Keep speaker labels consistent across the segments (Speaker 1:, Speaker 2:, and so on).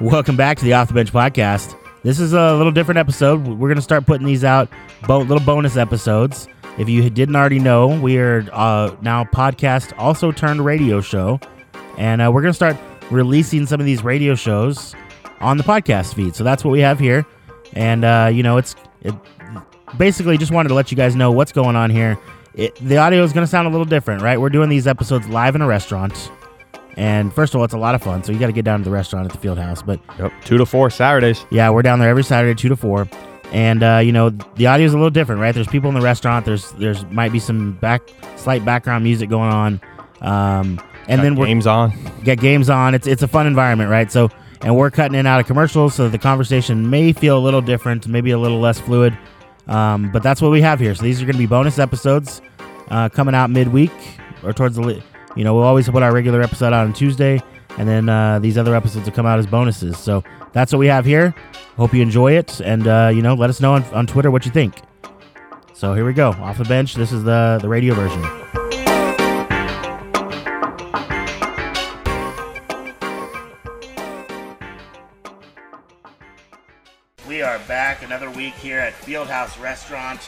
Speaker 1: Welcome back to the Off the Bench podcast. This is a little different episode. We're going to start putting these out, bo- little bonus episodes. If you didn't already know, we are uh, now podcast also turned radio show, and uh, we're going to start releasing some of these radio shows on the podcast feed. So that's what we have here, and uh, you know, it's it, basically just wanted to let you guys know what's going on here. It, the audio is going to sound a little different, right? We're doing these episodes live in a restaurant. And first of all, it's a lot of fun. So you got to get down to the restaurant at the field house. But
Speaker 2: Yep. Two to four Saturdays.
Speaker 1: yeah, we're down there every Saturday, two to four, and uh, you know the audio is a little different, right? There's people in the restaurant. There's there's might be some back slight background music going on, um, and
Speaker 2: Got
Speaker 1: then we're
Speaker 2: games on.
Speaker 1: get games on. It's it's a fun environment, right? So and we're cutting in out of commercials, so the conversation may feel a little different, maybe a little less fluid. Um, but that's what we have here. So these are going to be bonus episodes uh, coming out midweek or towards the. Li- you know, we'll always put our regular episode out on Tuesday, and then uh, these other episodes will come out as bonuses. So that's what we have here. Hope you enjoy it, and uh, you know, let us know on, on Twitter what you think. So here we go, off the bench. This is the the radio version. We are back another week here at Fieldhouse Restaurant.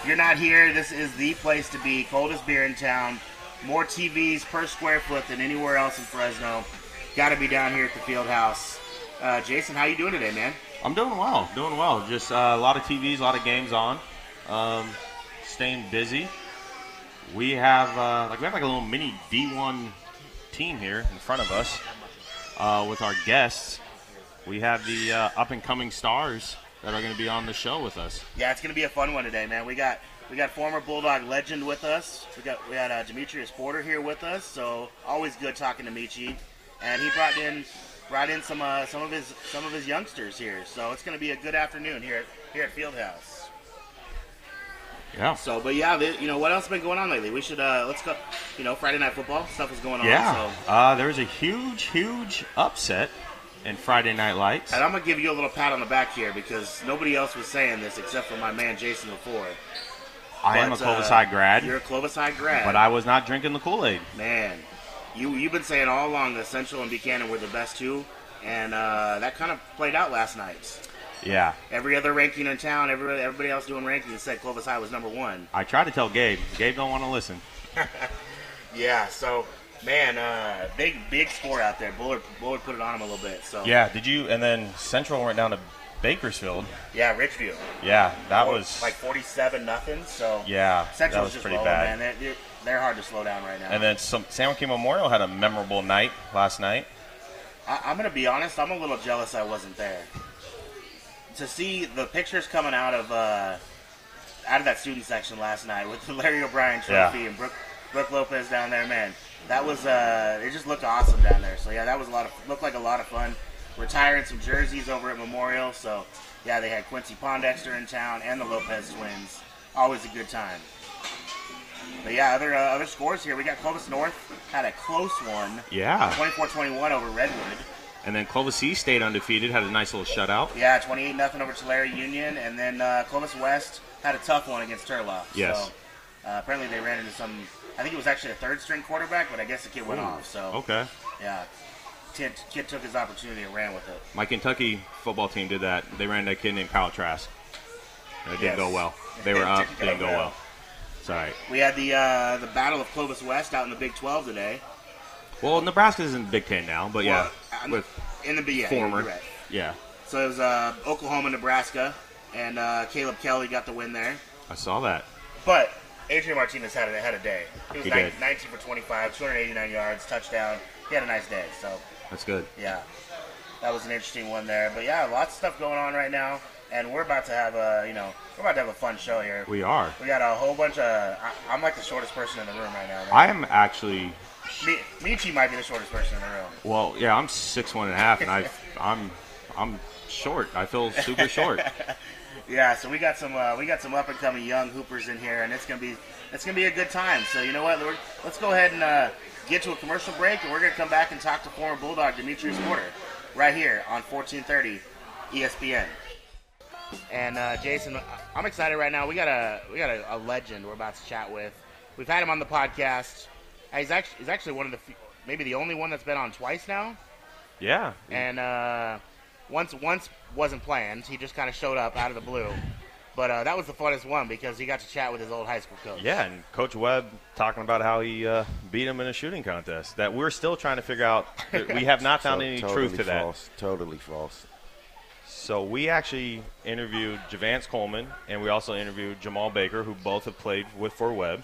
Speaker 1: If you're not here, this is the place to be. Coldest beer in town. More TVs per square foot than anywhere else in Fresno. Got to be down here at the Fieldhouse. Uh, Jason, how you doing today, man?
Speaker 3: I'm doing well, doing well. Just uh, a lot of TVs, a lot of games on, um, staying busy. We have uh, like we have like a little mini D1 team here in front of us uh, with our guests. We have the uh, up and coming stars that are going to be on the show with us.
Speaker 4: Yeah, it's gonna be a fun one today, man. We got we got former Bulldog legend with us. We got we had uh, Demetrius Porter here with us, so always good talking to Michi. And he brought in brought in some uh, some of his some of his youngsters here, so it's gonna be a good afternoon here at, here at Fieldhouse.
Speaker 3: Yeah,
Speaker 4: So, but yeah, the, you know what else has been going on lately? We should uh, let's go. You know, Friday night football stuff is going on.
Speaker 3: yeah.
Speaker 4: So.
Speaker 3: Uh, there was a huge, huge upset in Friday Night Lights.
Speaker 4: And I'm gonna give you a little pat on the back here because nobody else was saying this except for my man Jason before.
Speaker 3: I am a Clovis High grad,
Speaker 4: uh, You're a Clovis High grad.
Speaker 3: but I was not drinking the Kool Aid.
Speaker 4: Man, you you've been saying all along that Central and Buchanan were the best two, and uh, that kind of played out last night.
Speaker 3: Yeah,
Speaker 4: Every other ranking in town, everybody everybody else doing rankings said Clovis High was number one.
Speaker 3: I tried to tell Gabe. Gabe don't want to listen.
Speaker 4: Yeah, so man, uh, big big score out there. Bullard Bullard put it on him a little bit. So
Speaker 3: Yeah, did you? And then Central went down to Bakersfield.
Speaker 4: yeah, Richview
Speaker 3: Yeah, that was
Speaker 4: like forty seven nothing. So
Speaker 3: yeah,
Speaker 4: Central
Speaker 3: that was
Speaker 4: just
Speaker 3: pretty
Speaker 4: rolling,
Speaker 3: bad.
Speaker 4: man. They're, they're hard to slow down right now.
Speaker 3: And then some, San Joaquin Memorial had a memorable night last night.
Speaker 4: I, I'm gonna be honest. I'm a little jealous I wasn't there. To see the pictures coming out of uh, out of that student section last night with the Larry O'Brien
Speaker 3: Yeah.
Speaker 4: trophy and Brooke Brooke Lopez down there, man, that was uh, it just looked awesome down there. So yeah, that was a lot of looked like a lot of fun. Retiring some jerseys over at Memorial, so yeah, they had Quincy Pondexter in town and the Lopez twins. Always a good time. But yeah, other uh, other scores here. We got Clovis North had a close one,
Speaker 3: Yeah,
Speaker 4: 24-21 over Redwood.
Speaker 3: and then Clovis East stayed undefeated, had a nice little shutout.
Speaker 4: Yeah, 28 nothing over Tulare Union, and then uh, Columbus West had a tough one against Turloff.
Speaker 3: Yes.
Speaker 4: So, uh, apparently they ran into some. I think it was actually a third string quarterback, but I guess the kid went off. So
Speaker 3: Okay,
Speaker 4: yeah, kid, kid took his opportunity and ran with it.
Speaker 3: my Kentucky football team did that. They ran that kid named Kyle Trask. It didn't
Speaker 4: Yes.
Speaker 3: go well. They were
Speaker 4: It
Speaker 3: up,
Speaker 4: didn't go
Speaker 3: didn't go
Speaker 4: well.
Speaker 3: well. Sorry.
Speaker 4: We had the uh, the battle of Clovis West out in the Big 12 today.
Speaker 3: Well, Nebraska's in the Big Ten now, but yeah,
Speaker 4: Well, um,
Speaker 3: with
Speaker 4: in the BA
Speaker 3: former.
Speaker 4: you're right.
Speaker 3: Yeah,
Speaker 4: So it was uh, Oklahoma, Nebraska, and uh, Caleb Kelly got the win there.
Speaker 3: I saw that.
Speaker 4: But Adrian Martinez had a, had a day. He was
Speaker 3: He
Speaker 4: nine-
Speaker 3: did.
Speaker 4: 19 for 25, 289 yards, touchdown. He had a nice day. So,
Speaker 3: That's good.
Speaker 4: yeah, that was an interesting one there. But yeah, lots of stuff going on right now, and we're about to have a you know we're about to have a fun show here.
Speaker 3: We are.
Speaker 4: We got a whole bunch of. I, I'm like the shortest person in the room right now. man.
Speaker 3: I am actually
Speaker 4: Mi- Michi might be the shortest person in the room.
Speaker 3: Well, yeah, I'm six one and a half, and I, I'm, I'm short. I feel super short.
Speaker 4: Yeah, so we got some uh, we got some up and coming young hoopers in here, and it's gonna be it's gonna be a good time. So you know what? We're, let's go ahead and uh, get to a commercial break, and we're gonna come back and talk to former Bulldog Demetrius Porter right here on E 1430 ESPN. And uh, Jason, I- I'm excited right now. We got a we got a, a legend we're about to chat with. We've had him on the podcast. Uh, He's actually he's actually one of the few, maybe the only one that's been on twice now.
Speaker 3: Yeah.
Speaker 4: and uh, once once wasn't planned. He just kind of showed up out of the blue. But uh, that was the funnest one because he got to chat with his old high school coach.
Speaker 3: Yeah, and Coach Webb talking about how he uh, beat him in a shooting contest. That we're still trying to figure out. that We have not found
Speaker 5: So
Speaker 3: any
Speaker 5: totally
Speaker 3: truth to that.
Speaker 5: false, Totally false.
Speaker 3: So we actually interviewed Javance Coleman, and we also interviewed Jamal Baker, who both have played with for Webb.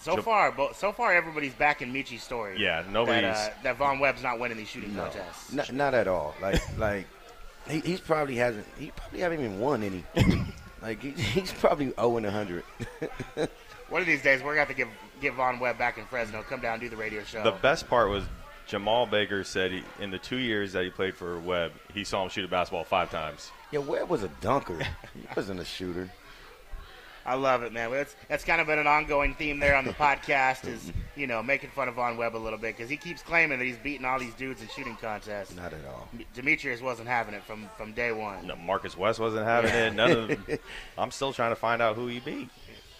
Speaker 4: So
Speaker 3: Jab-
Speaker 4: far, bo- so far everybody's back in Michi's story.
Speaker 3: Yeah,
Speaker 4: That,
Speaker 3: nobody's.
Speaker 4: uh, that Von Webb's not winning these shooting
Speaker 5: No,
Speaker 4: contests.
Speaker 5: not, not at all. Like like he, he's probably hasn't. He probably haven't even won any. like he, he's probably zero and hundred.
Speaker 4: One of these days, we're gonna have to get get Von Webb back in Fresno. Come down, and do the radio
Speaker 5: Oh.
Speaker 4: show.
Speaker 3: The best part was Jamal Baker said he, in the two years that he played for Webb, he saw him shoot a basketball five times.
Speaker 5: Yeah, Webb was a dunker. He wasn't a shooter.
Speaker 4: I love it, man. That's that's kind of been an ongoing theme there on the podcast is you know making fun of Von Webb a little bit because he keeps claiming that he's beating all these dudes in shooting contests.
Speaker 5: Not at all.
Speaker 4: Demetrius wasn't having it from from day one.
Speaker 3: No, Marcus West wasn't having it. None of. I'm still trying to find out who he beat.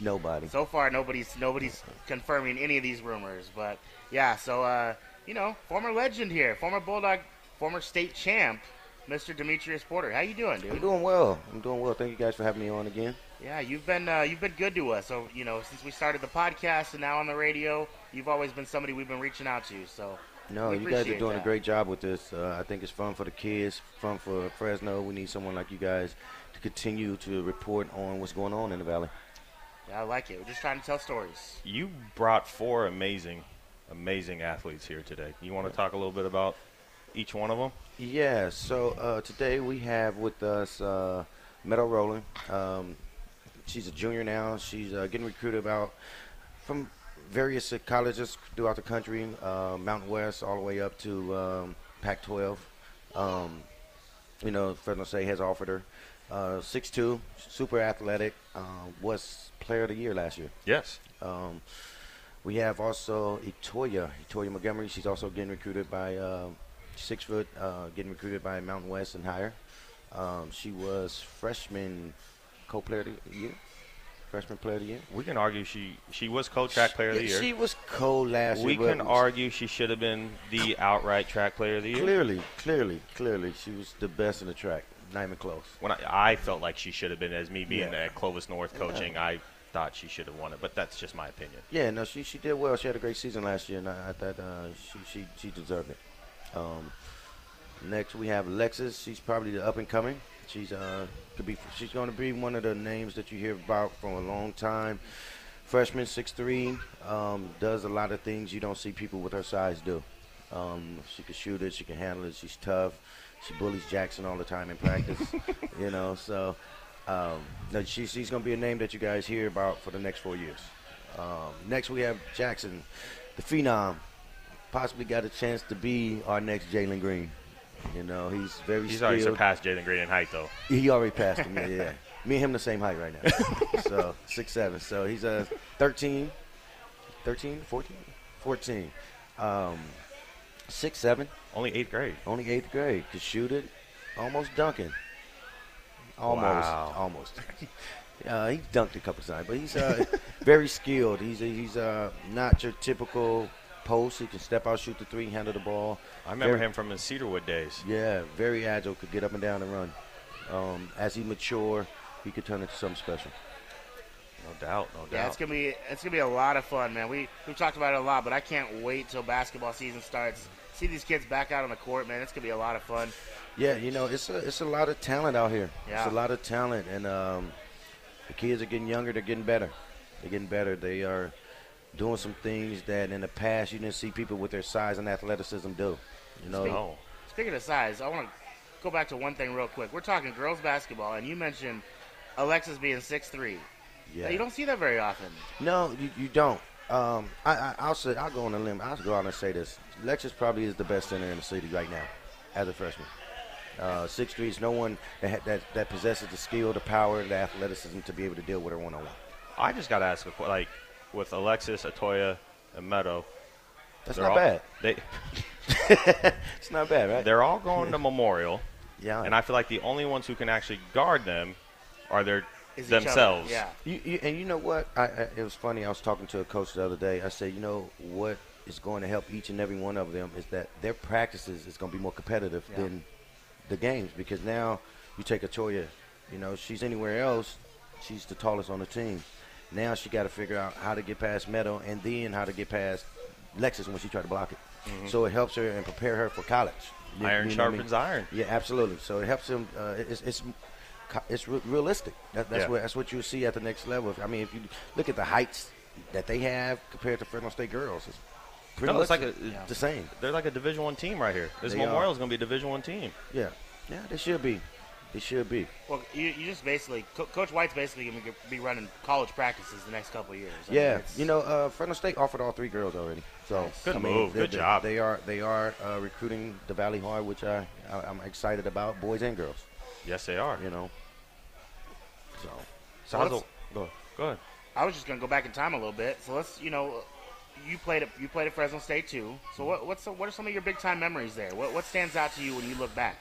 Speaker 5: Nobody.
Speaker 4: So far, nobody's nobody's confirming any of these rumors, but yeah. So uh, you know, former legend here, former Bulldog, former state champ, Mr. Demetrius Porter. How you doing,
Speaker 5: I'm
Speaker 4: dude?
Speaker 5: doing well. I'm doing well. Thank you guys for having me on again.
Speaker 4: Yeah, you've been uh, you've been good to us. So you know, since we started the podcast and now on the radio, you've always been somebody we've been reaching out to. So
Speaker 5: No,
Speaker 4: We
Speaker 5: you guys
Speaker 4: appreciate
Speaker 5: are doing
Speaker 4: that.
Speaker 5: a great job with this. Uh, I think it's fun for the kids, fun for Fresno. We need someone like you guys to continue to report on what's going on in the valley.
Speaker 4: yeah, I like it. We're just trying to tell stories.
Speaker 3: You brought four amazing, amazing athletes here today. You want to talk a little bit about each one of them?
Speaker 5: Yeah, so uh, today we have with us uh, Meadow Rowland. Um, she's a junior now. She's uh, getting recruited about from various uh, colleges throughout the country, uh, Mountain West, all the way up to um, Pac 12. Um, you know, Fresno State has offered her. Uh, 6'2, super athletic, uh, was player of the year last year.
Speaker 3: Yes.
Speaker 5: Um, we have also Itoya, Itoya Montgomery. She's also getting recruited by uh, six foot, uh, getting recruited by Mountain West and higher. Um, she was freshman co-player of the year, freshman player of the year.
Speaker 3: We can argue she she was co-track player of the
Speaker 5: Yeah,
Speaker 3: year.
Speaker 5: She was co last
Speaker 3: we
Speaker 5: year. but
Speaker 3: can argue she should have been the outright track player of the year.
Speaker 5: clearly, clearly, clearly, she was the best in the track. Not even close.
Speaker 3: When I, I felt like she should have been, as me being
Speaker 5: Yeah.
Speaker 3: at Clovis North coaching, I thought she should have won it. But that's just my opinion.
Speaker 5: Yeah, no, she she did well. She had a great season last year, and I, I thought uh, she she she deserved it. Um, next we have Alexis. She's probably the up and coming. She's uh could be she's going to be one of the names that you hear about from a long time. Freshman, 6'3", um, does a lot of things you don't see people with her size do. Um, she can shoot it. She can handle it. She's tough. She bullies Jackson all the time in practice. you know, so um, no, she, she's going to be a name that you guys hear about for the next four years. Um, next, we have Jackson, the phenom. Possibly got a chance to be our next Jalen Green. You know, he's very
Speaker 3: She's
Speaker 5: skilled.
Speaker 3: already surpassed Jalen Green in height, though.
Speaker 5: He already passed him. Yeah, yeah. Me and him the same height right now. so six seven. So he's a 13, 13, 14, 14. Um, six seven.
Speaker 3: Only eighth grade.
Speaker 5: Only eighth grade. Could shoot it. Almost dunking. Almost.
Speaker 3: Wow.
Speaker 5: Almost. Uh, he dunked a couple times, but he's uh, very skilled. He's he's uh, not your typical post. He can step out, shoot the three, handle the ball.
Speaker 3: I remember
Speaker 5: Very-
Speaker 3: him from his Cedarwood days.
Speaker 5: yeah, very agile, could get up and down and run. Um, as he mature, he could turn into something special.
Speaker 3: No doubt, no doubt.
Speaker 4: Yeah, it's gonna be it's gonna be a lot of fun, man. We we've talked about it a lot, but I can't wait till basketball season starts. See these kids back out on the court, man. It's gonna be a lot of fun.
Speaker 5: Yeah, you know, it's a it's a lot of talent out here.
Speaker 4: Yeah.
Speaker 5: It's a lot of talent, and um, the kids are getting younger. They're getting better. They're getting better. They are doing some things that in the past you didn't see people with their size and athleticism do. You know,
Speaker 6: Oh,
Speaker 3: No.
Speaker 4: Speaking of size, I want to go back to one thing real quick. We're talking girls basketball, and you mentioned Alexis being six three.
Speaker 5: yeah.
Speaker 4: You don't see that very often.
Speaker 5: No, you, you don't. Um, I, I I'll say I'll go on a limb. I'll go out and say this: Lexus probably is the best center in the city right now, as a freshman. Uh, six threes, no one that, ha- that that possesses the skill, the power, the athleticism to be able to deal with her one on one.
Speaker 3: I just got to ask, a que- like, with Alexis, Atoya, and Meadow.
Speaker 5: That's
Speaker 3: they're
Speaker 5: not
Speaker 3: all-
Speaker 5: bad.
Speaker 3: They,
Speaker 5: It's not bad, right?
Speaker 3: they're all going to Memorial,
Speaker 5: yeah,
Speaker 3: and I feel like the only ones who can actually guard them are their
Speaker 4: Is each other.
Speaker 3: themselves.
Speaker 4: Yeah.
Speaker 5: You, you, and you know what? I, I, it was funny. I was talking to a coach the other day. I said, you know what is going to help each and every one of them is that their practices is going to be more competitive
Speaker 4: Yeah.
Speaker 5: than the games because now you take a Toya, you know, she's anywhere else, she's the tallest on the team. Now she got to figure out how to get past Meadow and then how to get past Lexus when she tried to block it. So it helps her and prepare her for college. You-
Speaker 6: Mm-hmm. Iron
Speaker 5: you know what I mean?
Speaker 6: sharpens iron.
Speaker 5: Yeah, absolutely. So it helps him. Uh, it's it's co- it's re- realistic. That, that's
Speaker 6: Yeah.
Speaker 5: what that's what you see at the next level. I mean, if you look at the heights that they have compared to Fresno State girls, it's pretty
Speaker 6: No, it's
Speaker 5: much
Speaker 6: like a,
Speaker 5: the same.
Speaker 6: they're like a Division One team right here. This
Speaker 5: They are.
Speaker 6: Memorial's going to be a Division One team.
Speaker 5: Yeah, yeah, they should be. They should be.
Speaker 4: Well, you, you just basically, Co- Coach White's basically going to be running college practices the next couple of years. I mean,
Speaker 5: Yeah,
Speaker 4: it's-
Speaker 5: you know, uh, Fresno State offered all three girls already. So
Speaker 6: Good
Speaker 5: I mean,
Speaker 6: move.
Speaker 5: they-
Speaker 6: Good
Speaker 5: they-
Speaker 6: job.
Speaker 5: They are they are uh, recruiting the Valley hard, which I, I I'm excited about, boys and girls.
Speaker 6: Yes, they are.
Speaker 5: You know, so
Speaker 6: So
Speaker 4: Well,
Speaker 6: how's
Speaker 4: let's-
Speaker 6: the- go, go ahead.
Speaker 4: I was just going to go back in time a little bit. So let's, you know, you played at you played at Fresno State too. So what what's the, what are some of your big time memories there? What what stands out to you when you look back?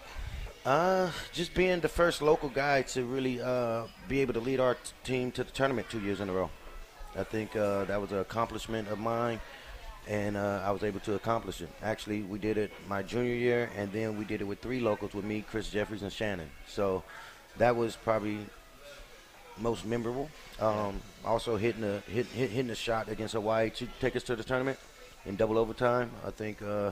Speaker 5: Uh, just being the first local guy to really uh, be able to lead our t- team to the tournament two years in a row. I think uh, that was an accomplishment of mine, and uh, I was able to accomplish it. Actually, we did it my junior year, and then we did it with three locals with me, Chris Jeffries, and Shannon. So that was probably most memorable. Um, also hitting a hit, hit, hitting a shot against Hawaii to take us to the tournament in double overtime. I think uh,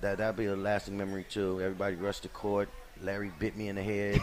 Speaker 5: that that'd be a lasting memory too. Everybody rushed the court. Larry bit me in the head.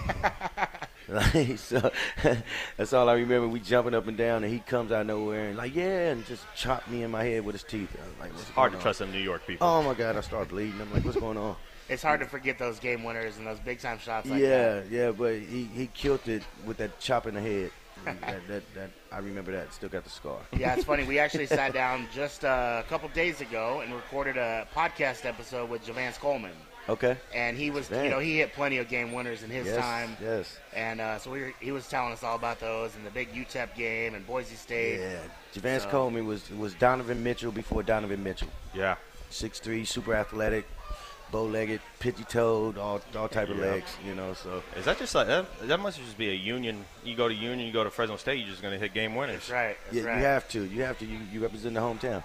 Speaker 5: like, so that's all I remember. We jumping up and down, and he comes out of nowhere and like yeah, and just chopped me in my head with his teeth. I was like, what's
Speaker 6: Hard to
Speaker 5: going on?
Speaker 6: trust them New York people.
Speaker 5: Oh my God! I start bleeding. I'm like, what's going on?
Speaker 4: It's hard to forget those game winners and those big time shots like
Speaker 5: yeah,
Speaker 4: that.
Speaker 5: yeah, but he, he killed it with that chop in the head. that, that, that I remember that. Still got the scar.
Speaker 4: Yeah, it's funny. We actually sat down just uh, a couple days ago and recorded a podcast episode with Javance Coleman,
Speaker 5: Okay.
Speaker 4: and he was, you
Speaker 5: Man.
Speaker 4: know, he hit plenty of game winners in his
Speaker 5: yes.
Speaker 4: time.
Speaker 5: Yes.
Speaker 4: And uh, so we were, he was telling us all about those and the big UTEP game and Boise State.
Speaker 5: Yeah. Javance
Speaker 4: So-
Speaker 5: Coleman was was Donovan Mitchell before Donovan Mitchell.
Speaker 6: Yeah.
Speaker 5: Six three, super athletic, bow legged, pitchy toed, all all type of
Speaker 6: Yeah.
Speaker 5: legs. You know, so
Speaker 6: Is that just like that? That must just be a union. You go to Union, you go to Fresno State, you're just going to hit game winners.
Speaker 4: That's right. That's
Speaker 5: yeah,
Speaker 4: right.
Speaker 5: you have to, you have to, you, you represent the hometown.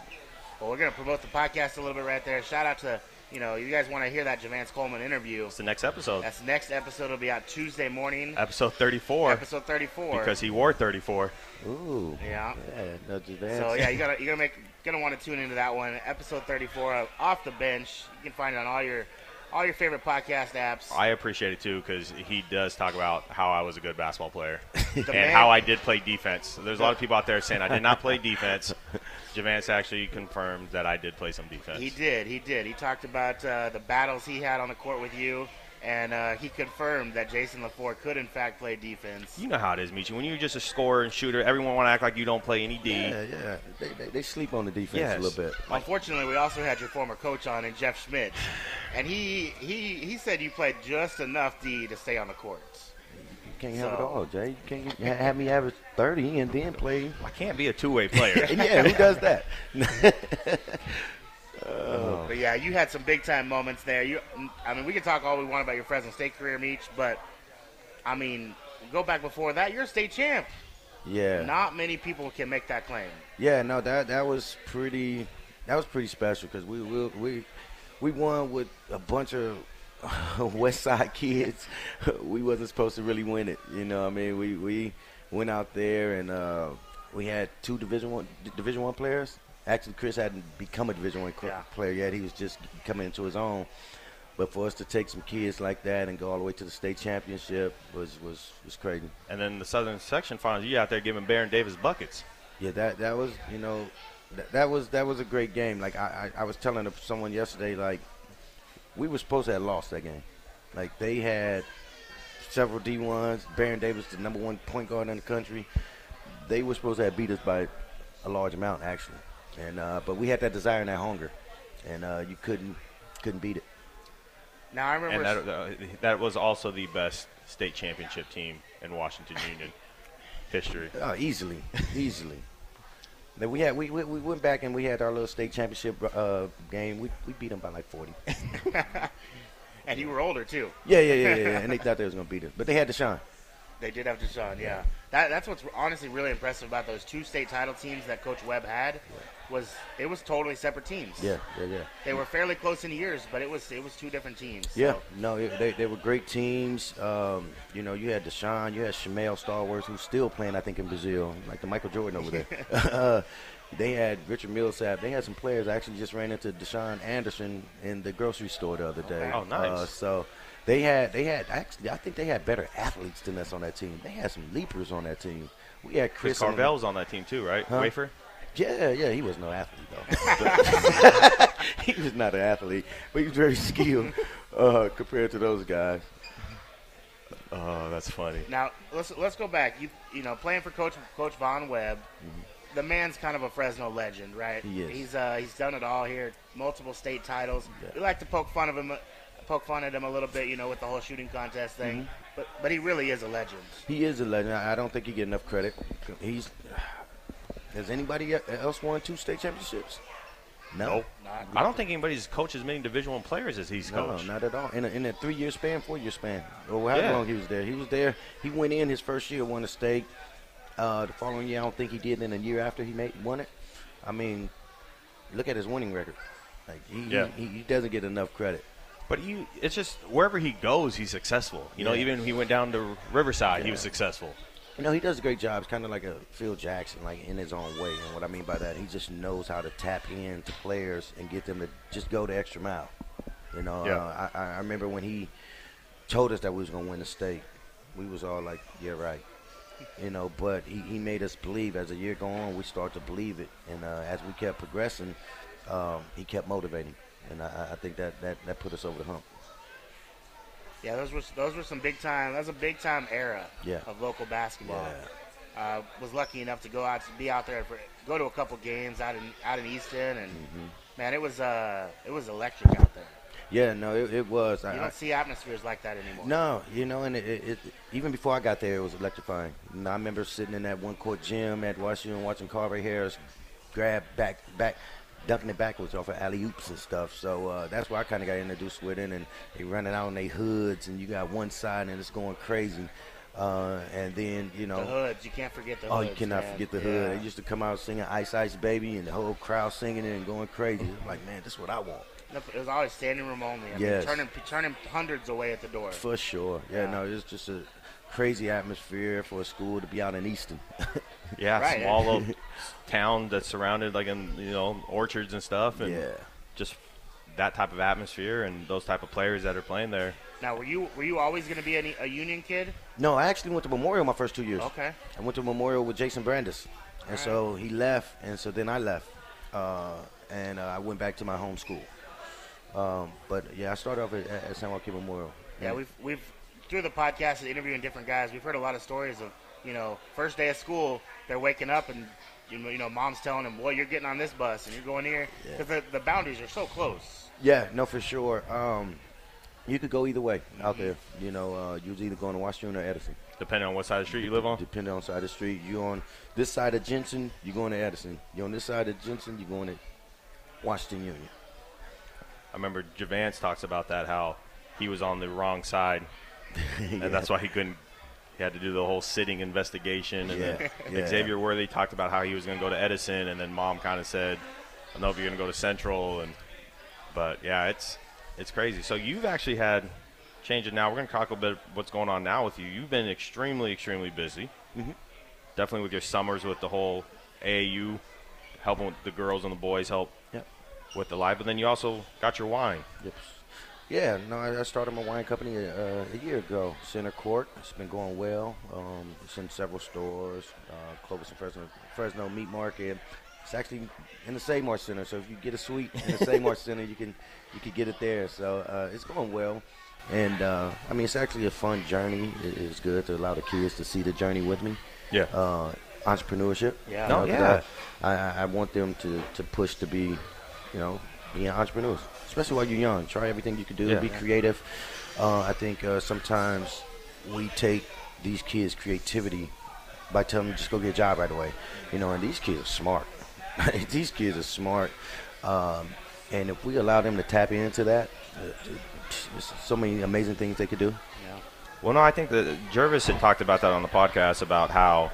Speaker 4: well, we're going to promote the podcast a little bit right there. Shout out to, you know, you guys want to hear that Javance Coleman interview.
Speaker 6: It's the next episode,
Speaker 4: That's next episode. will be out Tuesday morning,
Speaker 6: episode 34,
Speaker 4: episode 34.
Speaker 6: because he wore 34.
Speaker 5: Ooh.
Speaker 4: yeah.
Speaker 5: Yeah. No, Javance.
Speaker 4: So yeah, you gotta you're gonna make gonna want to tune into that one, episode 34 of Off the Bench. You can find it on all your all your favorite podcast apps.
Speaker 6: I appreciate it too because he does talk about how I was a good basketball player and
Speaker 4: man-
Speaker 6: how I did play defense. There's a lot of people out there saying I did not play defense. Javance actually confirmed that I did play some defense.
Speaker 4: He did, he did. He talked about uh, the battles he had on the court with you, and uh, he confirmed that Jason Lafleur could in fact play defense.
Speaker 6: You know how it is, Michi. When you're just a scorer and shooter, everyone want to act like you don't play any D.
Speaker 5: Yeah, yeah. They, they, they sleep on the defense
Speaker 6: Yes.
Speaker 5: a little bit.
Speaker 4: Unfortunately, we also had your former coach on, and Jeff Schmidt, and he he he said you played just enough D to stay on the court.
Speaker 5: You can't have it
Speaker 4: So-
Speaker 5: all, Jay. You can't ha- have me average thirty and then play
Speaker 6: I can't be a two-way player.
Speaker 5: yeah, who does that?
Speaker 4: But yeah, you had some big time moments there. You, I mean, we can talk all we want about your Fresno State career, Meach, but I mean, go back before that, you're a state champ.
Speaker 5: yeah.
Speaker 4: Not many people can make that claim.
Speaker 5: Yeah, no, that that was pretty that was pretty special cuz we, we we we won with a bunch of West Side kids. we wasn't supposed to really win it, you know what I mean? We we went out there and uh we had two division 1 D- division 1 players. Actually, Chris hadn't become a division 1
Speaker 4: Yeah.
Speaker 5: player yet. He was just coming into his own. But for us to take some kids like that and go all the way to the state championship was was was crazy.
Speaker 6: and then the Southern Section Finals, you out there giving Baron Davis buckets.
Speaker 5: Yeah, that that was you know, that, that was that was a great game. Like I, I, I was telling someone yesterday, like we were supposed to have lost that game. Like they had several D ones. Baron Davis, the number one point guard in the country, they were supposed to have beat us by a large amount actually. And uh, but we had that desire and that hunger, and uh, you couldn't couldn't beat it.
Speaker 4: Now I
Speaker 6: And
Speaker 4: remember,
Speaker 6: that, uh, that was also the best state championship team in Washington Union history.
Speaker 5: Oh, easily, easily. Then we had we, we we went back and we had our little state championship uh, game. We we beat them by like forty.
Speaker 4: and you were older too.
Speaker 5: Yeah, yeah, yeah, yeah. yeah. And they thought they was gonna beat us, but they had to shine.
Speaker 4: They did have Deshaun, yeah. That, that's what's honestly really impressive about those two state title teams that Coach Webb had was it was totally separate teams.
Speaker 5: Yeah, yeah, yeah.
Speaker 4: They were fairly close in years, but it was it was two different teams.
Speaker 5: Yeah,
Speaker 4: So,
Speaker 5: no, it- they, they were great teams. Um, you know, you had Deshaun, you had Shamel Stallworth, who's still playing, I think, in Brazil, like the Michael Jordan over there. Uh, they had Richard Millsap. They had some players. I actually just ran into Deshaun Anderson in the grocery store the other day.
Speaker 3: Oh, nice.
Speaker 5: Uh, so they had, they had actually, I think they had better athletes than us on that team. They had some leapers on that team. We had
Speaker 3: Chris
Speaker 5: Chris,
Speaker 3: Carvel was on that team too, right?
Speaker 5: Huh?
Speaker 3: Wafer.
Speaker 5: Yeah, yeah, he was no athlete though. he was not an athlete, but he was very skilled uh, compared to those guys.
Speaker 3: Oh, that's funny.
Speaker 4: Now let's let's go back. You you know playing for Coach Coach Von Webb, the man's kind of a Fresno legend, right?
Speaker 5: Mm-hmm. He is.
Speaker 4: He's uh, he's done it all here, multiple state titles.
Speaker 5: Yeah.
Speaker 4: We like to poke fun of him, uh, poke fun at him a little bit, you know, with the whole shooting contest thing.
Speaker 5: Mm-hmm.
Speaker 4: But but he really is a legend.
Speaker 5: He is a legend. I I don't think he get enough credit. He's has anybody e- else won two state championships? No,
Speaker 4: Not
Speaker 3: I don't think anybody's coached as many Division One players as he's
Speaker 5: no,
Speaker 3: coached.
Speaker 5: not at all. In a, in a three year span, four year span, or however
Speaker 3: Yeah.
Speaker 5: long he was there, he was there. He went in his first year, won a state. Uh, the following year, I don't think he did. And the year after, he made won it. I mean, look at his winning record. Like he,
Speaker 3: Yeah.
Speaker 5: he, he doesn't get enough credit.
Speaker 3: But he, it's just wherever he goes, he's successful. You know,
Speaker 5: Yeah.
Speaker 3: even when he went down to Riverside, he
Speaker 5: Yeah.
Speaker 3: was successphil.
Speaker 5: You know, he does a great job. It's kind of like a Phil Jackson, like in his own way. And what I mean by that, he just knows how to tap into players and get them to just go the extra mile. You know,
Speaker 3: Yeah.
Speaker 5: uh, I, I remember when he told us that we was gonna win the state, we was all like, "Yeah, right." You know, but he, he made us believe. As the year go on, we start to believe it, and uh, as we kept progressing, um, he kept motivating, and I, I- I think that, that that put us over the hump.
Speaker 4: Yeah, those were those were some big time. That was a big time era
Speaker 5: Yeah.
Speaker 4: of local basketball. Uh, was lucky enough to go out to be out there for go to a couple games out in out in Easton, and
Speaker 5: Mm-hmm.
Speaker 4: man, it was uh it was electric out there.
Speaker 5: Yeah, no, it, it was. I-
Speaker 4: You
Speaker 5: I-
Speaker 4: don't see atmospheres like that anymore.
Speaker 5: No, you know, and it, it, it, even before I got there, it was electrifying. And I remember sitting in that one court gym at Washington, watching Carver Harris grab back, back, dunking it backwards off of alley oops and stuff. So uh, that's where I kind of got introduced with it. And they running out in their hoods, and you got one side, and it's going crazy. Uh, and then you know,
Speaker 4: The hoods, you can't forget the
Speaker 5: Oh,
Speaker 4: hoods.
Speaker 5: you cannot
Speaker 4: man.
Speaker 5: forget the hood.
Speaker 4: Yeah.
Speaker 5: They used to come out singing "Ice Ice Baby" and the whole crowd singing it and going crazy. I'm like, man, this is what I want
Speaker 4: Nothing- It was always standing room only. I
Speaker 5: Yes.
Speaker 4: mean, turning turning hundreds away at the door.
Speaker 5: for sure. Yeah,
Speaker 4: Yeah.
Speaker 5: no, it's just a crazy atmosphere for a school to be out in Easton.
Speaker 3: Yeah,
Speaker 4: Right.
Speaker 3: small little town that's surrounded like in you know orchards and stuff, and
Speaker 5: Yeah.
Speaker 3: just that type of atmosphere and those type of players that are playing there.
Speaker 4: Now, were you were you always going to be a, a union kid?
Speaker 5: No, I actually went to Memorial my first two years.
Speaker 4: Okay.
Speaker 5: I went to Memorial with Jason Brandis, and so he left, and so then I left, uh, and uh, I went back to my home school. Um, but yeah, I started off at, at San Joaquin Memorial.
Speaker 4: Yeah, we've we've through the podcast and interviewing different guys, we've heard a lot of stories of you know first day of school, they're waking up and you know, you know mom's telling them, "Boy, you're getting on this bus and you're going here,"
Speaker 5: Yeah.
Speaker 4: because the, the boundaries are so close.
Speaker 5: Yeah, no, for sure. Um, you could go either way out
Speaker 4: Mm-hmm.
Speaker 5: there. You know, uh, you was either going to Washington or Edison,
Speaker 3: Depending on what side of the street you live on.
Speaker 5: depending on side of the street. You on this side of Jensen, you going to Edison. You on this side of Jensen, you going to Washington Union.
Speaker 3: I remember Javance talks about that how he was on the wrong side,
Speaker 5: Yeah.
Speaker 3: and that's why he couldn't. He had to do the whole sitting investigation. And
Speaker 5: Yeah,
Speaker 3: then
Speaker 5: yeah.
Speaker 3: Xavier Worthy talked about how he was going to go to Edison, and then Mom kind of said, "I don't know if you're going to go to Central." And but yeah, it's it's crazy. So you've actually had changes now. We're going to talk a bit what's going on now with you. You've been extremely extremely busy.
Speaker 5: Mm-hmm.
Speaker 3: Definitely with your summers with the whole AAU, helping with the girls and the boys, help
Speaker 5: Yep.
Speaker 3: with the live. But then you also got your wine.
Speaker 5: Yes. Yeah, no, I I started my wine company uh, a year ago, Center Court. It's been going well. Um, it's in several stores, uh, Clovis and Fresno, Fresno Meat Market. It's actually in the Seymour Center, so if you get a suite in the Seymour Center, you can you can get it there. So uh, it's going well, and uh, I mean it's actually a fun journey. It, it was good to allow the kids to see the journey with me.
Speaker 3: Yeah.
Speaker 5: Uh, entrepreneurship.
Speaker 4: Yeah.
Speaker 5: You
Speaker 3: No,
Speaker 5: know, 'cause
Speaker 3: yeah.
Speaker 5: I, I, I want them to, to push to be, you know, being entrepreneurs, especially while you're young. Try everything you can do.
Speaker 3: Yeah.
Speaker 5: Be creative. Uh, I think uh, sometimes we take these kids' creativity by telling them just go get a job right away. You know, and these kids are smart. these kids are smart. Um, and if we allow them to tap into that, uh, there's so many uh, amazing things they could do.
Speaker 4: You know?
Speaker 3: Well, no, I think that Jervis had talked about that on the podcast about how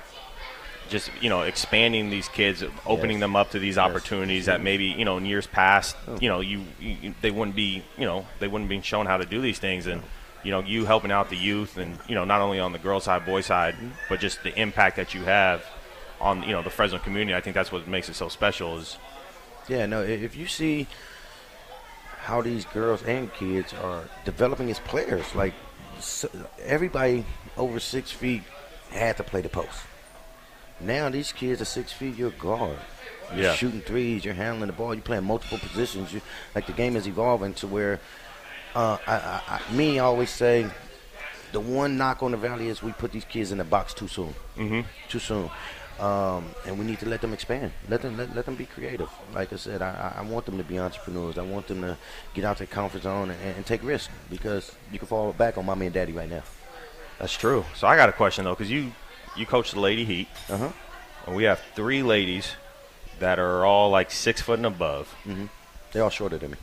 Speaker 3: just you know expanding these kids, opening
Speaker 5: Yes. Oh.
Speaker 3: them up to these opportunities that maybe you know in years past, you know, you, you they wouldn't be you know they wouldn't be shown how to do these things and. You know, you helping out the youth, and you know, not only on the girl side, boy side,
Speaker 5: Mm-hmm.
Speaker 3: but just the impact that you have on you know the Fresno community. I think that's what makes it so special. Is
Speaker 5: Yeah, no. i- If you see how these girls and kids are developing as players, like s everybody over six feet had to play the post. Now these kids are six feet. You're a guard. You're
Speaker 3: Yeah.
Speaker 5: shooting threes. You're handling the ball. You're playing multiple positions. You like the game is evolving to where, uh, I, I, I, me I always say, the one knock on the valley is we put these kids in the box too soon. Mm-hmm. Too soon. Um, and we need to let them expand. Let them let, let them be creative. Like I said, I, I I want them to be entrepreneurs. I want them to get out their comfort zone and, and take risks because you can fall back on mommy and daddy right now.
Speaker 3: that's true. So I got a question though, because you you coach the Lady Heat.
Speaker 5: Uh huh.
Speaker 3: and we have three ladies that are all like six foot and above.
Speaker 5: They're all shorter than me.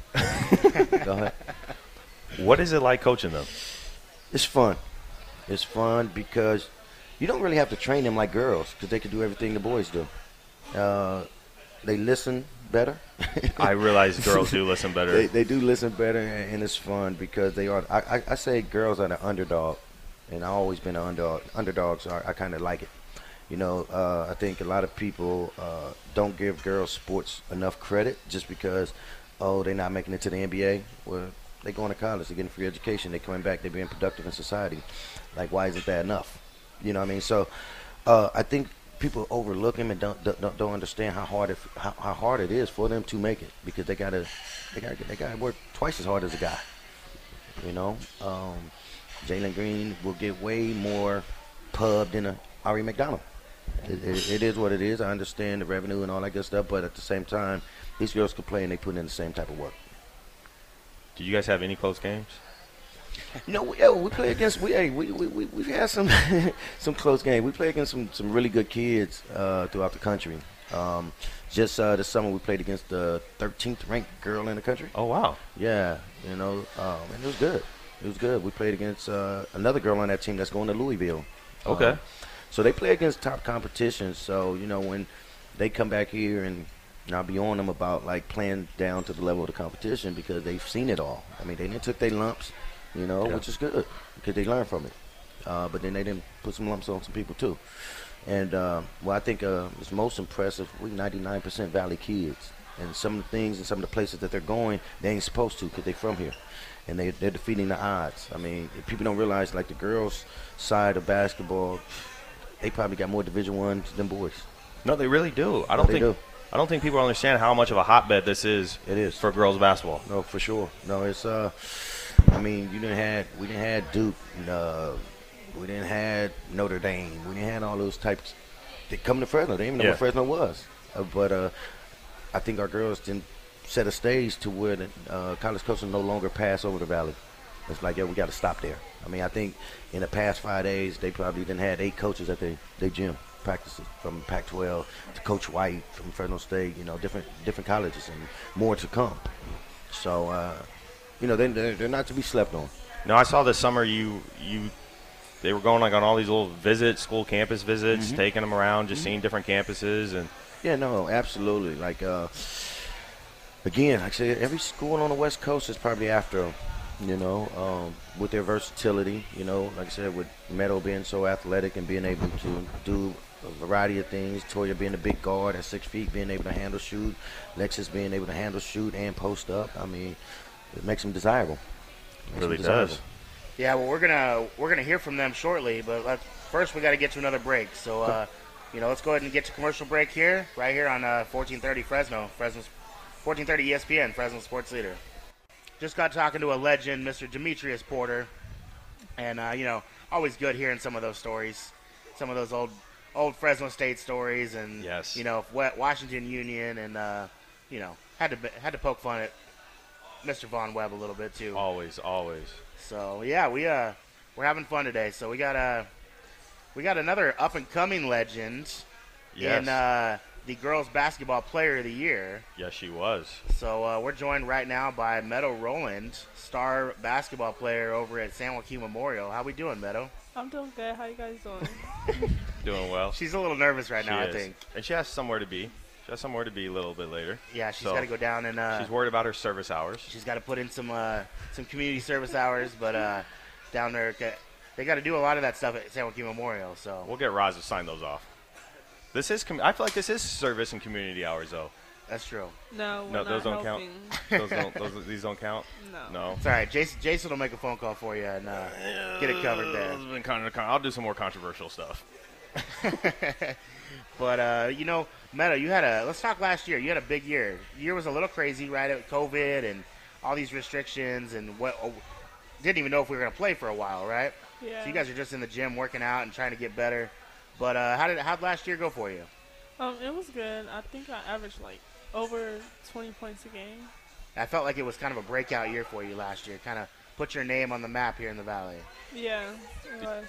Speaker 5: Go ahead.
Speaker 3: What is it like coaching them?
Speaker 5: It's fun. It's fun because you don't really have to train them like girls because they can do everything the boys do. Uh, they listen better.
Speaker 3: I realize girls do listen better.
Speaker 5: They, they do listen better, and, and it's fun because they are. I, I, I say girls are the underdog, and I've always been an underdog. Underdog, so I, I kind of like it. You know, uh, I think a lot of people uh, don't give girls sports enough credit just because, oh, they're not making it to the NBA. Well, they're going to college, they're getting free education, they're coming back, they're being productive in society. Like, why isn't that enough? You know what I mean? So, uh, I think people overlook them and don't don't, don't- don't understand how hard it how, how hard it is for them to make it because they gotta they gotta they gotta work twice as hard as a guy. You know, um, Jalen Green will get way more pub than a Ari McDonald. It, it, it is what it is. I understand the revenue and all that good stuff, but at the same time, these girls can play and they put in the same type of work.
Speaker 3: do you guys have any close games?
Speaker 5: No, we, yeah, we play against we hey, we we we we've had some some close games. We play against some some really good kids uh, throughout the country. Um, just uh, this summer we played against the 13th ranked girl in the country.
Speaker 3: Oh wow,
Speaker 5: Yeah, you know, um, and it was good. It was good. We played against uh, another girl on that team that's going to Louisville.
Speaker 3: Okay.
Speaker 5: Um, so they play against top competition. So you know when they come back here and. And I'll be on them about like playing down to the level of the competition because they've seen it all. I mean, they didn't took their lumps, you know,
Speaker 3: Yeah.
Speaker 5: which is good because they learned from it. Uh, but then they didn't put some lumps on some people too. And uh, well, I think uh, it's most impressive. We 99% Valley kids, and some of the things and some of the places that they're going, they ain't supposed to because they from here, and they they're defeating the odds. I mean, if people don't realize like the girls' side of basketball, they probably got more Division ones than boys.
Speaker 3: no, they really do. I don't
Speaker 5: they
Speaker 3: think
Speaker 5: do.
Speaker 3: I don't think people understand how much of a hotbed this is.
Speaker 5: It is.
Speaker 3: for girls basketball.
Speaker 5: No, for sure. No, it's uh, I mean, you didn't had we didn't had Duke, and, uh, we didn't had Notre Dame, we didn't had all those types that come to Fresno. They didn't even know
Speaker 3: Yeah.
Speaker 5: what Fresno was, uh, but uh, I think our girls didn't set a stage to where the uh, college coaches no longer pass over the valley. It's like, yeah, we got to stop there. I mean, I think in the past five days, they probably didn't had eight coaches at their they gym practices from Pac-12 to Coach White from Fresno State, you know, different different colleges and more to come. So, uh, you know, they, they're, they're not to be slept on.
Speaker 3: No, I saw this summer you you they were going like on all these little visits, school campus visits,
Speaker 5: Mm-hmm.
Speaker 3: taking them around, just seeing different campuses, and
Speaker 5: Yeah, no, absolutely. Like, uh, again, like I said, every school on the West Coast is probably after 'em, you know, um, with their versatility, you know, like I said, with Meadow being so athletic and being able to do a variety of things, Toya being a big guard at six feet, being able to handle shoot, Lexus being able to handle shoot and post up. I mean, it makes them desirable. Makes 'em
Speaker 3: really
Speaker 5: desirable.
Speaker 3: does.
Speaker 4: Yeah, well, we're gonna we're gonna hear from them shortly, but let first we got to get to another break. So, uh, you know, let's go ahead and get to commercial break here, right here on uh, 1430 Fresno, Fresno, 1430 ESPN, Fresno Sports Leader. Just got talking to a legend, Mr. Demetrius Porter, and uh, you know, always good hearing some of those stories, some of those old old Fresno State stories, and
Speaker 3: Yes.
Speaker 4: you know, Wa- Washington Union, and uh, you know, had to had to poke fun at Mr. Von Webb a little bit too.
Speaker 3: Always, always.
Speaker 4: So yeah, we uh we're having fun today. So we got uh we got another up and coming legend
Speaker 3: Yes.
Speaker 4: in uh the girls basketball player of the year.
Speaker 3: Yes, she was.
Speaker 4: So uh, we're joined right now by Meadow Roland, star basketball player over at San Joaquin Memorial. How we doing, Meadow?
Speaker 7: I'm doing good. How you guys doing?
Speaker 3: Doing well.
Speaker 4: She's a little nervous right
Speaker 3: She
Speaker 4: now, I
Speaker 3: is.
Speaker 4: think.
Speaker 3: And she has somewhere to be. She has somewhere to be a little bit later.
Speaker 4: Yeah, she's
Speaker 3: So,
Speaker 4: got to go down and uh,
Speaker 3: She's worried about her service hours.
Speaker 4: she's got to put in some uh, some community service hours, but uh, down there ca- they got to do a lot of that stuff at San Joaquin Memorial. So
Speaker 3: We'll get Roz to sign those off. This is. Com- I feel like this is service and community hours, though.
Speaker 4: that's true.
Speaker 7: No, we're
Speaker 3: No,
Speaker 7: not
Speaker 3: those don't count.
Speaker 7: helping.
Speaker 3: Those don't. Those, these don't count.
Speaker 7: No.
Speaker 3: No.
Speaker 4: It's all right. Jason Jason will make a phone call for you and uh, get it covered there.
Speaker 3: It's been kind of- I'll do some more controversial stuff.
Speaker 4: But uh, you know, Meadow, you had a let's talk last year. You had a big year. Year was a little crazy, right? With COVID and all these restrictions and what oh, didn't even know if we were gonna play for a while, right?
Speaker 7: Yeah.
Speaker 4: So you guys are just in the gym working out and trying to get better. But uh, how did how'd last year go for you?
Speaker 7: Um, it was good. I think I averaged like over 20 points a game.
Speaker 4: I felt like it was kind of a breakout year for you last year. Kind of put your name on the map here in the valley.
Speaker 7: Yeah, it was.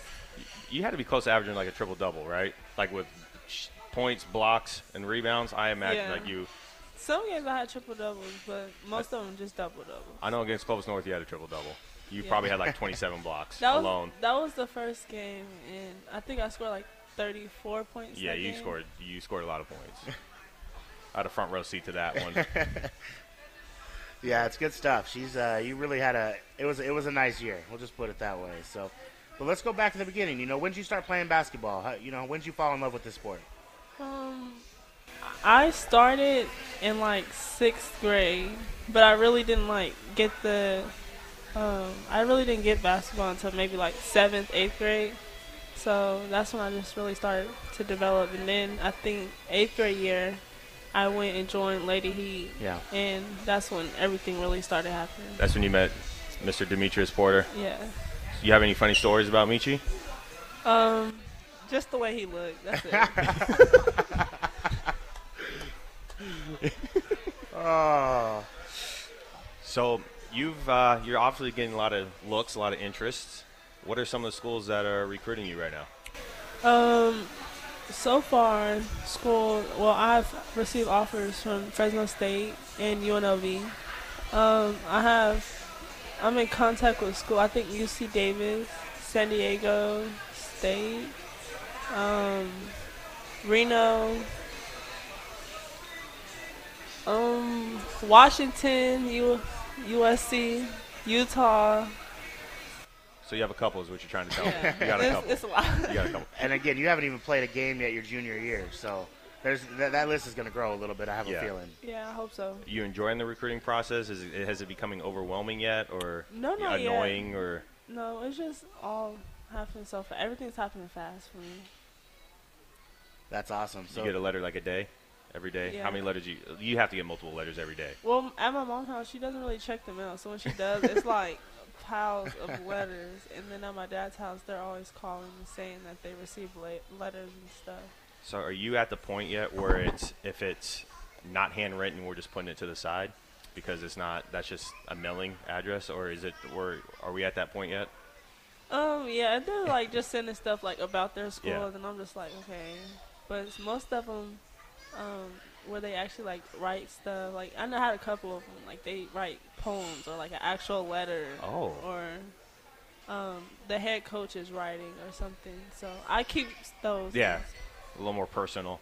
Speaker 3: You had to be close to averaging like a triple double, right? Like with sh- points, blocks, and rebounds. I imagine
Speaker 7: Yeah.
Speaker 3: like you.
Speaker 7: Some games I had triple doubles, but most of them just double double.
Speaker 3: I know against Clovis North, you had a triple double. You
Speaker 7: Yeah.
Speaker 3: probably had like 27 blocks
Speaker 7: That was
Speaker 3: alone.
Speaker 7: that was the first game, and I think I scored like 34 points.
Speaker 3: Yeah,
Speaker 7: that
Speaker 3: you
Speaker 7: game.
Speaker 3: scored. You scored a lot of points. I had a front row seat to that one.
Speaker 4: Yeah, it's good stuff. She's uh, you really had a it was it was a nice year. We'll just put it that way. So, but let's go back to the beginning. You know, when did you start playing basketball? How, you know, when did you fall in love with this sport?
Speaker 7: Um, I started in like sixth grade, but I really didn't like get the. Um, I really didn't get basketball until maybe like seventh, eighth grade. So that's when I just really started to develop, and then I think eighth grade year, I went and joined Lady Heat,
Speaker 4: Yeah.
Speaker 7: and that's when everything really started happening.
Speaker 3: That's when you met Mr. Demetrius Porter.
Speaker 7: Yeah,
Speaker 3: You have any funny stories about Michi?
Speaker 7: um, just the way he looked. That's it.
Speaker 4: Oh,
Speaker 3: So you've uh, you're obviously getting a lot of looks, a lot of interests. What are some of the schools that are recruiting you right now?
Speaker 7: Um, so far, school. Well, I've received offers from Fresno State and UNLV. Um, I have. I'm in contact with school. I think UC Davis, San Diego State, um, Reno, um, Washington, U, USC, Utah.
Speaker 3: So you have a couple, is what you're trying to tell me.
Speaker 7: Yeah.
Speaker 3: You got a
Speaker 7: It's-
Speaker 3: couple.
Speaker 7: it's a lot.
Speaker 3: You got a couple.
Speaker 4: and again, you haven't even played a game yet your junior year. So there's that, that list is going to grow a little bit. I have
Speaker 3: Yeah.
Speaker 4: a feeling.
Speaker 7: Yeah, I hope so.
Speaker 3: You enjoying the recruiting process? Is it, has it becoming overwhelming yet, or
Speaker 7: No, not yet.
Speaker 3: annoying, or
Speaker 7: No, it's just all happening so fast. Everything's happening fast for me.
Speaker 4: That's awesome.
Speaker 3: you get a
Speaker 4: So
Speaker 3: letter like a day, every day?
Speaker 7: Yeah.
Speaker 3: How many letters you you have to get multiple letters every day?
Speaker 7: Well, m- at my mom's house, she doesn't really check the mail. So when she does, it's like piles of letters. And then at my dad's house, they're always calling and saying that they receive la- letters and stuff.
Speaker 3: So are you at the point yet where it's if it's not handwritten, we're just putting it to the side because it's not that's just a mailing address, or is it? Or are we at that point yet?
Speaker 7: Um, yeah, and they're like just sending stuff like about their school,
Speaker 3: Yeah.
Speaker 7: and I'm just like, okay. But it's most of them, um, where they actually like write stuff. Like I know I had a couple of them, like they write poems or like an actual letter.
Speaker 3: Oh.
Speaker 7: Or, um, the head coach is writing or something. So I keep those.
Speaker 3: Yeah,
Speaker 7: things.
Speaker 3: a little more personal.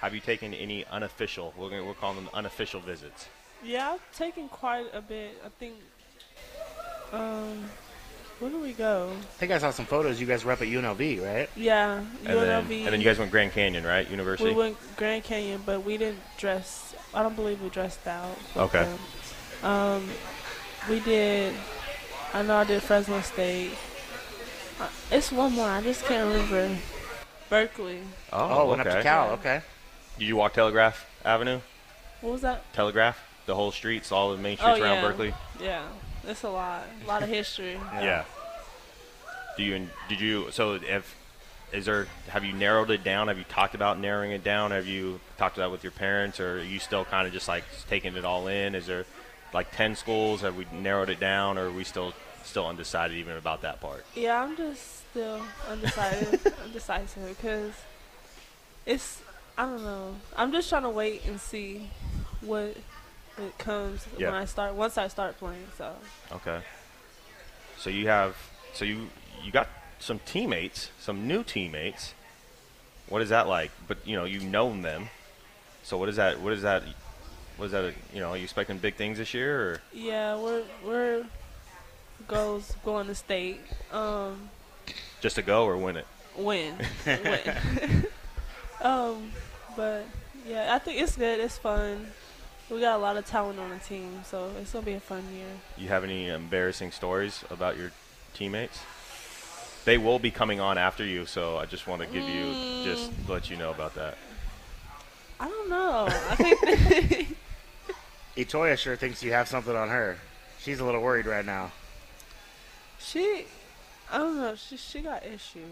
Speaker 3: Have you taken any unofficial? We're gonna, we're calling them unofficial visits.
Speaker 7: Yeah, I've taken quite a bit. I think. Um, where do we go?
Speaker 4: I think I saw some photos. You guys were up at UNLV, right?
Speaker 7: Yeah,
Speaker 3: And then,
Speaker 7: UNLV.
Speaker 3: and then you guys went Grand Canyon, right? University.
Speaker 7: We went Grand Canyon, but we didn't dress. I don't believe we dressed out. with
Speaker 3: Okay.
Speaker 7: them. Um, we did. I know I did Fresno State. Uh, it's one more. I just can't remember. Berkeley.
Speaker 4: Oh, went up to Cal. Okay.
Speaker 3: Did you walk Telegraph Avenue?
Speaker 7: What was that?
Speaker 3: Telegraph, the whole streets, all the main streets
Speaker 7: oh
Speaker 3: around
Speaker 7: yeah.
Speaker 3: Berkeley.
Speaker 7: Yeah, it's a lot. A lot of history.
Speaker 3: Yeah. Do you did you so if is there have you narrowed it down? Have you talked about narrowing it down? Have you talked about it with your parents, or are you still kind of just like taking it all in? Is there like ten schools? Have we narrowed it down, or are we still still undecided even about that part?
Speaker 7: Yeah, I'm just still undecided, undecisive because it's I don't know. I'm just trying to wait and see what it comes
Speaker 3: Yeah.
Speaker 7: when I start. Once I start playing, so
Speaker 3: Okay. So you have so you you got some teammates, some new teammates. What is that like? But you know you've known them. So what is that? What is that? What is that? you know, are you expecting big things this year? Or?
Speaker 7: yeah, we're we're goals going to state. Um,
Speaker 3: just to go or win it.
Speaker 7: win, win. um, but yeah, I think it's good. It's fun. We got a lot of talent on the team, so it's gonna be a fun year.
Speaker 3: You have any embarrassing stories about your teammates? They will be coming on after you, so I just want to give you just let you know about that.
Speaker 7: I don't know. I think
Speaker 4: Etoya sure thinks you have something on her. She's a little worried right now.
Speaker 7: she. I don't know. She she got issues.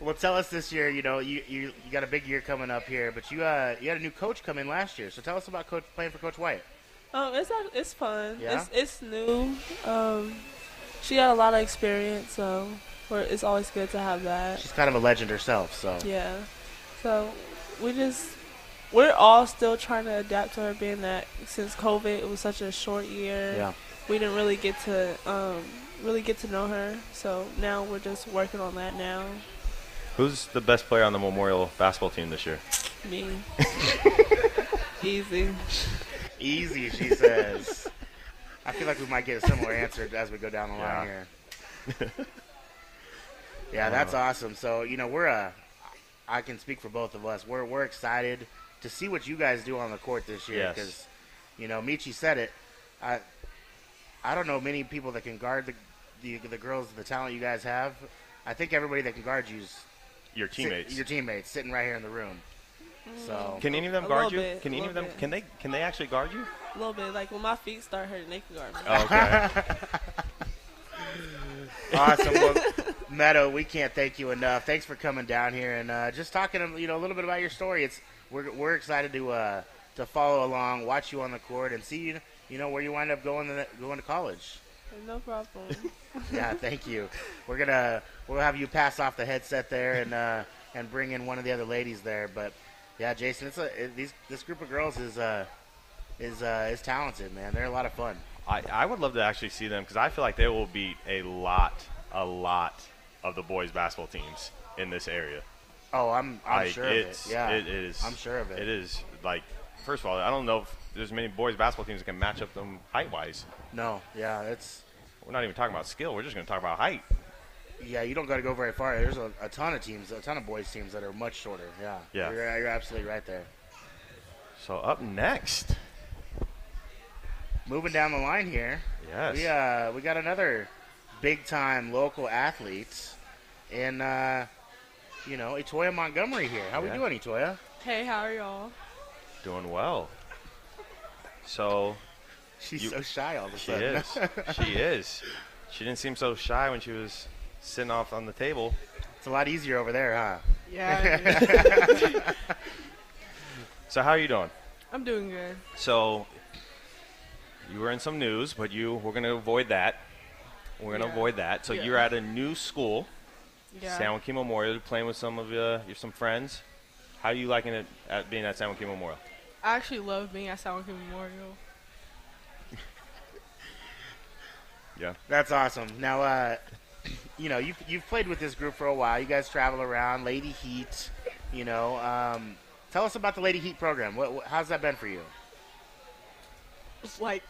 Speaker 4: Well, tell us this year. You know, you, you, you got a big year coming up here, but you uh you had a new coach come in last year. So tell us about coach playing for Coach White.
Speaker 7: Um, it's act- it's fun.
Speaker 4: Yeah?
Speaker 7: It's it's new. Um, she got a lot of experience, so we're, it's always good to have that.
Speaker 4: She's kind of a legend herself. So
Speaker 7: Yeah. So we just we're all still trying to adapt to her being that since COVID it was such a short year.
Speaker 4: yeah.
Speaker 7: We didn't really get to um really get to know her. So now we're just working on that now.
Speaker 3: Who's the best player on the Memorial basketball team this year?
Speaker 7: Me. Easy.
Speaker 4: Easy, she says. I feel like we might get a similar answer as we go down the
Speaker 3: Yeah. Uh-huh.
Speaker 4: line here. yeah, that's awesome. So, you know, we're uh I can speak for both of us. We're we're excited to see what you guys do on the court this year
Speaker 3: Yes.
Speaker 4: because you know, Michi said it. I I don't know many people that can guard the the, the girls the talent you guys have. I think everybody that can guard you's
Speaker 3: Your teammates.
Speaker 4: your teammates sitting right here in the room. So
Speaker 3: can any of
Speaker 7: A
Speaker 3: them guard you?
Speaker 7: little bit,
Speaker 3: can any of
Speaker 7: little
Speaker 3: them?
Speaker 7: bit.
Speaker 3: Can they? Can they actually guard you?
Speaker 7: A little bit like when my feet start hurting, they can guard me.
Speaker 3: Oh, okay.
Speaker 4: Awesome. Well, Meadow, we can't thank you enough. Thanks for coming down here and uh, just talking, you know, a little bit about your story. It's we're, we're excited to uh, to follow along, watch you on the court, and see you, you know where you wind up going to going to college.
Speaker 7: No problem.
Speaker 4: Yeah, thank you. We're gonna we'll have you pass off the headset there and uh, and bring in one of the other ladies there. But yeah, Jason, it's a it, these this group of girls is uh, is uh, is talented, man. They're a lot of fun.
Speaker 3: I, I would love to actually see them because I feel like they will beat a lot, a lot of the boys' basketball teams in this area.
Speaker 4: Oh, I'm I'm
Speaker 3: like,
Speaker 4: sure of it.
Speaker 3: it's,
Speaker 4: Yeah,
Speaker 3: it is.
Speaker 4: I'm sure of it.
Speaker 3: It is like, first of all, I don't know if there's many boys basketball teams that can match up them height wise.
Speaker 4: No, yeah, it's.
Speaker 3: We're not even talking about skill. We're just going to talk about height.
Speaker 4: Yeah, you don't got to go very far. There's a, a ton of teams, a ton of boys teams that are much shorter. Yeah,
Speaker 3: Yeah.
Speaker 4: You're, you're absolutely right there.
Speaker 3: So up next,
Speaker 4: Moving down the line here,
Speaker 3: yes,
Speaker 4: we uh we got another big time local athlete, in uh, you know Etoya Montgomery here. How
Speaker 3: Yeah.
Speaker 4: we doing, Etoya?
Speaker 7: hey, how are y'all?
Speaker 3: doing well. So
Speaker 4: She's
Speaker 3: You-
Speaker 4: so shy all of a
Speaker 3: she
Speaker 4: sudden.
Speaker 3: is. she is. She didn't seem so shy when she was sitting off on the table.
Speaker 4: it's a lot easier over there, huh?
Speaker 7: Yeah,
Speaker 3: So how are you doing?
Speaker 7: I'm doing good.
Speaker 3: So you were in some news, but you we're gonna avoid that. We're gonna
Speaker 7: Yeah.
Speaker 3: avoid that. So
Speaker 7: Yeah.
Speaker 3: you're at a new school,
Speaker 7: Yeah.
Speaker 3: San Joaquin Memorial, playing with some of uh, your some friends. How are you liking it at being at San Joaquin Memorial?
Speaker 7: I actually love being at San Joaquin Memorial.
Speaker 4: That's awesome. Now, uh, you know, you've, you've played with this group for a while. You guys travel around, Lady Heat. You know, um, tell us about the Lady Heat program. What, what, how's that been for you?
Speaker 7: It's like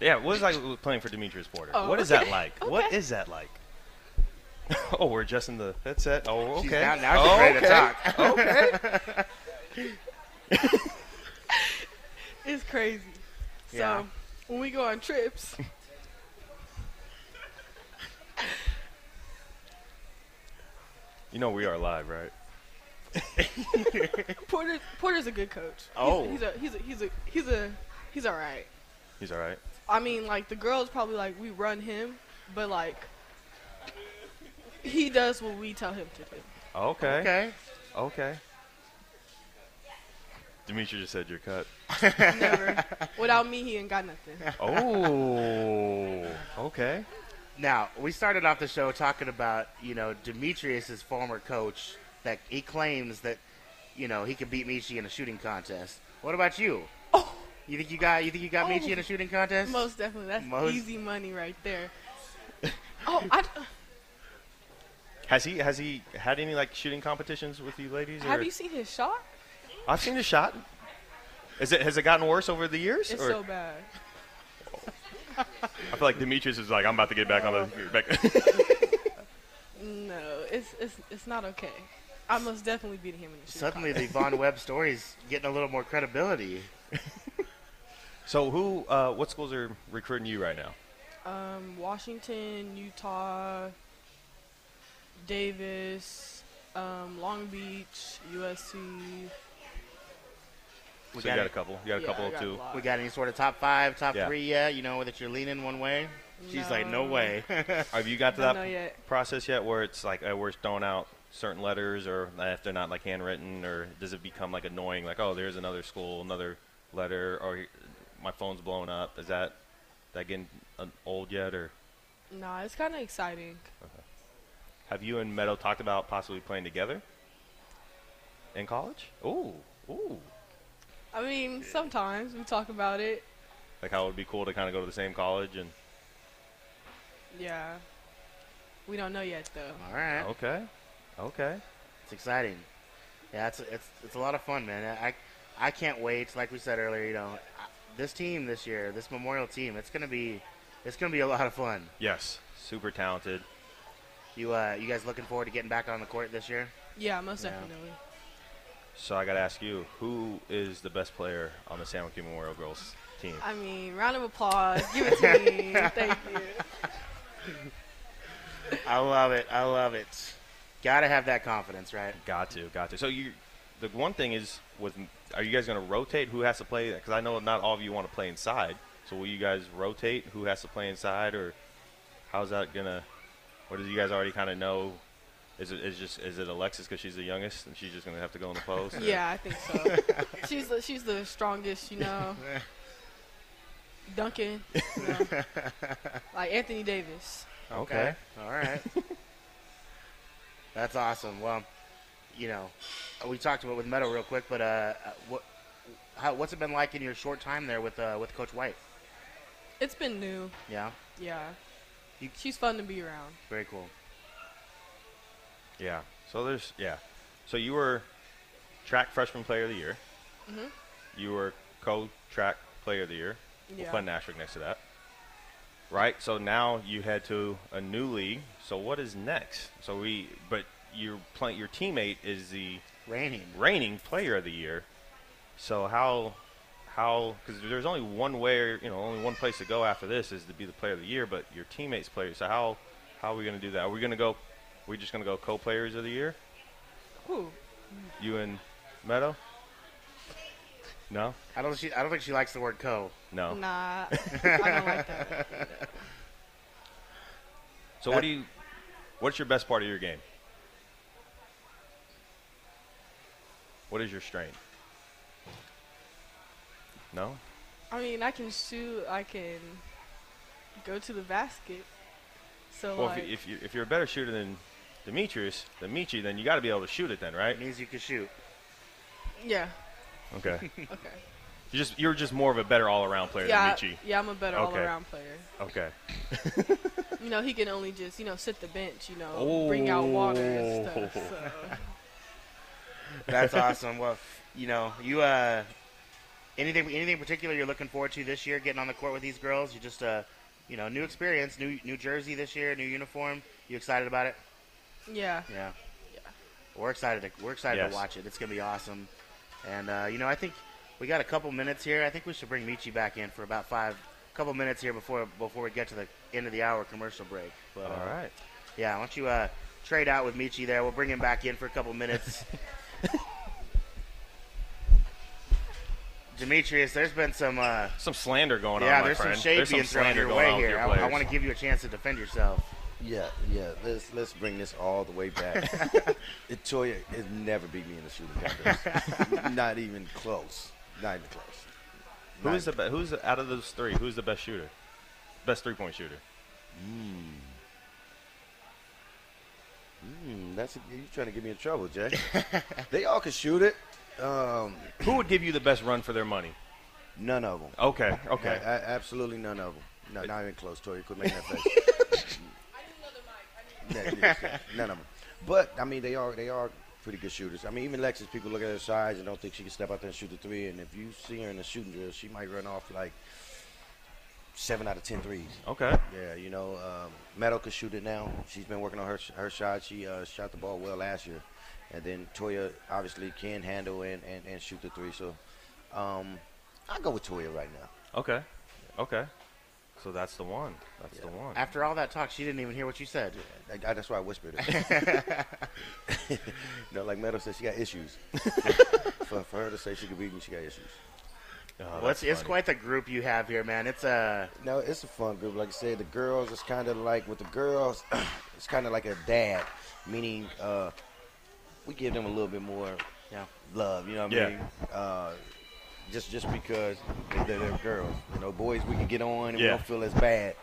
Speaker 3: Yeah, what is it like playing for Demetrius Porter?
Speaker 7: Oh,
Speaker 3: what is
Speaker 7: okay.
Speaker 3: that like? What
Speaker 7: Okay.
Speaker 3: is that like? oh, we're adjusting the headset. Oh, okay.
Speaker 4: She's now, now she's ready to talk.
Speaker 7: it's crazy. So
Speaker 4: Yeah.
Speaker 7: when we go on trips,
Speaker 3: You know we are live, right?
Speaker 8: Porter Porter's a good coach. He's-
Speaker 4: Oh.
Speaker 8: he's, a he's a he's a he's a he's all right.
Speaker 3: He's all right.
Speaker 8: I mean, like the girls probably like we run him, but like he does what we tell him to do.
Speaker 3: Okay.
Speaker 4: Okay.
Speaker 3: Okay. Demetrius just said you're cut.
Speaker 8: Never. Without me, he ain't got nothing.
Speaker 3: Oh, okay.
Speaker 4: Now we started off the show talking about you know Demetrius's former coach that he claims that you know he could beat Michi in a shooting contest. What about you?
Speaker 7: Oh.
Speaker 4: You think you got you think you got
Speaker 7: Oh.
Speaker 4: Michi in a shooting contest?
Speaker 7: Most definitely. That's
Speaker 4: Most-
Speaker 7: easy money right there. oh, I,
Speaker 3: Has he has he had any like shooting competitions with you ladies?
Speaker 7: have
Speaker 3: or-
Speaker 7: you seen his shot?
Speaker 3: I've seen the shot. Is it has it gotten worse over the years?
Speaker 7: It's
Speaker 3: or
Speaker 7: so bad.
Speaker 3: I feel like Demetrius is like I'm about to get back on the back.
Speaker 7: No, it's it's it's not okay. I most definitely beat him in the shooting
Speaker 4: Suddenly the
Speaker 7: contest.
Speaker 4: Von Webb story's getting a little more credibility.
Speaker 3: so who? Uh, what schools are recruiting you right now?
Speaker 7: um, Washington, Utah, Davis, um, Long Beach, USC.
Speaker 4: We
Speaker 3: so you
Speaker 4: got
Speaker 3: got a
Speaker 4: it.
Speaker 3: couple. You got a
Speaker 7: Yeah,
Speaker 3: couple
Speaker 7: I got
Speaker 3: too.
Speaker 7: a lot.
Speaker 4: We got any sort of top five, top
Speaker 3: Yeah.
Speaker 4: three yet? You know that you're leaning one way. She's like, no
Speaker 7: No.
Speaker 4: way.
Speaker 3: Have you got to
Speaker 7: Don't
Speaker 3: that
Speaker 7: know yet.
Speaker 3: process yet, where it's like uh, we're throwing out certain letters, or if they're not like handwritten, or does it become like annoying? Like, oh, there's another school, another letter, or my phone's blown up. Is that that getting uh, old yet, or?
Speaker 7: Nah, it's kind of exciting.
Speaker 3: Have you and Meadow talked about possibly playing together in college? Ooh, ooh.
Speaker 7: I mean, sometimes we talk about it.
Speaker 3: Like how it would be cool to kind of go to the same college and
Speaker 7: Yeah, we don't know yet though.
Speaker 3: Uh,
Speaker 4: All right.
Speaker 3: okay, okay.
Speaker 4: It's exciting. Yeah, it's it's it's a lot of fun, man. I I can't wait. Like we said earlier, you know, I- this team this year, this Memorial team, it's gonna be it's gonna be a lot of fun.
Speaker 3: Yes, super talented.
Speaker 4: You uh, you guys looking forward to getting back on the court this year?
Speaker 7: Yeah, most
Speaker 4: Yeah.
Speaker 7: definitely.
Speaker 3: So I gotta ask you, who is the best player on the San Joaquin Memorial Girls team?
Speaker 7: I mean, round of applause. Give it to me. Thank you.
Speaker 4: I love it. I love it. Gotta have that confidence, right?
Speaker 3: Got to, got to. So you, the one thing is with, are you guys gonna rotate who has to play? Because I know not all of you want to play inside. So will you guys rotate who has to play inside, or how's that gonna? Or do you guys already kind of know? Is it is just is it Alexis because she's the youngest and she's just gonna have to go in the post? or-
Speaker 7: Yeah, I think so. she's the, she's the strongest, you know. Duncan, you know. like Anthony Davis.
Speaker 3: Okay.
Speaker 4: All right. That's awesome. Well, you know, we talked about with Meadow real quick, but uh, what how, what's it been like in your short time there with uh, with Coach White?
Speaker 7: It's been new.
Speaker 4: Yeah,
Speaker 7: Yeah,
Speaker 4: You-
Speaker 7: she's fun to be around.
Speaker 4: very cool.
Speaker 3: Yeah. So there's yeah. So you were track freshman player of the year.
Speaker 7: Mhm.
Speaker 3: You were co-track player of the year. We'll
Speaker 7: Yeah.
Speaker 3: put an asterisk next to that. Right. So now you head to a new league. So what is next? So we but your play, your teammate is the
Speaker 4: Raining.
Speaker 3: reigning player of the year. So how how because there's only one way you know only one place to go after this is to be the player of the year, but your teammates player. So how how are we going to do that? Are we going to go? we just going to go co-players of the year?
Speaker 7: Who?
Speaker 3: You and Meadow? No,
Speaker 4: I don't. She, I don't think she likes the word co.
Speaker 3: no.
Speaker 7: Nah, I don't like that.
Speaker 3: So what do you? What's your best part of your game? What is your strength? No.
Speaker 7: I mean, I can shoot. I can go to the basket. So
Speaker 3: Well,
Speaker 7: like,
Speaker 3: if, you- if you if you're a better shooter than Demetrius, than Michi, then you got to be able to shoot it, then, right?
Speaker 4: It means you can shoot.
Speaker 7: yeah,
Speaker 3: Okay.
Speaker 7: okay.
Speaker 3: you just you're just more of a better all around player
Speaker 7: yeah,
Speaker 3: than Michi.
Speaker 7: yeah, I'm a better
Speaker 3: Okay.
Speaker 7: all-around player.
Speaker 3: Okay.
Speaker 7: You know, he can only just, you know, sit the bench, you know, bring out water and stuff.
Speaker 3: Oh.
Speaker 7: So.
Speaker 4: That's awesome. Well, you know, you uh, anything anything in particular you're looking forward to this year? Getting on the court with these girls, you just uh, you know, new experience, new New Jersey this year, new uniform. You excited about it?
Speaker 7: Yeah.
Speaker 4: Yeah. We're excited. To, we're excited
Speaker 3: Yes.
Speaker 4: to watch it. It's gonna be awesome. And uh, you know, I think we got a couple minutes here. I think we should bring Michi back in for about five, couple minutes here before before we get to the end of the hour commercial break. But,
Speaker 3: All
Speaker 4: uh,
Speaker 3: right.
Speaker 4: Yeah, why don't you uh, trade out with Michi there? We'll bring him back in for a couple minutes. Demetrius, there's been some. Uh,
Speaker 3: Some slander going
Speaker 4: yeah,
Speaker 3: on, my
Speaker 4: there's
Speaker 3: friend.
Speaker 4: some shade
Speaker 3: there's some
Speaker 4: being thrown
Speaker 3: slander
Speaker 4: your
Speaker 3: going
Speaker 4: way
Speaker 3: on with
Speaker 4: here.
Speaker 3: your
Speaker 4: I, I
Speaker 3: players.
Speaker 4: want to give you a chance to defend yourself.
Speaker 5: Yeah, yeah. Let's let's bring this all the way back. It- Toya has never beat me in a shooting contest. Not even close. Not even close.
Speaker 3: Who
Speaker 5: Not
Speaker 3: is the be- who's the- out of those three? Who's the best shooter? Best three point shooter.
Speaker 5: Mm, Mm, that's you trying to get me in trouble, Jay. they all can shoot it. Um,
Speaker 3: Who would give you the best run for their money?
Speaker 5: none of them.
Speaker 3: Okay, okay.
Speaker 5: absolutely none of them. No, not even close. Tori, quit making that face. Yeah, yeah, yeah, none of them. But I mean, they are they are pretty good shooters. I mean, even Lexus, people look at her size and don't think she can step out there and shoot a three. And if you see her in a shooting drill, she might run off like seven out of ten threes.
Speaker 3: Okay.
Speaker 5: Yeah, you know, um, Meadow can shoot it now. She's been working on her her shot. She uh, shot the ball well last year, and then Toya obviously can handle and, and, and shoot the three. So, um, I go with Toya right now.
Speaker 3: Okay. Okay. So that's the one. That's the one.
Speaker 4: After all that talk, she didn't even hear what you
Speaker 3: Oh,
Speaker 4: said.
Speaker 5: I, I- that's why I whispered it. no, like Meadow said, she got issues. for, for her to say she could beat me, she got issues.
Speaker 3: Oh,
Speaker 4: Well, it's,
Speaker 3: that's
Speaker 4: it's
Speaker 3: funny.
Speaker 4: quite the group you have here, man. It's uh, a
Speaker 5: No, it's a fun group. Like I said, the girls, it's kind of like with the girls, it's kind of like a dad, meaning uh, we give them a little bit more
Speaker 4: Yeah.
Speaker 5: love. You know what
Speaker 3: Yeah.
Speaker 5: I mean? Uh, just just because they're, they're girls. You know, boys, we can get on and we
Speaker 3: Yeah.
Speaker 5: don't feel as bad.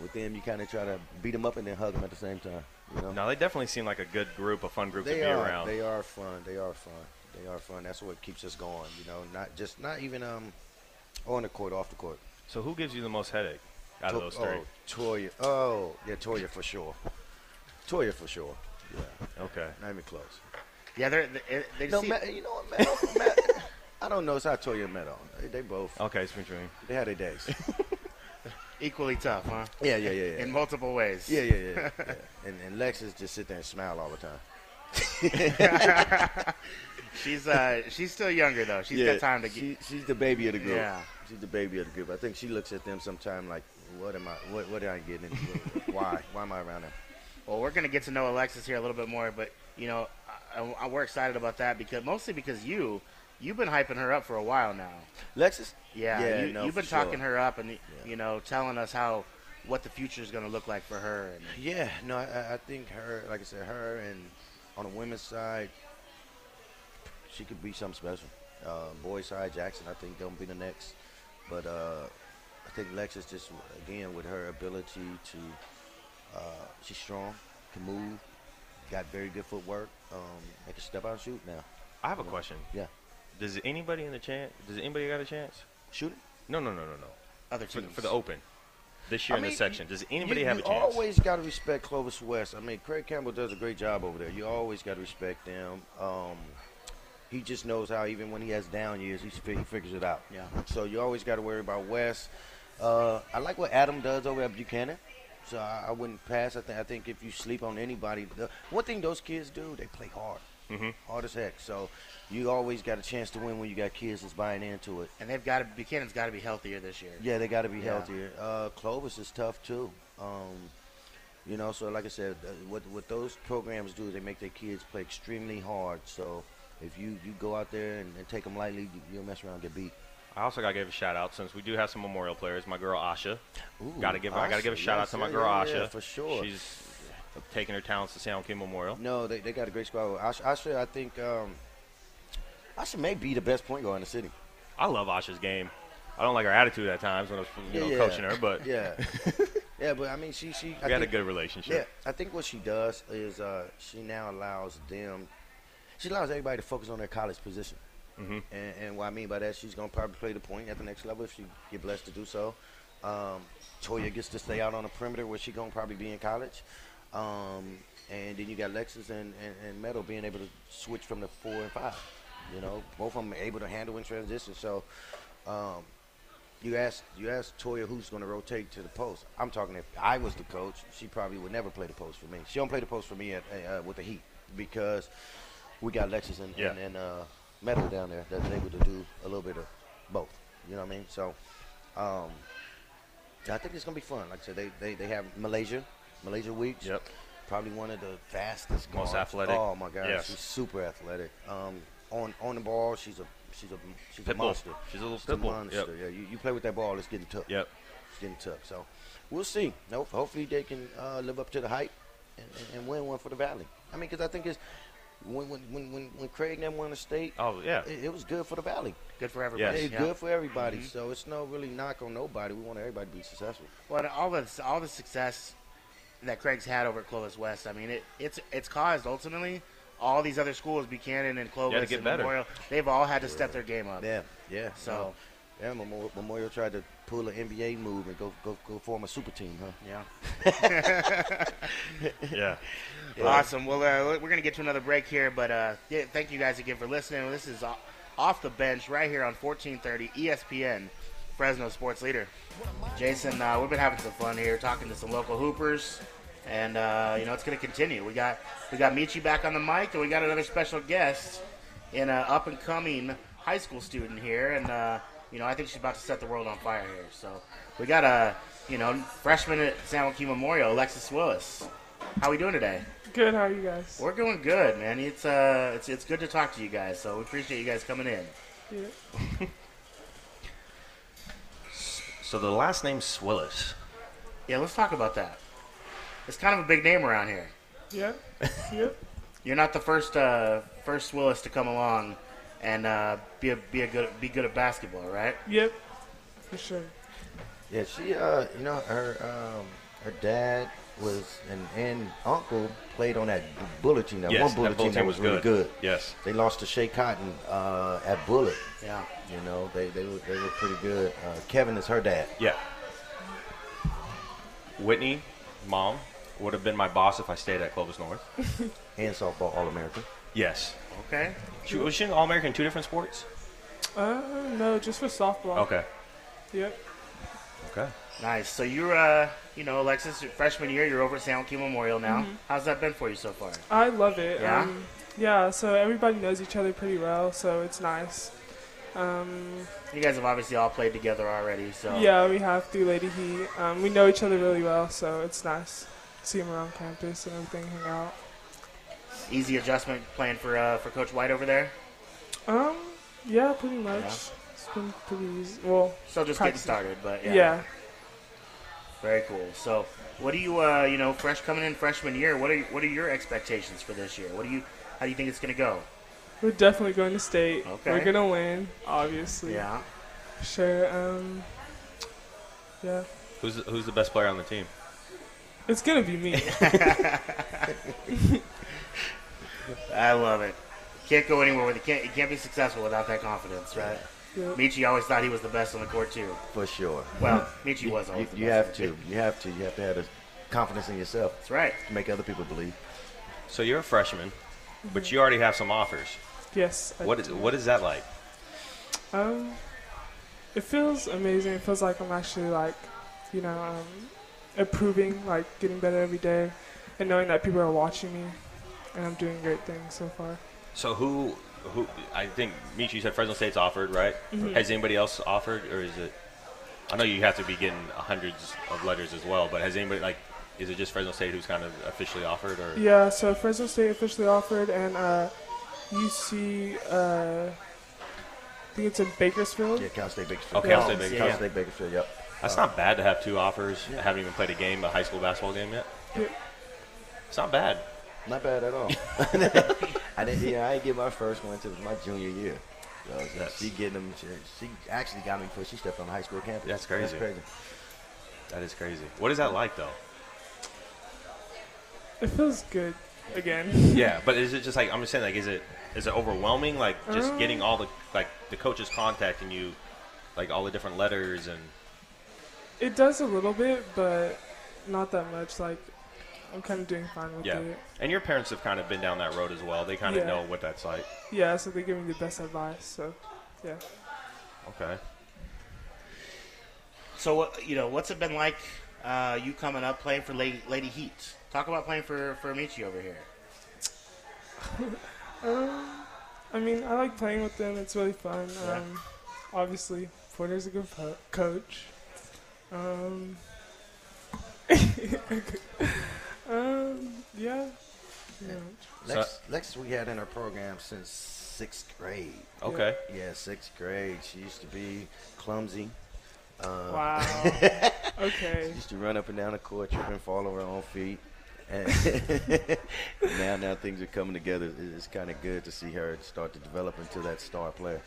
Speaker 5: With them, you kind of try to beat them up and then hug them at the same time. You know?
Speaker 3: No, they definitely seem like a good group, a fun group to
Speaker 5: they
Speaker 3: be
Speaker 5: are,
Speaker 3: around.
Speaker 5: They are fun. They are fun. They are fun. That's what keeps us going. You know, not just not even um on the court, off the court.
Speaker 3: so who gives you the most headache out of
Speaker 5: To-
Speaker 3: those three?
Speaker 5: Oh, Toya. Oh, yeah, Toya for sure. Toya for sure. Yeah,
Speaker 3: Okay.
Speaker 5: not even close.
Speaker 4: yeah. They're, they they
Speaker 5: No,
Speaker 4: see,
Speaker 5: Ma- you know what, Meadow? Ma- I don't know. It's how Toya and Meadow. They, they both.
Speaker 3: Okay, it's between.
Speaker 5: They had their days.
Speaker 4: equally tough, huh?
Speaker 5: yeah, yeah, yeah, yeah.
Speaker 4: In multiple ways.
Speaker 5: yeah, yeah, yeah. yeah. And, and Lexus just sit there and smile all the time.
Speaker 4: She's uh she's still younger though. She's got time to get.
Speaker 5: She, she's the baby of the group.
Speaker 4: Yeah.
Speaker 5: She's the baby of the group. I think she looks at them sometime like, what am I? What, what am I getting? Into? Why? Why am I around them?
Speaker 4: Well, we're gonna get to know Alexis here a little bit more, but you know, I, I- we're excited about that because mostly because you you've been hyping her up for a while now.
Speaker 5: Lexus?
Speaker 4: Yeah,
Speaker 5: Yeah,
Speaker 4: you,
Speaker 5: no,
Speaker 4: you've been
Speaker 5: for
Speaker 4: talking
Speaker 5: sure.
Speaker 4: her up and you know telling us how what the future is gonna look like for her. And,
Speaker 5: Yeah. No, I- I, I think her. Like I said, her and on the women's side, she could be something special. Uh, boys side, Jackson. I think don't be the next, but uh, I think Lexus just again with her ability to. Uh, she's strong, can move, got very good footwork, um, and can step out and shoot now.
Speaker 3: I have a question.
Speaker 5: Yeah.
Speaker 3: Does anybody in the chance? Does anybody got a chance?
Speaker 5: Shoot it.
Speaker 3: No, no, no, no, no.
Speaker 4: other
Speaker 3: For,
Speaker 4: teams
Speaker 3: for the open, this year
Speaker 5: I
Speaker 3: in
Speaker 5: mean,
Speaker 3: this section, does anybody
Speaker 5: you,
Speaker 3: have
Speaker 5: you
Speaker 3: a chance?
Speaker 5: always got to respect Clovis West. I mean, Craig Campbell does a great job over there. You always got to respect them. Um, he just knows how, even when he has down years, he, fi- he figures it out.
Speaker 4: Yeah.
Speaker 5: So you always got to worry about West. Uh, I like what Adam does over at Buchanan. So I, I wouldn't pass. I think I think if you sleep on anybody, the, one thing those kids do, they play hard,
Speaker 3: Mm-hmm.
Speaker 5: hard as heck. So you always got a chance to win when you got kids that's buying into it.
Speaker 4: and they've got to Buchanan's got to be healthier this year.
Speaker 5: Yeah, they got to be
Speaker 4: Yeah.
Speaker 5: healthier. Uh, Clovis is tough too. Um, you know, so like I said, uh, what what those programs do, they make their kids play extremely hard. So if you, you go out there and, and take them lightly, you, you'll mess around and get beat.
Speaker 3: I also gotta give a shout out since we do have some memorial players. My girl Asha.
Speaker 5: Ooh,
Speaker 3: gotta give. I gotta
Speaker 5: Asha.
Speaker 3: give a shout out
Speaker 5: Yes,
Speaker 3: to my
Speaker 5: yeah,
Speaker 3: girl
Speaker 5: yeah,
Speaker 3: Asha.
Speaker 5: yeah, for sure.
Speaker 3: She's taking her talents to San Joaquin Memorial.
Speaker 5: No, they, they got a great squad. Asha, Asha I think um, Asha may be the best point guard in the city.
Speaker 3: I love Asha's game. I don't like her attitude at times when I was you know,
Speaker 5: Yeah, yeah.
Speaker 3: coaching her, but
Speaker 5: Yeah, yeah, but I mean, she she. I
Speaker 3: we had a
Speaker 5: think-
Speaker 3: good
Speaker 5: Yeah,
Speaker 3: relationship.
Speaker 5: I think what she does is uh, she now allows them, she allows everybody to focus on their college position.
Speaker 3: Mhm.
Speaker 5: And, and what I mean by that, she's gonna probably play the point at the next level if she get blessed to do so. Um, Toya gets to stay out on the perimeter where she gonna probably be in college. Um, and then you got Lexus and, and, and Meadow being able to switch from the four and five. You know, both of them able to handle in transition. So, um, you asked you asked Toya who's going to rotate to the post. I'm talking if I was the coach, she probably would never play the post for me. She don't play the post for me at, uh, with the Heat because we got Lexus and
Speaker 3: Yeah.
Speaker 5: and, and uh, Metal down there that's able to do a little bit of both. You know what I mean? So um, I think it's going to be fun. Like I said, they, they, they have Malaysia, Malaysia Weeks.
Speaker 3: Yep.
Speaker 5: Probably one of the fastest,
Speaker 3: Most
Speaker 5: guards.
Speaker 3: athletic.
Speaker 5: Oh my God,
Speaker 3: Yes.
Speaker 5: she's super athletic. Um, on on the ball, she's a she's a she's a
Speaker 3: Pitbull.
Speaker 5: monster.
Speaker 3: She's a little
Speaker 5: She's a
Speaker 3: pitbull.
Speaker 5: monster.
Speaker 3: Yep.
Speaker 5: Yeah, you, you play with that ball, it's getting tough.
Speaker 3: Yep.
Speaker 5: It's getting tough. So we'll see. Nope. Hopefully they can uh, live up to the hype and, and, and win one for the Valley. I mean, because I think it's when when when when, when Craig and them won the state,
Speaker 3: Oh yeah.
Speaker 5: it, it was good for the Valley.
Speaker 4: Good for everybody.
Speaker 3: Yes.
Speaker 5: It's
Speaker 4: yeah.
Speaker 5: good for everybody. So it's no really knock on nobody. We want everybody to be successful.
Speaker 4: Well, all the all the success that Craig's had over at Clovis West. I mean, it, it's it's caused ultimately all these other schools, Buchanan and Clovis
Speaker 3: get
Speaker 4: and
Speaker 3: better.
Speaker 4: Memorial, they've all had to step their game up.
Speaker 5: Yeah, yeah.
Speaker 4: So
Speaker 5: no. yeah, Memorial, Memorial tried to pull an NBA move and go go go form a super team, huh?
Speaker 4: yeah.
Speaker 3: Yeah.
Speaker 4: Awesome. Well, uh, we're going to get to another break here, but uh, yeah, thank you guys again for listening. This is O- Off the Bench right here on E 1430 ESPN, Fresno Sports Leader. Jason, uh, we've been having some fun here talking to some local hoopers, and uh, you know it's going to continue. We got we got Michi back on the mic, and we got another special guest in an up and coming high school student here, and uh, you know I think she's about to set the world on fire here. So we got a you know freshman at San Joaquin Memorial, Alexis Willis. How we doing today?
Speaker 9: Good. How are you guys?
Speaker 4: We're doing good, man. It's uh, it's it's good to talk to you guys. So we appreciate you guys coming in.
Speaker 9: Yeah.
Speaker 3: So the last name Swillis.
Speaker 4: Yeah, let's talk about that. It's kind of a big name around here.
Speaker 9: Yep. Yep.
Speaker 4: You're not the first uh, first Willis to come along and uh, be a, be a good be good at basketball, right?
Speaker 9: Yep. For sure.
Speaker 5: Yeah, she uh, you know, her um, her dad was and and uncle played on that bullet team. That
Speaker 3: Yes,
Speaker 5: one bullet
Speaker 3: that bullet
Speaker 5: team that
Speaker 3: team
Speaker 5: was
Speaker 3: was
Speaker 5: really
Speaker 3: good.
Speaker 5: good.
Speaker 3: Yes.
Speaker 5: They lost to Shea Cotton uh, at Bullet.
Speaker 4: Yeah.
Speaker 5: You know, they they were, they were pretty good. Uh, Kevin is her dad.
Speaker 3: Yeah. Whitney, mom, would have been my boss if I stayed at Clovis North.
Speaker 5: And softball All American.
Speaker 3: Yes.
Speaker 4: Okay.
Speaker 3: She, was she an All American in two different sports?
Speaker 9: Uh, no, just for softball.
Speaker 3: Okay.
Speaker 9: Yep.
Speaker 3: Okay.
Speaker 4: Nice. So you're uh, you know, Alexis, your freshman year, you're over at San Joaquin Memorial now.
Speaker 9: Mm-hmm.
Speaker 4: How's that been for you so far?
Speaker 9: I love it.
Speaker 4: Yeah?
Speaker 9: Um, yeah. So everybody knows each other pretty well, so it's nice. Um,
Speaker 4: You guys have obviously all played together already, so
Speaker 9: yeah, we have through Lady Heat. Um, we know each other really well, so it's nice. See them around campus and everything, hang out.
Speaker 4: easy adjustment playing for uh, for Coach White over there.
Speaker 9: Um, yeah, pretty much.
Speaker 4: Yeah.
Speaker 9: It's been pretty easy. Well,
Speaker 4: Still just
Speaker 9: Practicing.
Speaker 4: getting started, but
Speaker 9: yeah.
Speaker 4: Very cool. So, what do you, uh, you know, fresh coming in freshman year? What are what are your expectations for this year? What do you, how do you think it's gonna go?
Speaker 9: We're definitely going to state.
Speaker 4: Okay.
Speaker 9: We're gonna win, obviously. Sure. Um, yeah.
Speaker 3: Who's the, who's the best player on the team?
Speaker 9: It's gonna be me.
Speaker 4: I love it. Can't go anywhere with it. Can't you can't be successful without that confidence, right?
Speaker 9: Yep.
Speaker 4: Michi always thought he was the best on the court too.
Speaker 5: For sure.
Speaker 4: Well, Michi was
Speaker 5: You,
Speaker 4: always the
Speaker 5: you
Speaker 4: best.
Speaker 5: have to. You have to. You have to have the confidence in yourself
Speaker 4: That's right.
Speaker 5: to make other people believe.
Speaker 3: So you're a freshman, but you already have some offers.
Speaker 9: yes. I
Speaker 3: What is what is that like?
Speaker 9: Um, it feels amazing. It feels like I'm actually like, you know, um, improving, like getting better every day, and knowing that people are watching me, and I'm doing great things so far.
Speaker 3: So who who I think Michi you said Fresno State's offered, right? Has anybody else offered, or is it? I know you have to be getting hundreds of letters as well, but has anybody like? Is it just Fresno State who's kind of officially offered, or
Speaker 9: Yeah. So Fresno State officially offered, and uh, UC. Uh, I think it's in Bakersfield.
Speaker 5: Yeah, Cal State Bakersfield.
Speaker 3: Okay,
Speaker 9: Cal
Speaker 3: I'll say
Speaker 9: Yeah.
Speaker 3: Bakersfield.
Speaker 5: Oh, Cal State Bakersfield. Yep.
Speaker 3: That's not bad to have two offers. I haven't even played a game, a high school basketball game yet.
Speaker 9: Yeah.
Speaker 3: It's not bad.
Speaker 5: Not bad at all. I didn't. Yeah, I didn't get my first one until it was my junior year. So, so
Speaker 3: That's-
Speaker 5: she getting them. She, she actually got me before she stepped on the high school campus.
Speaker 3: That's crazy.
Speaker 5: That's crazy.
Speaker 3: That is crazy. What is that like, though?
Speaker 9: It feels good again.
Speaker 3: Yeah, but is it just like I'm just saying? Like, is it is it overwhelming? Like, just
Speaker 9: Um,
Speaker 3: getting all the like the coaches contacting you, like all the different letters and
Speaker 9: It does a little bit, but not that much. Like, I'm kind of doing fine with
Speaker 3: yeah.
Speaker 9: it.
Speaker 3: And your parents have kind of been down that road as well. They kind of
Speaker 9: Yeah.
Speaker 3: know what that's like.
Speaker 9: Yeah, so they give me the best advice. So, yeah.
Speaker 3: Okay.
Speaker 4: So, what you know, what's it been like? Uh, you coming up playing for Lady, Lady Heat? Talk about playing for for Michi over here.
Speaker 9: Um, I mean, I like playing with them. It's really fun.
Speaker 4: Yeah.
Speaker 9: Um, obviously, Porter's a good po- coach. Um, um, yeah. pretty much.
Speaker 5: Lex, Lex, we had in her program since sixth grade.
Speaker 3: Okay.
Speaker 5: Yeah, sixth grade. She used to be clumsy. Uh,
Speaker 9: Wow. okay.
Speaker 5: She used to run up and down the court, trip and fall over her own feet. And now, now things are coming together. It- It's kind of good to see her start to develop into that star player.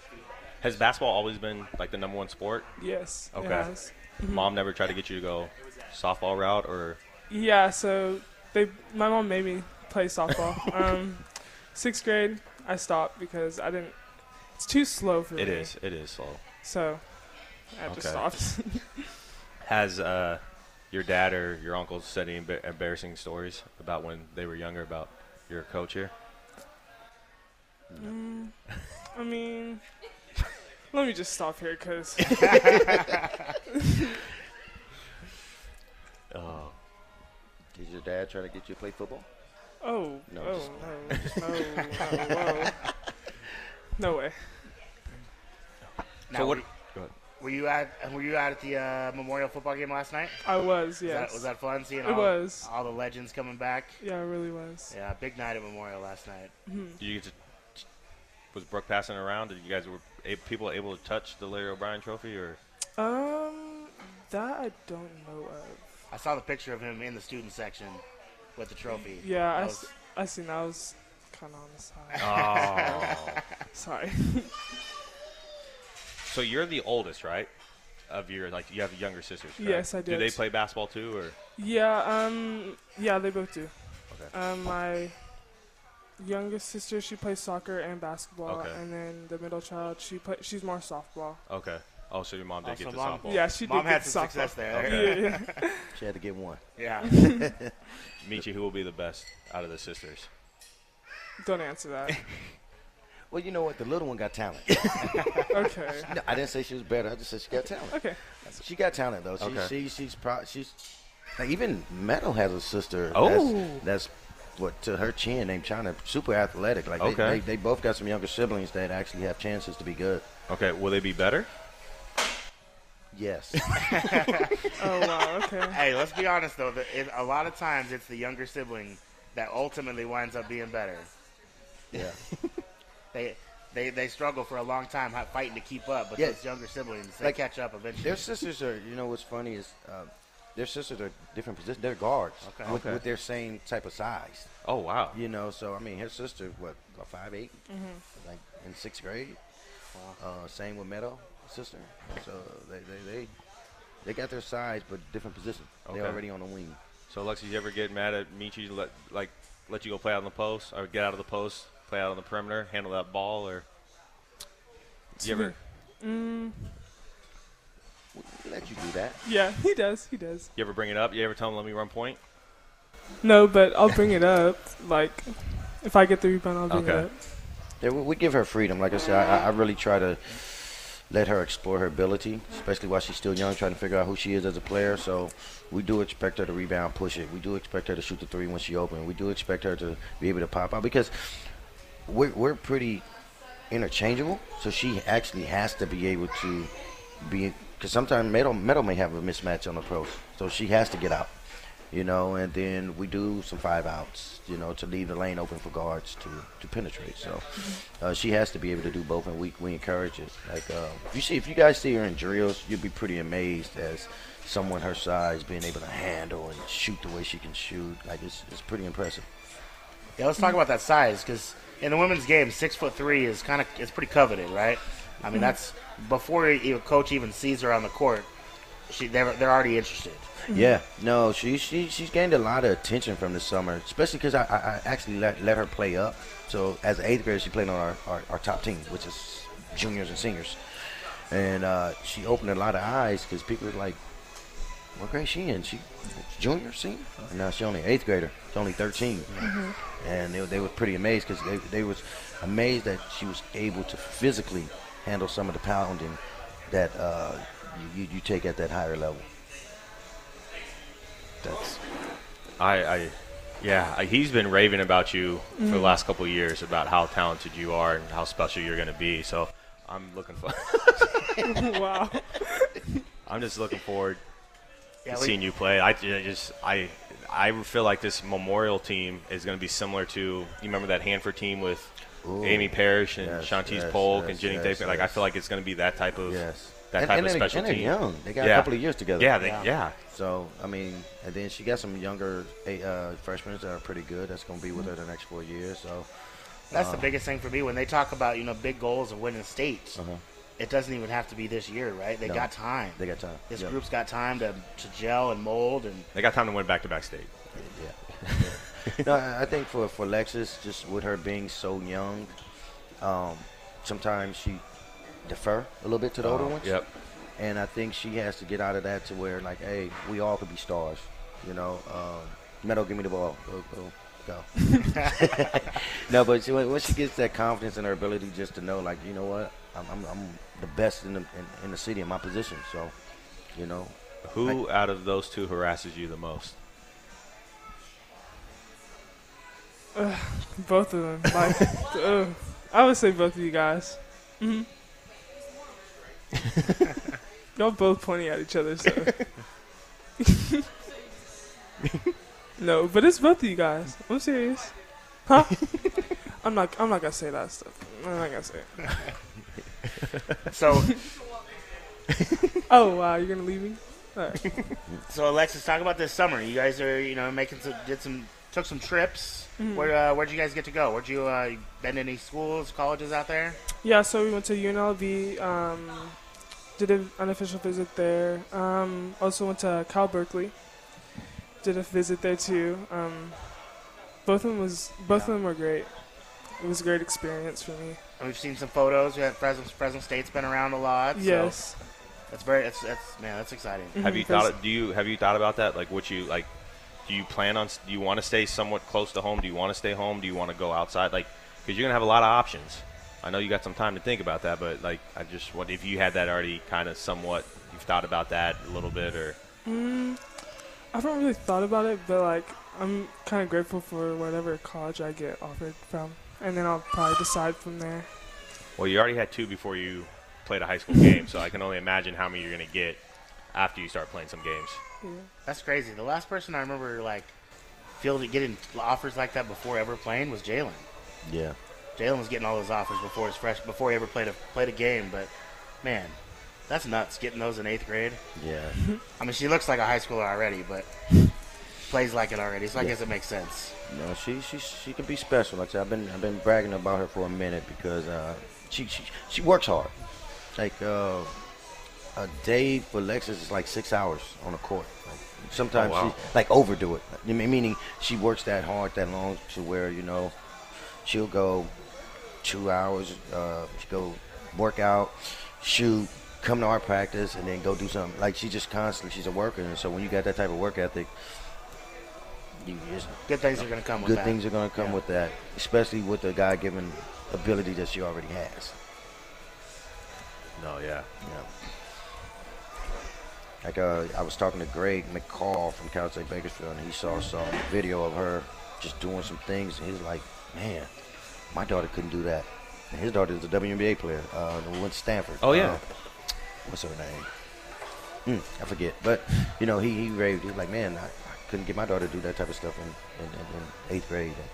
Speaker 3: Has basketball always been like the number one sport?
Speaker 9: Yes. it
Speaker 3: Okay.
Speaker 9: has.
Speaker 3: Mom never tried to get you to go softball route or
Speaker 9: Yeah, so they my mom made me play softball. um, sixth grade, I stopped because I didn't. It's too slow for me.
Speaker 3: It is. It is slow.
Speaker 9: So I
Speaker 3: Okay.
Speaker 9: just stopped.
Speaker 3: Has uh, your dad or your uncle said any embar- embarrassing stories about when they were younger about your coach here?
Speaker 9: Mm, I mean, let me just stop here because
Speaker 3: Oh,
Speaker 5: Is your dad trying to get you to play football?
Speaker 9: oh
Speaker 5: No,
Speaker 9: oh
Speaker 5: just-
Speaker 9: no oh oh oh no way.
Speaker 4: Now,
Speaker 3: So what-
Speaker 4: Were,
Speaker 3: go ahead.
Speaker 4: were you at Were you out at the uh, Memorial football game last night?
Speaker 9: I was
Speaker 4: Was
Speaker 9: yes.
Speaker 4: that, was that fun seeing
Speaker 9: It
Speaker 4: all,
Speaker 9: was.
Speaker 4: all the legends coming back?
Speaker 9: yeah, I really was.
Speaker 4: Yeah, big night at Memorial last night.
Speaker 3: did you get to? Was Brooke passing around? Did you guys were a- people able to touch the Larry O'Brien Trophy or?
Speaker 9: Um, that I don't know of.
Speaker 4: I saw the picture of him in the student section with the trophy.
Speaker 9: Yeah,
Speaker 4: That
Speaker 9: I,
Speaker 4: was-
Speaker 9: s- I seen. I was kind of on the side.
Speaker 3: Oh,
Speaker 9: Sorry.
Speaker 3: so you're the oldest, right? Of your like, you have younger sisters. Correct?
Speaker 9: Yes, I
Speaker 3: Do they
Speaker 9: did.
Speaker 3: play basketball too, or?
Speaker 9: Yeah, um, yeah, they both do.
Speaker 3: Okay.
Speaker 9: Um, my youngest sister, she plays soccer and basketball,
Speaker 3: Okay.
Speaker 9: and then the middle child, she play, she's more softball.
Speaker 3: Okay. Oh, so your mom did
Speaker 4: Also
Speaker 3: get the
Speaker 4: mom-
Speaker 3: softball.
Speaker 9: yeah, she
Speaker 4: Mom
Speaker 9: did
Speaker 4: had
Speaker 9: get
Speaker 4: some
Speaker 9: softball.
Speaker 4: success there.
Speaker 3: Okay.
Speaker 9: Yeah, yeah.
Speaker 5: She had to get one.
Speaker 4: Yeah.
Speaker 3: Michi, who will be the best out of the sisters?
Speaker 9: Don't answer that.
Speaker 5: Well, you know what? The little one got talent.
Speaker 9: Okay.
Speaker 5: No, I didn't say she was better. I just said she got talent.
Speaker 9: Okay.
Speaker 5: She got talent though. She,
Speaker 3: Okay.
Speaker 5: she she's pro- she's like, even metal has a sister.
Speaker 3: Oh.
Speaker 5: that's, that's what to her chin named China. Super athletic. Like
Speaker 3: Okay.
Speaker 5: they, they, they both got some younger siblings that actually have chances to be good.
Speaker 3: Okay, will they be better?
Speaker 5: Yes,
Speaker 9: Oh wow. Okay.
Speaker 4: hey, let's be honest though. The, it, a lot of times it's the younger sibling that ultimately winds up being better.
Speaker 5: yeah,
Speaker 4: They they they struggle for a long time hi- fighting to keep up, but
Speaker 5: Yeah.
Speaker 4: those younger siblings they
Speaker 5: Like-
Speaker 4: catch up eventually.
Speaker 5: their sisters are. You know what's funny is um, their sisters are different positions. They're guards
Speaker 4: Okay.
Speaker 5: With,
Speaker 3: Okay.
Speaker 5: with their same type of size.
Speaker 3: Oh wow.
Speaker 5: You know, so I mean, her sister what five like in sixth grade. Uh, same with Meadow sister. So they they they, they got their size but different position.
Speaker 3: Okay.
Speaker 5: They're already on the wing.
Speaker 3: So Alexis, you ever get mad at Michi let like let you go play out on the post or get out of the post, play out on the perimeter, handle that ball or you ever
Speaker 9: Mm,
Speaker 5: We we let you do that.
Speaker 9: yeah, he does. He does.
Speaker 3: you ever bring it up? You ever tell him let me run point?
Speaker 9: No, but I'll bring it up. Like, if I get the rebound, I'll bring it
Speaker 3: Okay.
Speaker 9: up.
Speaker 5: Yeah, we, we give her freedom. Like I said, I, I- I really try to let her explore her ability, especially while she's still young, trying to figure out who she is as a player. So we do expect her to rebound, push it. We do expect her to shoot the three when she open. We do expect her to be able to pop out because we're, we're pretty interchangeable. So she actually has to be able to be because sometimes metal metal may have a mismatch on approach. So she has to get out. You know, and then we do some five outs, you know, to leave the lane open for guards to, to penetrate. So uh, she has to be able to do both, and we, we encourage it. Like uh, you see, if you guys see her in drills, you'll be pretty amazed as someone her size being able to handle and shoot the way she can shoot. Like it's, it's pretty impressive.
Speaker 4: Yeah, let's talk about that size because in the women's game, six foot three is kind of it's pretty coveted, right? I
Speaker 5: Mm-hmm.
Speaker 4: mean, that's before your coach even sees her on the court, she they're, they're already interested.
Speaker 5: Yeah, no, she, she she's gained a lot of attention from the summer, especially because I, I, I actually let, let her play up. So as an eighth grader, she played on our, our, our top team, which is juniors and seniors, and uh, she opened a lot of eyes because people were like, "What grade she in? She junior, senior? No, she only eighth grader. She's only 13 and they, they were pretty amazed because they, they was amazed that she was able to physically handle some of the pounding that uh, you, you you take at that higher level. That's
Speaker 3: I, I yeah, I, he's been raving about you for the last couple of years about how talented you are and how special you're going to be. So I'm looking for
Speaker 9: wow.
Speaker 3: I'm just looking forward
Speaker 4: Yeah, we-
Speaker 3: seeing you play. I, ju- just I I feel like this Memorial team is going to be similar to you remember that Hanford team with
Speaker 5: Ooh.
Speaker 3: Amy Parrish and
Speaker 5: Yes,
Speaker 3: Shantice
Speaker 5: yes,
Speaker 3: Polk
Speaker 5: yes,
Speaker 3: and Jenny
Speaker 5: yes,
Speaker 3: Davis. Like I
Speaker 5: yes.
Speaker 3: feel like it's going to be that type of
Speaker 5: yes.
Speaker 3: that
Speaker 5: and,
Speaker 3: type
Speaker 5: and
Speaker 3: of
Speaker 5: they-
Speaker 3: special
Speaker 5: and they're
Speaker 3: team.
Speaker 5: young. They got
Speaker 3: Yeah.
Speaker 5: a couple of years together.
Speaker 3: Yeah, they,
Speaker 4: Yeah.
Speaker 3: yeah,
Speaker 5: So I mean, and then she got some younger eh, uh, freshmen that are pretty good. That's going to be with her the next four years. So Uh-huh.
Speaker 3: Uh-huh.
Speaker 4: That's the biggest thing for me when they talk about you know big goals and winning states. it doesn't even have to be this year, right? They
Speaker 5: Uh-huh. No.
Speaker 4: got time.
Speaker 5: They got time.
Speaker 4: this
Speaker 5: Yeah.
Speaker 4: group's got time to, to gel and mold and
Speaker 3: They got time to win back to back state.
Speaker 5: no, I I think for for Lexus, just with her being so young, um, sometimes she defer a little bit to the older ones.
Speaker 3: Yep.
Speaker 5: And I think she has to get out of that to where like, hey, we all could be stars. You know, um, Meadow, give me the ball. Go, go, go. no, but she, when- once she gets that confidence in her ability, just to know, like, you know what, I'm, I'm, I'm the best in the in, in the city in my position. So, you know,
Speaker 3: Who out of those two harasses you the most?
Speaker 9: Both of them. Like, ugh. I would say both of you guys. hmm Y'all both pointing at each other, so. no, but it's both of you guys. I'm serious. Huh? I'm not. I'm not gonna say that stuff. I'm not gonna say. It.
Speaker 4: so
Speaker 9: Oh wow, you're gonna leave me? All right.
Speaker 4: so Alexis, talk about this summer. You guys are you know making some did some took some trips. Where uh, where'd you guys get to go? Where'd you uh, been to any schools, colleges out there?
Speaker 9: Yeah, so we went to UNLV, um, did an unofficial visit there. Um, also went to Cal Berkeley, did a visit there too. Um, both of them was both of them were great. It was a great experience for me.
Speaker 4: And we've seen some photos. We had Fresno, Fresno State's been around a lot. So
Speaker 9: yes.
Speaker 4: that's very that's that's man, that's exciting.
Speaker 3: Have you
Speaker 9: Mhm,
Speaker 3: thought?
Speaker 9: first-
Speaker 3: of- Do you have you thought about that? Like, what you like? Do you plan on? s- Do you want to stay somewhat close to home? Do you want to stay home? Do you want to go outside? Like, because you're gonna have a lot of options. I know you got some time to think about that, but like, I just what if you had that already kind of somewhat? You've thought about that a little bit, or
Speaker 9: Mm, I haven't really thought about it, but like I'm kind of grateful for whatever college I get offered from, and then I'll probably decide from there.
Speaker 3: well, you already had two before you played a high school game, so I can only imagine how many you're gonna get after you start playing some games.
Speaker 9: Yeah.
Speaker 4: That's crazy. The last person I remember like fielding getting offers like that before ever playing was Jalen.
Speaker 5: yeah.
Speaker 4: Jalen was getting all those offers before his fresh before he ever played a played a game. But man, that's nuts getting those in eighth grade.
Speaker 5: Yeah,
Speaker 4: I mean, she looks like a high schooler already, but plays like it already. So I
Speaker 5: Yeah.
Speaker 4: guess it makes sense.
Speaker 5: no, she she she can be special. Like I said, I've been I've been bragging about her for a minute because uh, she she she works hard. Like uh, a day for Lexus is like six hours on the court. Like, sometimes
Speaker 3: Oh, wow.
Speaker 5: she like overdo it. I mean, Meaning she works that hard that long to where you know she'll go two hours, uh, she go work out, shoot, come to our practice, and then go do something. Like she just constantly she's a worker, and so when you got that type of work ethic, you just
Speaker 4: Good things are gonna come with
Speaker 5: good
Speaker 4: that.
Speaker 5: things are going to come
Speaker 4: Yeah.
Speaker 5: with that, especially with the God given ability that she already has.
Speaker 3: No, yeah.
Speaker 5: You know? Like uh, I was talking to Greg McCall from Cal State Bakersfield, and he saw some video of her just doing some things, and he was like, "Man, my daughter couldn't do that." And his daughter is a WNBA player, uh, who went to Stanford.
Speaker 3: Oh, yeah.
Speaker 5: Uh, what's her name? Hmm, I forget, but you know, he he raved. He was like, "Man, I, I couldn't get my daughter to do that type of stuff in in, in, in eighth grade." And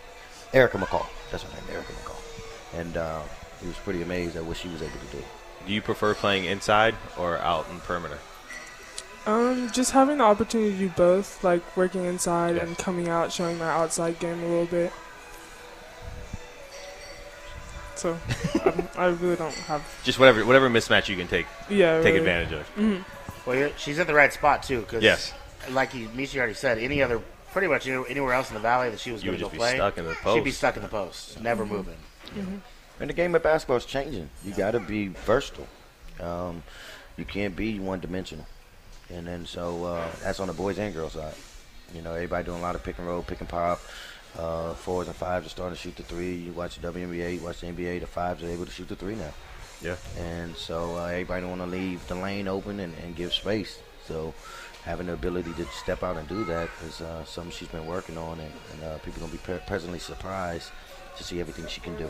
Speaker 5: Erica McCall, that's her name, Erica McCall, and uh, he was pretty amazed at what she was able to do.
Speaker 3: Do you prefer playing inside or out in perimeter?
Speaker 9: Um, just having the opportunity to do both, like working inside
Speaker 3: Yeah.
Speaker 9: and coming out, showing my outside game a little bit. So, I, I really don't have.
Speaker 3: Just whatever whatever mismatch you can take
Speaker 9: Yeah.
Speaker 3: take
Speaker 9: really.
Speaker 3: advantage of.
Speaker 4: Well, you're, she's at the right spot too, because
Speaker 3: Yes.
Speaker 4: like you, Michi already said, any other pretty much any- anywhere else in the valley that she was
Speaker 3: You
Speaker 4: gonna
Speaker 3: would
Speaker 4: go
Speaker 3: just be
Speaker 4: play,
Speaker 3: stuck in the
Speaker 4: she'd be
Speaker 3: post.
Speaker 4: stuck in the post, never moving.
Speaker 5: And the game of basketball is changing. You got to be versatile. Um, you can't be one dimensional. And then so uh, that's on the boys and girls side. You know, everybody doing a lot of pick and roll, pick and pop. Uh, fours and fives are starting to shoot the three. You watch the WNBA, you watch the NBA. The fives are able to shoot the three now.
Speaker 3: Yeah.
Speaker 5: And so uh, everybody want to leave the lane open and, and give space. So having the ability to step out and do that is uh, something she's been working on, and, and uh, people gonna be pre- presently surprised to see everything she can do.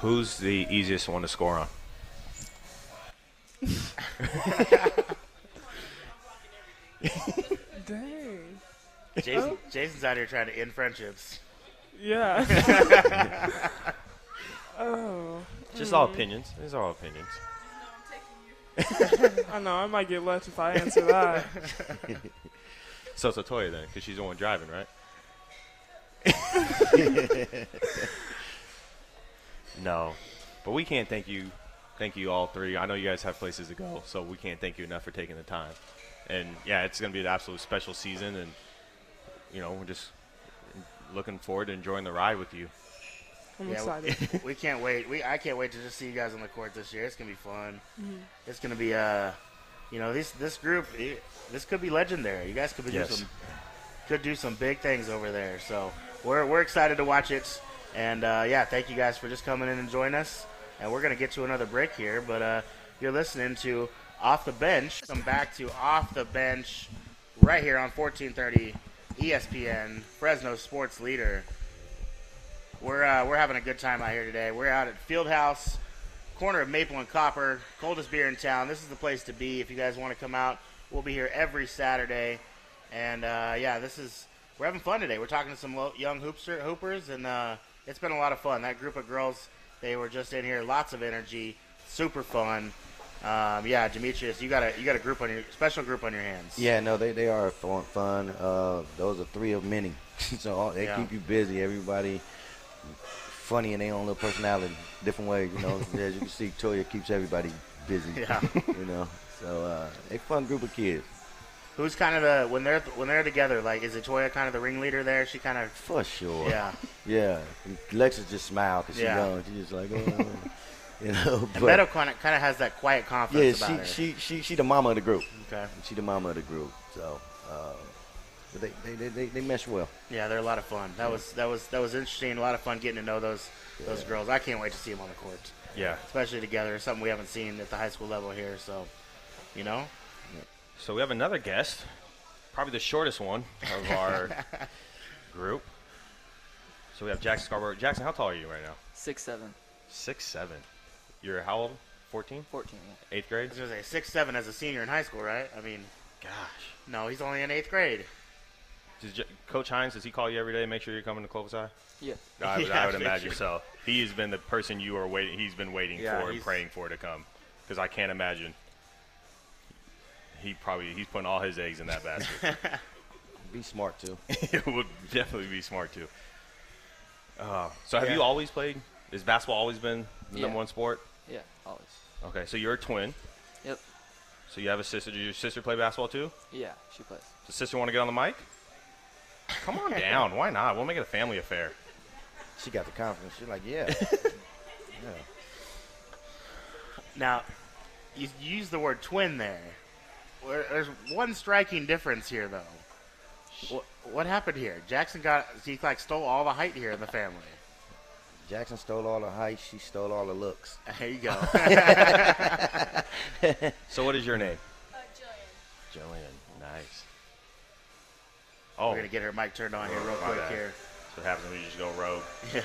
Speaker 3: Who's the easiest one to score on?
Speaker 9: Dang.
Speaker 4: Jason, Jason's out here trying to end friendships.
Speaker 9: Yeah. oh,
Speaker 3: Just all opinions. It's all opinions.
Speaker 9: I know. I might get left if I answer that.
Speaker 3: So it's Latoya then, because she's the one driving, right? no, but we can't thank you thank you all three. I know you guys have places to go, so we can't thank you enough for taking the time. And yeah, it's going to be an absolute special season, and you know we're just looking forward to enjoying the ride with you.
Speaker 9: I'm
Speaker 4: Yeah, we-
Speaker 9: excited.
Speaker 4: we can't wait. We I can't wait to just see you guys on the court this year. It's gonna be fun. It's gonna be uh, you know this this group it, this could be legendary. You guys could be do
Speaker 3: Yes.
Speaker 4: some could do some big things over there. So we're we're excited to watch it. And uh, yeah, thank you guys for just coming in and joining us. And we're gonna get to another break here, but uh, you're listening to Off the Bench. Come back to Off the Bench right here on E 1430 ESPN Fresno Sports Leader. We're uh, we're having a good time out here today. We're out at Fieldhouse, corner of Maple and Copper, coldest beer in town. This is the place to be if you guys want to come out. We'll be here every Saturday, and uh, yeah, this is we're having fun today. We're talking to some lo- young hoopster hoopers, and uh, it's been a lot of fun. That group of girls, they were just in here, lots of energy, super fun. Um, yeah, Demetrius, you got a you got a group on your special group on your hands.
Speaker 5: Yeah, no, they, they are fun. fun. Uh, those are three of many. so all, they
Speaker 4: Yeah.
Speaker 5: keep you busy. Everybody funny in their own little personality, different way. You know, as you can see, Toya keeps everybody busy.
Speaker 4: Yeah.
Speaker 5: You know, so uh, they fun group of kids.
Speaker 4: Who's kind of the when they're when they're together? Like, is Atoya kind of the ringleader there? She kind of
Speaker 5: For sure.
Speaker 4: yeah.
Speaker 5: Yeah. Lexus just smiled because
Speaker 4: Yeah.
Speaker 5: she young. She's just like, oh. you know.
Speaker 4: And
Speaker 5: But,
Speaker 4: Beto kind of, kind of has that quiet
Speaker 5: yeah,
Speaker 4: confidence
Speaker 5: she,
Speaker 4: about her.
Speaker 5: she, she, she the mama of the group.
Speaker 4: okay.
Speaker 5: She the mama of the group. So uh, but they, they, they, they, they mesh well.
Speaker 4: Yeah, they're a lot of fun. That was that was that was interesting. A lot of fun getting to know those those girls. I can't wait to see them on the court,
Speaker 3: Yeah.
Speaker 4: especially together. It's Something we haven't seen at the high school level here. So, you know,
Speaker 3: So we have another guest, probably the shortest one of our group. So we have Jackson Scarborough. Jackson, how tall are you right now?
Speaker 10: Six seven.
Speaker 3: Six seven. You're how old? 14?
Speaker 10: Fourteen.
Speaker 3: Eighth
Speaker 4: I
Speaker 3: grade?
Speaker 4: was gonna say six seven as a senior in high school, right? I mean,
Speaker 3: Gosh.
Speaker 4: no, he's only in eighth grade.
Speaker 3: Does J- Coach Hines, does he call you every day? Make sure you're coming to Clovis Eye?
Speaker 10: Yeah.
Speaker 3: I, would-
Speaker 4: Yeah,
Speaker 3: I would
Speaker 4: make
Speaker 3: imagine
Speaker 4: sure.
Speaker 3: so. He has been the person you are waiting. He's been waiting
Speaker 10: Yeah,
Speaker 3: for and
Speaker 10: he's-
Speaker 3: praying for to come, because I can't imagine. He probably he's putting all his eggs in that basket.
Speaker 5: Be smart too.
Speaker 3: it would definitely be smart too. Uh, so have you always played? Is basketball always been the
Speaker 10: Yeah.
Speaker 3: number one sport?
Speaker 10: Yeah. Always.
Speaker 3: Okay, so you're a twin.
Speaker 10: Yep.
Speaker 3: So you have a sister. Did your sister play basketball too?
Speaker 10: Yeah. She plays.
Speaker 3: Does sister want to get on the mic? Come on down. Why not? We'll make it a family affair.
Speaker 5: She got the confidence. She's like, yeah.
Speaker 4: Now, you, you use the word twin there. Where- There's one striking difference here, though. What, what happened here? Jackson got he like stole all the height here in the family.
Speaker 5: Jackson stole all the height. She stole all the looks.
Speaker 4: There you go.
Speaker 3: So what is your name?
Speaker 8: Uh, Jillian.
Speaker 3: Jillian. Nice. Oh,
Speaker 4: We're gonna get her mic turned on here real
Speaker 3: My
Speaker 4: quick
Speaker 3: bad.
Speaker 4: here.
Speaker 3: that's what happens when you just go rogue.
Speaker 4: Yeah.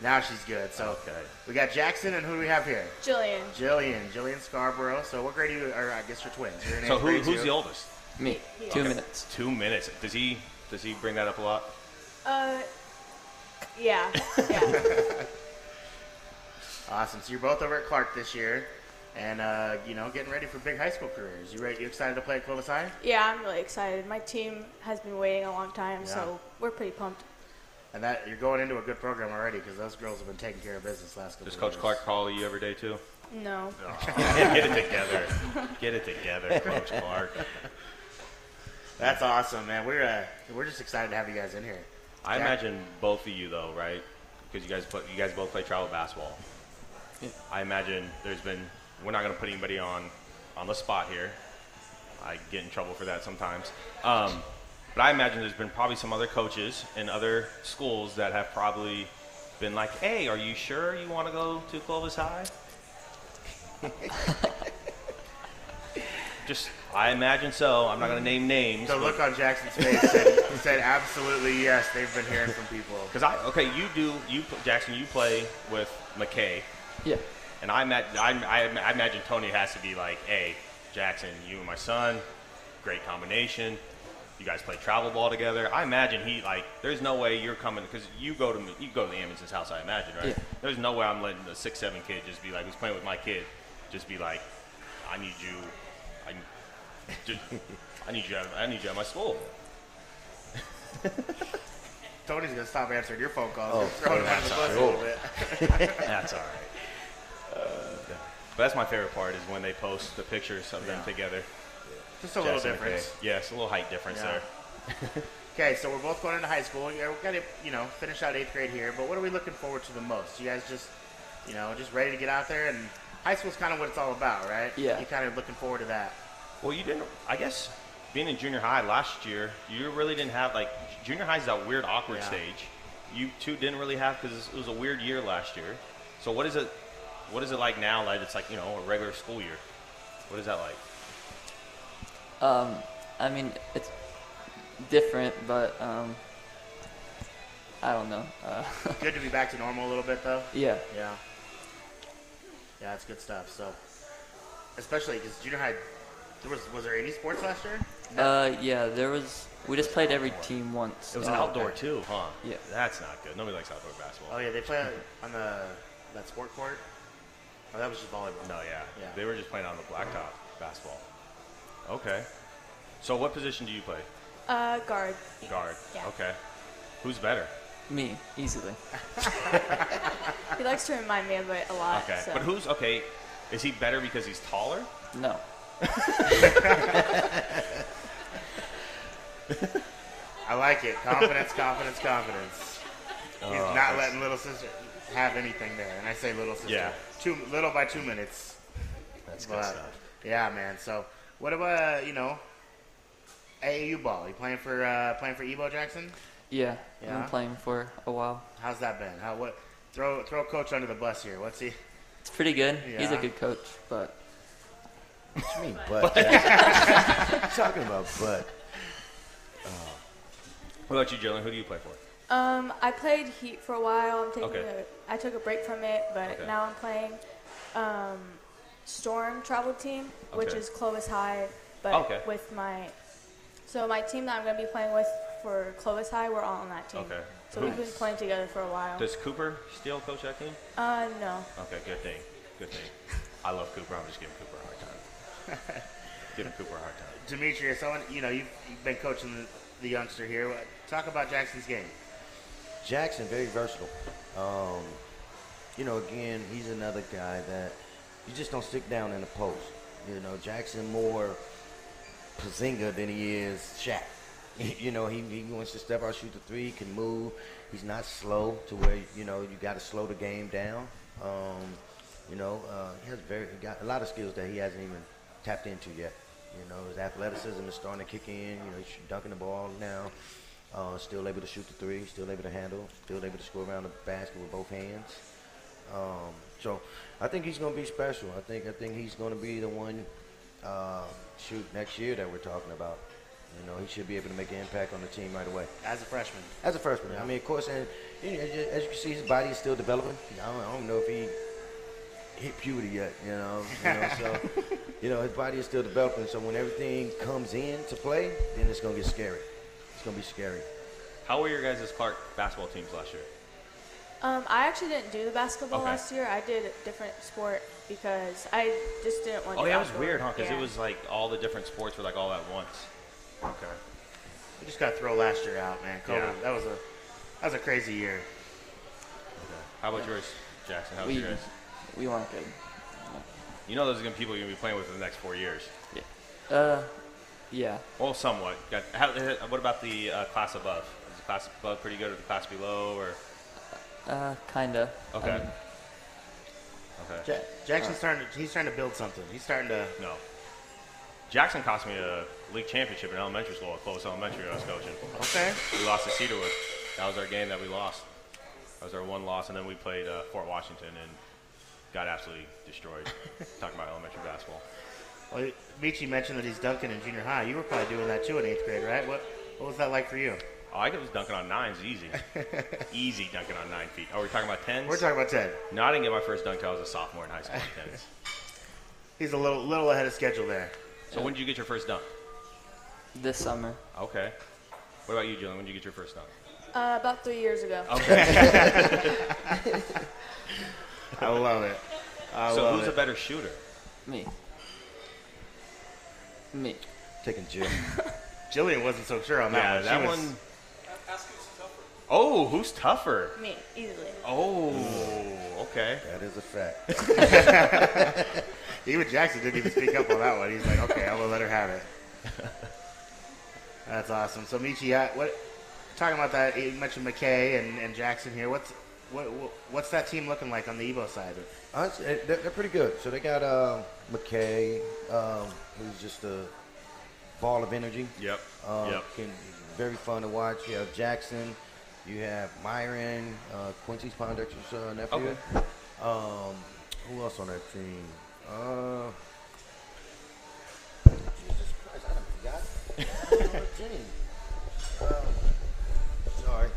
Speaker 4: Now she's good. So
Speaker 3: Okay.
Speaker 4: we got Jackson, and who do we have here?
Speaker 8: Jillian.
Speaker 4: Jillian, Jillian Scarborough. So what grade are you? Or I guess you're twins. You're in
Speaker 3: So
Speaker 4: eighth
Speaker 3: who,
Speaker 4: grade,
Speaker 3: who's
Speaker 4: too.
Speaker 3: the oldest?
Speaker 10: Me. Two minutes.
Speaker 3: Two minutes. Does he does he bring that up a lot?
Speaker 8: Uh, yeah, yeah.
Speaker 4: Awesome. So you're both over at Clark this year, and uh, you know, getting ready for big high school careers. You ready? You excited to play at Clovis High?
Speaker 8: yeah, I'm really excited. My team has been waiting a long time,
Speaker 4: Yeah.
Speaker 8: so we're pretty pumped.
Speaker 4: And that you're going into a good program already because those girls have been taking care of business last couple.
Speaker 3: Does Coach
Speaker 4: years.
Speaker 3: Clark call you every day too?
Speaker 8: No.
Speaker 3: get it together. Get it together, Coach Clark.
Speaker 4: That's awesome, man. We're uh, we're just excited to have you guys in here.
Speaker 3: I
Speaker 4: Yeah.
Speaker 3: imagine both of you though, right? Because you guys play, you guys both play travel basketball.
Speaker 10: Yeah.
Speaker 3: I imagine there's been we're not going to put anybody on on the spot here. I get in trouble for that sometimes. Um, but I imagine there's been probably some other coaches in other schools that have probably been like, "Hey, are you sure you want to go to Clovis High?" Just, I imagine so. I'm not going to name names.
Speaker 4: The
Speaker 3: but-
Speaker 4: look on Jackson's face said, said absolutely yes. They've been hearing from people.
Speaker 3: Because I okay, you do you pl- Jackson, you play with McKay,
Speaker 10: Yeah.
Speaker 3: and I met I, I, I imagine Tony has to be like, hey, Jackson, you and my son, great combination. You guys play travel ball together. I imagine he like. There's no way you're coming because you go to you go to the Amundsen's house. I imagine, right?
Speaker 10: Yeah.
Speaker 3: There's no way I'm letting the six seven kid just be like who's playing with my kid, just be like, I need you, I, just, I need you, at, I need you at my school.
Speaker 4: Tony's gonna stop answering your phone calls.
Speaker 5: Oh,
Speaker 4: You're throwing him under the bus a little bit.
Speaker 3: That's all right. But that's my favorite part is when they post the pictures of them together.
Speaker 4: Just a little
Speaker 3: Jackson and
Speaker 4: difference.
Speaker 3: Kay. Yeah, it's a little height difference
Speaker 4: Yeah.
Speaker 3: there.
Speaker 4: Okay, so we're both going into high school. Yeah, We're gonna, you know, finish out eighth grade here. But what are we looking forward to the most? You guys just, you know, just ready to get out there, and high school's kind of what it's all about, right?
Speaker 10: Yeah.
Speaker 4: You're kind of looking forward to that.
Speaker 3: Well, you didn't. I guess being in junior high last year, you really didn't have like junior high's that weird awkward
Speaker 4: Yeah.
Speaker 3: stage. You two didn't really have because it was a weird year last year. So what is it? What is it like now? Like it's like you know a regular school year. What is that like?
Speaker 10: Um, I mean, it's different, but um, I don't know. Uh,
Speaker 4: Good to be back to normal a little bit, though.
Speaker 10: yeah,
Speaker 4: Yeah. Yeah, that's good stuff. So, especially because junior high, there was was there any sports last year?
Speaker 10: uh, yeah. There was we just played every team once.
Speaker 3: It
Speaker 10: Uh,
Speaker 3: was
Speaker 10: and-
Speaker 3: outdoor too, huh?
Speaker 10: Oh, Yeah.
Speaker 3: That's not good. Nobody likes outdoor basketball.
Speaker 4: Oh yeah, they play on, on the that sport court. Oh, that was just volleyball.
Speaker 3: No, yeah.
Speaker 4: Yeah.
Speaker 3: They were just playing on the blacktop basketball. Okay. So what position do you play?
Speaker 11: Uh, guard.
Speaker 3: Guard.
Speaker 11: Yeah.
Speaker 3: Okay. Who's better?
Speaker 10: Me easily.
Speaker 11: He likes to remind me of it a lot.
Speaker 3: Okay.
Speaker 11: So.
Speaker 3: But who's okay? Is he better because he's taller?
Speaker 10: No.
Speaker 4: I like it. Confidence, confidence, confidence. He's not
Speaker 3: Oh, that's-
Speaker 4: letting little sister have anything there, and I say little sister.
Speaker 3: Yeah.
Speaker 4: Two little by two minutes.
Speaker 3: That's good
Speaker 4: But
Speaker 3: stuff.
Speaker 4: yeah, man. So what about you know AAU ball? You playing for uh, playing for Ebo Jackson?
Speaker 10: Yeah, I've
Speaker 4: Yeah?
Speaker 10: been playing for a while.
Speaker 4: How's that been? How what? Throw throw coach under the bus here. What's he?
Speaker 10: It's pretty good. He's a
Speaker 4: Yeah.
Speaker 10: good coach, but
Speaker 5: What you mean, butt? Jackson? What you talking about butt.
Speaker 3: What about you, Jalen? Who do you play for?
Speaker 11: Um, I played Heat for a while. I'm taking
Speaker 3: Okay.
Speaker 11: a, I took a break from it, but
Speaker 3: Okay.
Speaker 11: now I'm playing um, Storm Travel Team, which
Speaker 3: Okay.
Speaker 11: is Clovis High, but
Speaker 3: Okay.
Speaker 11: with my so my team that I'm going to be playing with for Clovis High, we're all on that team.
Speaker 3: Okay.
Speaker 11: So we've been playing together for a while.
Speaker 3: Does Cooper still coach that team?
Speaker 11: uh, no.
Speaker 3: Okay, good thing. Good thing. I love Cooper. I'm just giving Cooper a hard time. giving Cooper a hard time.
Speaker 4: Demetrius, I want, you know, you've, you've been coaching the, the youngster here. What- Talk about Jackson's game.
Speaker 5: Jackson, very versatile. Um, you know, again, he's another guy that you just don't stick down in the post. You know, Jackson more Pazinga than he is Shaq. You know, he, he wants to step out, shoot the three, he can move. He's not slow to where, you know, you got to slow the game down. Um, you know, uh, he has very he got a lot of skills that he hasn't even tapped into yet. You know, his athleticism is starting to kick in. You know, he's dunking the ball now. Uh, still able to shoot the three, still able to handle, still able to score around the basket with both hands. Um, so I think he's going to be special. I think I think he's going to be the one uh, shoot next year that we're talking about. You know, he should be able to make an impact on the team right away.
Speaker 4: As a freshman,
Speaker 5: As a freshman, I mean, of course, and you know, as you- as you can see, his body is still developing. I don't, I don't know if he hit puberty yet, you know. You know so, you know, his body is still developing. So when everything comes in to play, then it's gonna get scary. It's gonna be scary.
Speaker 3: How were your guys' Clark basketball teams last year?
Speaker 11: Um, I actually didn't do the basketball
Speaker 3: Okay.
Speaker 11: last year. I did a different sport because I just didn't want.
Speaker 3: Oh,
Speaker 11: to
Speaker 3: yeah,
Speaker 11: do
Speaker 3: it was
Speaker 11: basketball.
Speaker 3: weird, huh? Because
Speaker 11: Yeah.
Speaker 3: it was like all the different sports were like all at once. Okay.
Speaker 4: we just got to throw last year out, man. COVID,
Speaker 3: Yeah.
Speaker 4: that was a that was a crazy year.
Speaker 3: How about yours, Jackson? How was
Speaker 10: we
Speaker 3: yours?
Speaker 10: we weren't good.
Speaker 3: You know, those are gonna people you're gonna be playing with for the next four years.
Speaker 10: Yeah. Uh, yeah.
Speaker 3: Well, somewhat. Got, how, what about the uh, class above? Is the class above pretty good, or the class below, or
Speaker 10: Uh, kinda. I
Speaker 3: okay,
Speaker 4: Um,
Speaker 10: mean,
Speaker 3: okay?
Speaker 4: Ja- Jackson's starting to he's trying to build something. He's starting to
Speaker 3: No. Jackson cost me a league championship in elementary school at Clovis Elementary. when I was coaching.
Speaker 4: okay.
Speaker 3: We lost to Cedarwood. That was our game that we lost. That was our one loss, and then we played uh, Fort Washington and got absolutely destroyed. Talking about elementary basketball.
Speaker 4: Well, Michi mentioned that he's dunking in junior high. You were probably doing that too in eighth grade, right? What what was that like for you?
Speaker 3: Oh, I was dunking on nines easy, easy dunking on nine feet. Are we talking about 10s
Speaker 4: We're talking about Ted.
Speaker 3: No, I didn't get my first dunk till I was a sophomore in high school. in Tens.
Speaker 4: He's a little little ahead of schedule there.
Speaker 3: So when did you get your first dunk?
Speaker 10: This summer.
Speaker 3: Okay. What about you, Jalen? When did you get your first dunk?
Speaker 11: uh, about three years ago.
Speaker 3: Oh.
Speaker 4: I love it. I
Speaker 3: so
Speaker 4: love
Speaker 3: who's
Speaker 4: it.
Speaker 3: a better shooter?
Speaker 10: Me. Me.
Speaker 5: Taking Jim.
Speaker 4: Jillian wasn't so sure on that
Speaker 3: yeah,
Speaker 4: one. She was-
Speaker 3: that one. Oh, who's tougher?
Speaker 11: Me, easily.
Speaker 3: Oh, okay.
Speaker 5: That is a fact.
Speaker 4: Even Jackson didn't even speak up on that one. He's like, okay, I'm gonna let her have it. That's awesome. So Michi, uh, what talking about that? You mentioned McKay and, and Jackson here. What's what, what what's that team looking like on the Evo side?
Speaker 5: Honestly, eh, they're, they're pretty good. So they got um, McKay, um, who's just a ball of energy.
Speaker 3: Yep.
Speaker 5: Um,
Speaker 3: Yep.
Speaker 5: Can, very fun to watch. You have Jackson. You have Myron, uh, Quincy Pondexter's uh, nephew. Um, who else on that team? Uh, Jesus Christ, I done forgot. Another team. Um, sorry.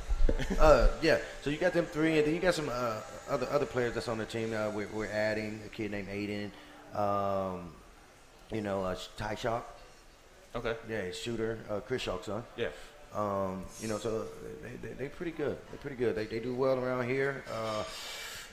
Speaker 5: uh, yeah. So you got them three, and then you got some uh, other other players that's on the team. Uh, we're, we're adding a kid named Aiden. Um, you know, uh, Ty Shock.
Speaker 3: Okay.
Speaker 5: Yeah, shooter, uh, Chris Shock's son.
Speaker 3: Yeah.
Speaker 5: Um, you know, so they, they, they're pretty good. They're pretty good. They, they do well around here. Uh,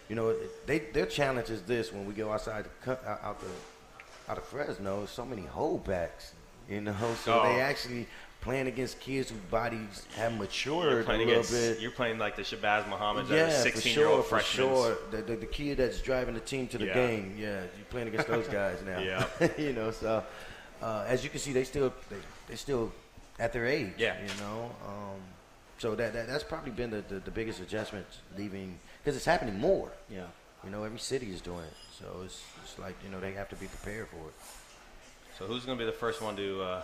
Speaker 5: you know, they, their challenge is this when we go outside, the, co- out out the, out of Fresno, so many holdbacks. You know, so
Speaker 3: Oh.
Speaker 5: they actually playing against kids whose bodies have
Speaker 3: You're
Speaker 5: matured a
Speaker 3: playing
Speaker 5: little
Speaker 3: against.
Speaker 5: bit
Speaker 3: You're playing like the Shabazz Muhammad,
Speaker 5: yeah,
Speaker 3: that are
Speaker 5: for
Speaker 3: 16 year
Speaker 5: sure,
Speaker 3: old
Speaker 5: for
Speaker 3: freshmen.
Speaker 5: sure. The, the, the kid that's driving the team to the
Speaker 3: Yeah.
Speaker 5: game, yeah, you're playing against those guys now.
Speaker 3: Yeah.
Speaker 5: you know, so uh, as you can see, they still they they still at their age.
Speaker 3: Yeah.
Speaker 5: you know, um, so that, that that's probably been the, the, the biggest adjustment leaving because it's happening more.
Speaker 3: Yeah.
Speaker 5: You know, every city is doing it, so it's it's like you know they have to be prepared for it.
Speaker 3: So who's going to be the first one to? Uh,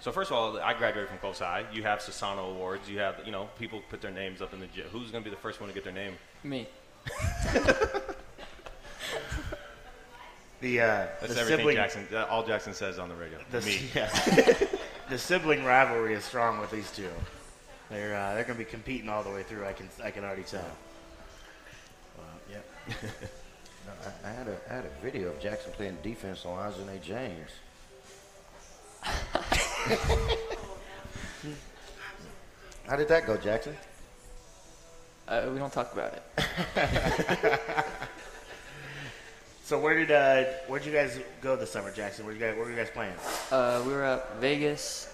Speaker 3: so first of all, I graduated from Coast High. You have Susano Awards. You have you know people put their names up in the gym. Who's going to be the first one to get their name?
Speaker 10: Me.
Speaker 4: The uh,
Speaker 3: That's
Speaker 4: the
Speaker 3: everything
Speaker 4: sibling
Speaker 3: Jackson. that- all Jackson says on the radio.
Speaker 4: the,
Speaker 3: Me.
Speaker 4: the sibling rivalry is strong with these two. They're uh, they're gonna be competing all the way through. I can I can already tell.
Speaker 5: Yeah. I, I had a I had a video of Jackson playing defense on Ajane James. How did that go, Jackson?
Speaker 10: Uh, we don't talk about it.
Speaker 4: So where did uh, where'd you guys go this summer, Jackson? Where you guys where were you guys playing?
Speaker 10: Uh, we were at Vegas,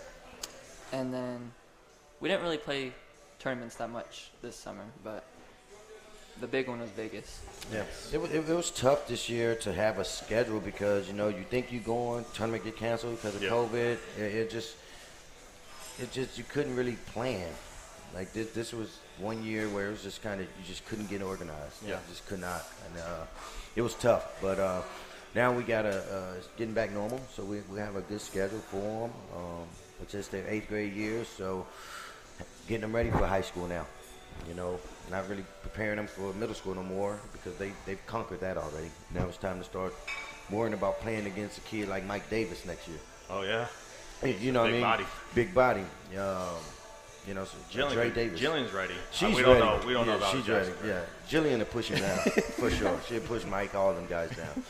Speaker 10: and then we didn't really play tournaments that much this summer, but the big one was Vegas.
Speaker 5: Yeah, it, wa- it, it was tough this year to have a schedule because you know you think you're going, tournament get canceled because of
Speaker 3: Yeah.
Speaker 5: COVID. It, it just, it just you couldn't really plan. Like this, this was one year where it was just kind of you just couldn't get organized.
Speaker 3: Yeah.
Speaker 5: you just could not, and uh, it was tough. But uh, now we got a uh, it's getting back normal, so we, we have a good schedule for them. Um, it's just their eighth grade year, so getting them ready for high school now. You know, not really preparing them for middle school no more because they, they've conquered that already. Now it's time to start worrying about playing against a kid like Mike Davis next year.
Speaker 3: Oh yeah.
Speaker 5: You know what I
Speaker 3: Big
Speaker 5: mean?
Speaker 3: body.
Speaker 5: Big body. Um, you know, so
Speaker 3: Jillian.
Speaker 5: Dre Davis.
Speaker 3: Jillian's ready. Uh,
Speaker 5: She's
Speaker 3: we don't
Speaker 5: ready.
Speaker 3: know. We don't
Speaker 5: yeah,
Speaker 3: know about
Speaker 5: she's
Speaker 3: Jackson.
Speaker 5: ready. Yeah, Jillian to push him down for sure. She'll push Mike, all them guys down.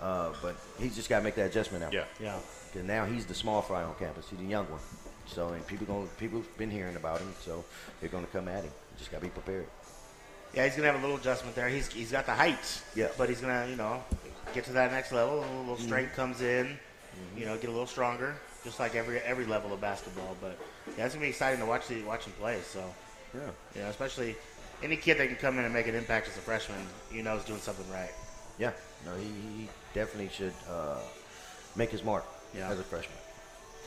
Speaker 5: Uh, but he's just got to make that adjustment now.
Speaker 3: Yeah.
Speaker 4: Yeah.
Speaker 5: Because now he's the small fry on campus. He's the young one. So and people going people have been hearing about him. So they're going to come at him. You just got to be prepared.
Speaker 4: Yeah, he's gonna have a little adjustment there. He's he's got the height.
Speaker 5: Yeah.
Speaker 4: But he's gonna, you know, get to that next level. A little strength comes in. You know, get a little stronger, just like every every level of basketball. But yeah, it's gonna be exciting to watch the watch him play. So
Speaker 5: Yeah.
Speaker 4: you know, especially any kid that can come in and make an impact as a freshman, you know, is doing something right.
Speaker 5: Yeah. No, he, he definitely should uh, make his mark
Speaker 4: Yeah.
Speaker 5: as a freshman.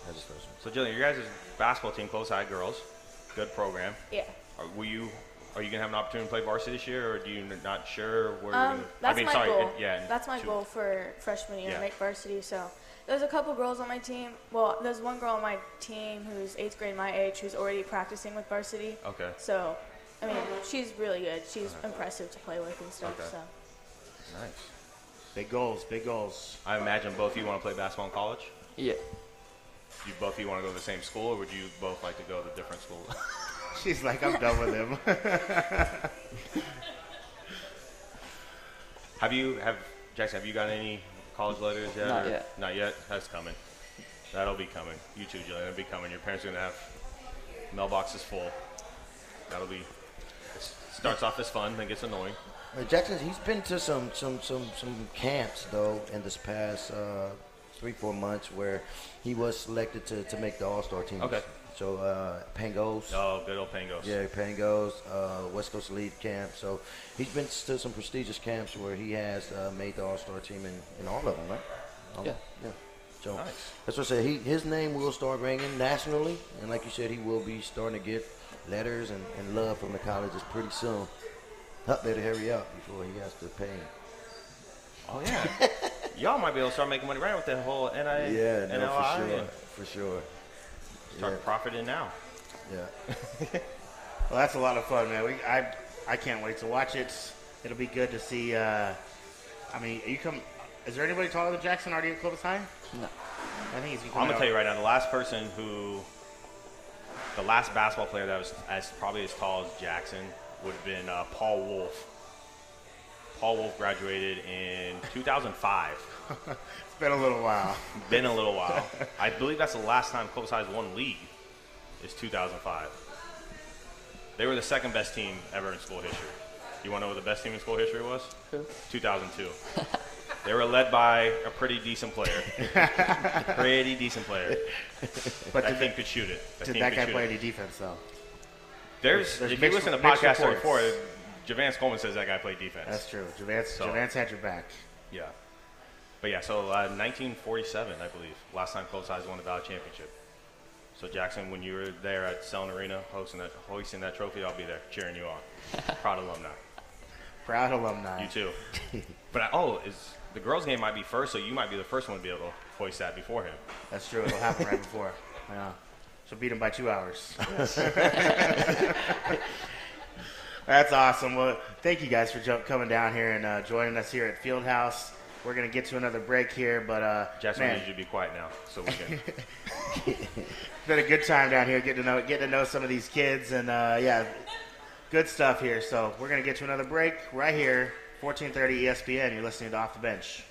Speaker 5: As a freshman.
Speaker 3: So Jillian, your guys' basketball team, Coast High girls, good program.
Speaker 11: Yeah.
Speaker 3: Are, will you? Are you gonna have an opportunity to play varsity this year, or do you n- not sure where you're
Speaker 11: Um,
Speaker 3: gonna?
Speaker 11: that's
Speaker 3: I mean,
Speaker 11: my
Speaker 3: sorry.
Speaker 11: goal.
Speaker 3: it- yeah. in
Speaker 11: that's my
Speaker 3: two-
Speaker 11: goal for freshman year,
Speaker 3: Yeah.
Speaker 11: make varsity. So there's a couple girls on my team. Well, there's one girl on my team who's eighth grade my age who's already practicing with varsity.
Speaker 3: Okay.
Speaker 11: So, I mean, she's really good. She's impressive to play with and stuff.
Speaker 3: Okay.
Speaker 11: So
Speaker 3: Nice.
Speaker 4: Big goals, big goals.
Speaker 3: I imagine both of you want to play basketball in college.
Speaker 10: Yeah.
Speaker 3: Do you both of you want to go to the same school, or would you both like to go to different schools?
Speaker 4: She's like, I'm done with him.
Speaker 3: have you have Jackson? Have you got any college letters yet?
Speaker 10: Not
Speaker 3: or-
Speaker 10: yet.
Speaker 3: Not yet. That's coming. That'll be coming. You too, Jillian. That'll be coming. Your parents are gonna have mailboxes full. That'll be. it Starts off as fun, then gets annoying.
Speaker 5: Uh, Jackson, he's been to some some some some camps though in this past uh, three four months where he was selected to, to make the All Star team.
Speaker 3: Okay.
Speaker 5: So uh, Pangos.
Speaker 3: Oh, good old Pangos.
Speaker 5: Yeah, Pangos, uh, West Coast Elite Camp. So he's been to some prestigious camps where he has uh, made the All Star team in, in all of them, right? All of
Speaker 10: Yeah.
Speaker 5: them, Yeah. So
Speaker 3: Nice.
Speaker 5: that's what I said. He, his name will start ringing nationally, and like you said, he will be starting to get letters and, and love from the colleges pretty soon. Up there to hurry up before he has to pay. him.
Speaker 3: Oh yeah. Y'all might be able to start making money right with that whole NI.
Speaker 5: Yeah,
Speaker 3: NLI
Speaker 5: no, for sure,
Speaker 3: and
Speaker 5: for sure.
Speaker 3: Start profiting now.
Speaker 5: Yeah,
Speaker 4: Well, that's a lot of fun, man. We, I, I can't wait to watch it. It'll be good to see. Uh, I mean, you come. Is there anybody taller than Jackson already at Clovis High?
Speaker 10: No.
Speaker 4: I think he's.
Speaker 3: I'm gonna tell you right now, the last person who, the last basketball player that was as probably as tall as Jackson would have been uh, Paul Wolf. Paul Wolf graduated in 2005.
Speaker 4: It's been a little while.
Speaker 3: Been a little while. I believe that's the last time Clovis High's won league. Is 2005. They were the second best team ever in school history. You want to know what the best team in school history was?
Speaker 10: Who?
Speaker 3: 2002. they were led by a pretty decent player. pretty decent player.
Speaker 4: But did,
Speaker 3: that team could shoot it.
Speaker 4: that,
Speaker 3: team
Speaker 4: did that
Speaker 3: could
Speaker 4: guy
Speaker 3: shoot
Speaker 4: play
Speaker 3: it.
Speaker 4: any defense though?
Speaker 3: There's,
Speaker 4: there's
Speaker 3: if you
Speaker 4: mixed-
Speaker 3: listen to
Speaker 4: mixed
Speaker 3: podcast
Speaker 4: reports.
Speaker 3: 34, Javance Coleman says that guy played defense.
Speaker 4: That's true. Javance,
Speaker 3: So-
Speaker 4: Javance had your back.
Speaker 3: yeah. But yeah, so uh, 1947, I believe, last time Close Eyes won the Valley Championship. So Jackson, when you were there at Selden Arena hosting that, hoisting that trophy, I'll be there cheering you on. Proud alumni.
Speaker 4: Proud alumni.
Speaker 3: You too. but I, oh, is the girls' game might be first, so you might be the first one to be able to hoist that before him.
Speaker 4: That's true. It'll happen right before. Yeah. So beat him by two hours. That's awesome. Well, thank you guys for jump, coming down here and uh, joining us here at Fieldhouse. We're gonna get to another break here, but uh,
Speaker 3: Jackson, I
Speaker 4: man,
Speaker 3: need you to be quiet now, so we can.
Speaker 4: it's been a good time down here getting to know getting to know some of these kids and uh, yeah, good stuff here. So we're gonna get to another break right here, E 14:30 ESPN. You're listening to Off the Bench.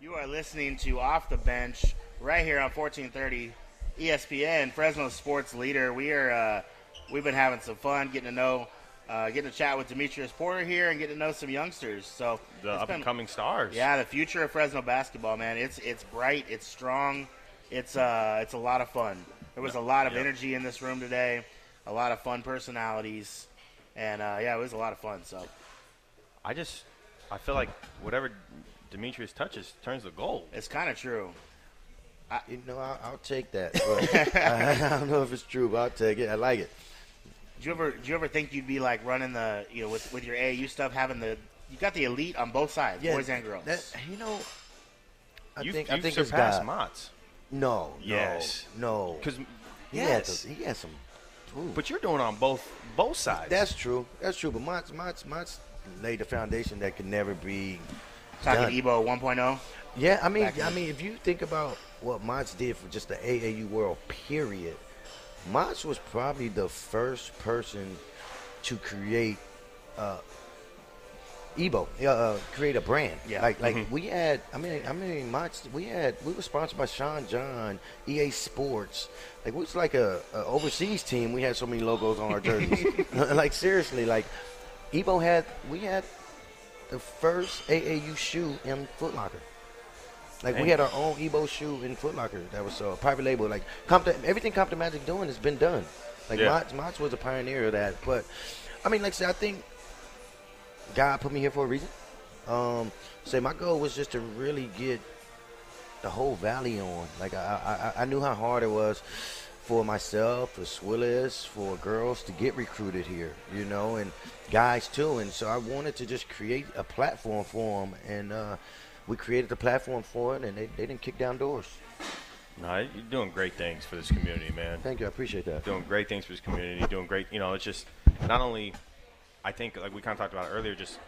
Speaker 4: You are listening to Off the Bench right here on E 1430 ESPN, Fresno sports leader. We are uh, we've been having some fun getting to know, uh, getting to chat with Demetrius Porter here and getting to know some youngsters. So
Speaker 3: The
Speaker 4: it's
Speaker 3: up and
Speaker 4: been-
Speaker 3: coming stars.
Speaker 4: yeah, the future of Fresno basketball, man. It's it's bright, it's strong, it's uh it's a lot of fun. There was a lot of
Speaker 3: Yeah.
Speaker 4: energy in this room today, a lot of fun personalities, and uh, yeah, it was a lot of fun. So
Speaker 3: I just, I feel like whatever Demetrius touches turns to gold.
Speaker 4: it's kind of true.
Speaker 5: you know I'll, I'll take that. But I, I don't know if it's true, but I'll take it. I like it.
Speaker 4: Do you ever do you ever think you'd be like running the you know with with your AAU stuff having the you got the elite on both sides, boys and girls.
Speaker 5: that- you know, I
Speaker 3: you
Speaker 5: think
Speaker 3: you
Speaker 5: I think it's
Speaker 3: surpassed
Speaker 5: God.
Speaker 3: Mott's.
Speaker 5: No,
Speaker 3: Yes.
Speaker 5: no, no.
Speaker 3: Because
Speaker 5: he had
Speaker 3: yes,
Speaker 5: to- he had some. Ooh.
Speaker 3: but you're doing on both both sides.
Speaker 5: That's true. That's true. But Mott's, Mott's, Mott's laid the foundation that could never be
Speaker 4: Talking
Speaker 5: done.
Speaker 4: Ebo oh? 1.0.
Speaker 5: Yeah, I mean,
Speaker 4: back in
Speaker 5: I
Speaker 4: the-
Speaker 5: mean, if you think about what Mott's did for just the AAU world, period, Mott's was probably the first person to create, uh, Ebo, uh, uh, create a brand.
Speaker 4: Yeah. Mm-hmm.
Speaker 5: like like we had. I mean, I mean, Mott's. We had. We were sponsored by Sean John, EA Sports. Like we was like a, a overseas team. We had so many logos on our jerseys. like seriously, like Ebo had. We had the first AAU shoe in Foot Locker. Like we
Speaker 3: Dang.
Speaker 5: had our own Ebo shoe in Foot Locker that was uh, a private label. Like Compton, everything Compton Magic doing has been done. Like
Speaker 3: Yeah.
Speaker 5: Mott's, Mott's was a pioneer of that. But I mean, like I said, I think God put me here for a reason. Um, say my goal was just to really get the whole valley on. Like I, I- I, I knew how hard it was for myself, for Swillis, for girls to get recruited here, you know, and guys too. And so I wanted to just create a platform for them, and uh, we created the platform for it, and they, they didn't kick down doors.
Speaker 3: No, you're doing great things for this community, man.
Speaker 5: Thank you, I appreciate that.
Speaker 3: Doing great things for this community. Doing great. You know, it's just not only. I think like we kind of talked about earlier, just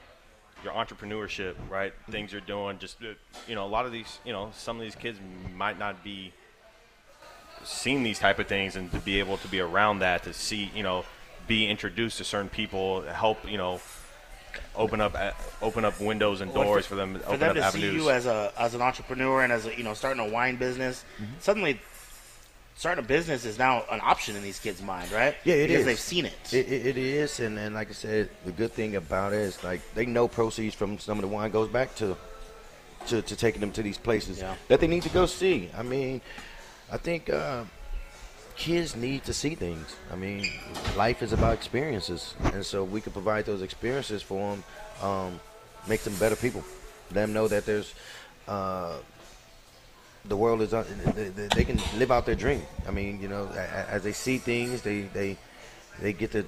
Speaker 3: your entrepreneurship, right?
Speaker 4: Mm-hmm.
Speaker 3: Things you're doing. Just uh, you know, a lot of these. You know, some of these kids might not be seen these type of things, and to be able to be around that, to see, you know, be introduced to certain people, help, you know. Open up, uh, open up windows and
Speaker 4: Well,
Speaker 3: doors for, them.
Speaker 4: for
Speaker 3: open
Speaker 4: them
Speaker 3: up
Speaker 4: to
Speaker 3: avenues.
Speaker 4: see you as a as an entrepreneur and as a, you know starting a wine business
Speaker 5: Mm-hmm.
Speaker 4: suddenly starting a business is now an option in these kids mind right
Speaker 5: Yeah, it
Speaker 4: because
Speaker 5: is.
Speaker 4: they've seen it,
Speaker 5: It, it, it is, and then like I said, the good thing about it is like they know proceeds from some of the wine goes back to, to, to taking them to these places
Speaker 4: Yeah.
Speaker 5: that they need to go see. I mean, I think uh, kids need to see things. I mean, life is about experiences, and so we can provide those experiences for them, um, make them better people. Let them know that there's uh, the world is un- they, they- they can live out their dream. I mean, you know, a- a- as they see things, they they they get to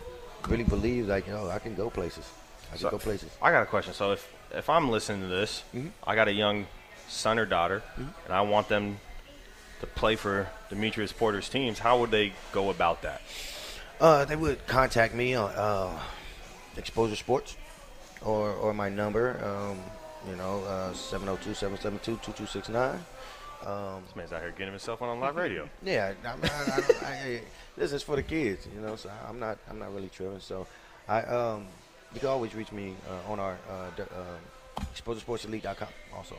Speaker 5: really believe like, you know, I can go places. I can
Speaker 3: So-
Speaker 5: go places.
Speaker 3: I got a question. So if if I'm listening to this,
Speaker 5: Mm-hmm.
Speaker 3: I got a young son or daughter, and I want them to play for Demetrius Porter's teams. How would they go about that?
Speaker 5: Uh, they would contact me on uh, Exposure Sports or, or my number, um, you know, uh, 702-772-2269. Um,
Speaker 3: This man's out here getting himself on, on
Speaker 5: Mm-hmm.
Speaker 3: live radio.
Speaker 5: yeah, I, I, I, don't- I, I- this is for the kids, you know. So I'm not, I'm not really tripping. So, I um, you can always reach me uh, on our uh, d- uh, exposuresportselite.com also.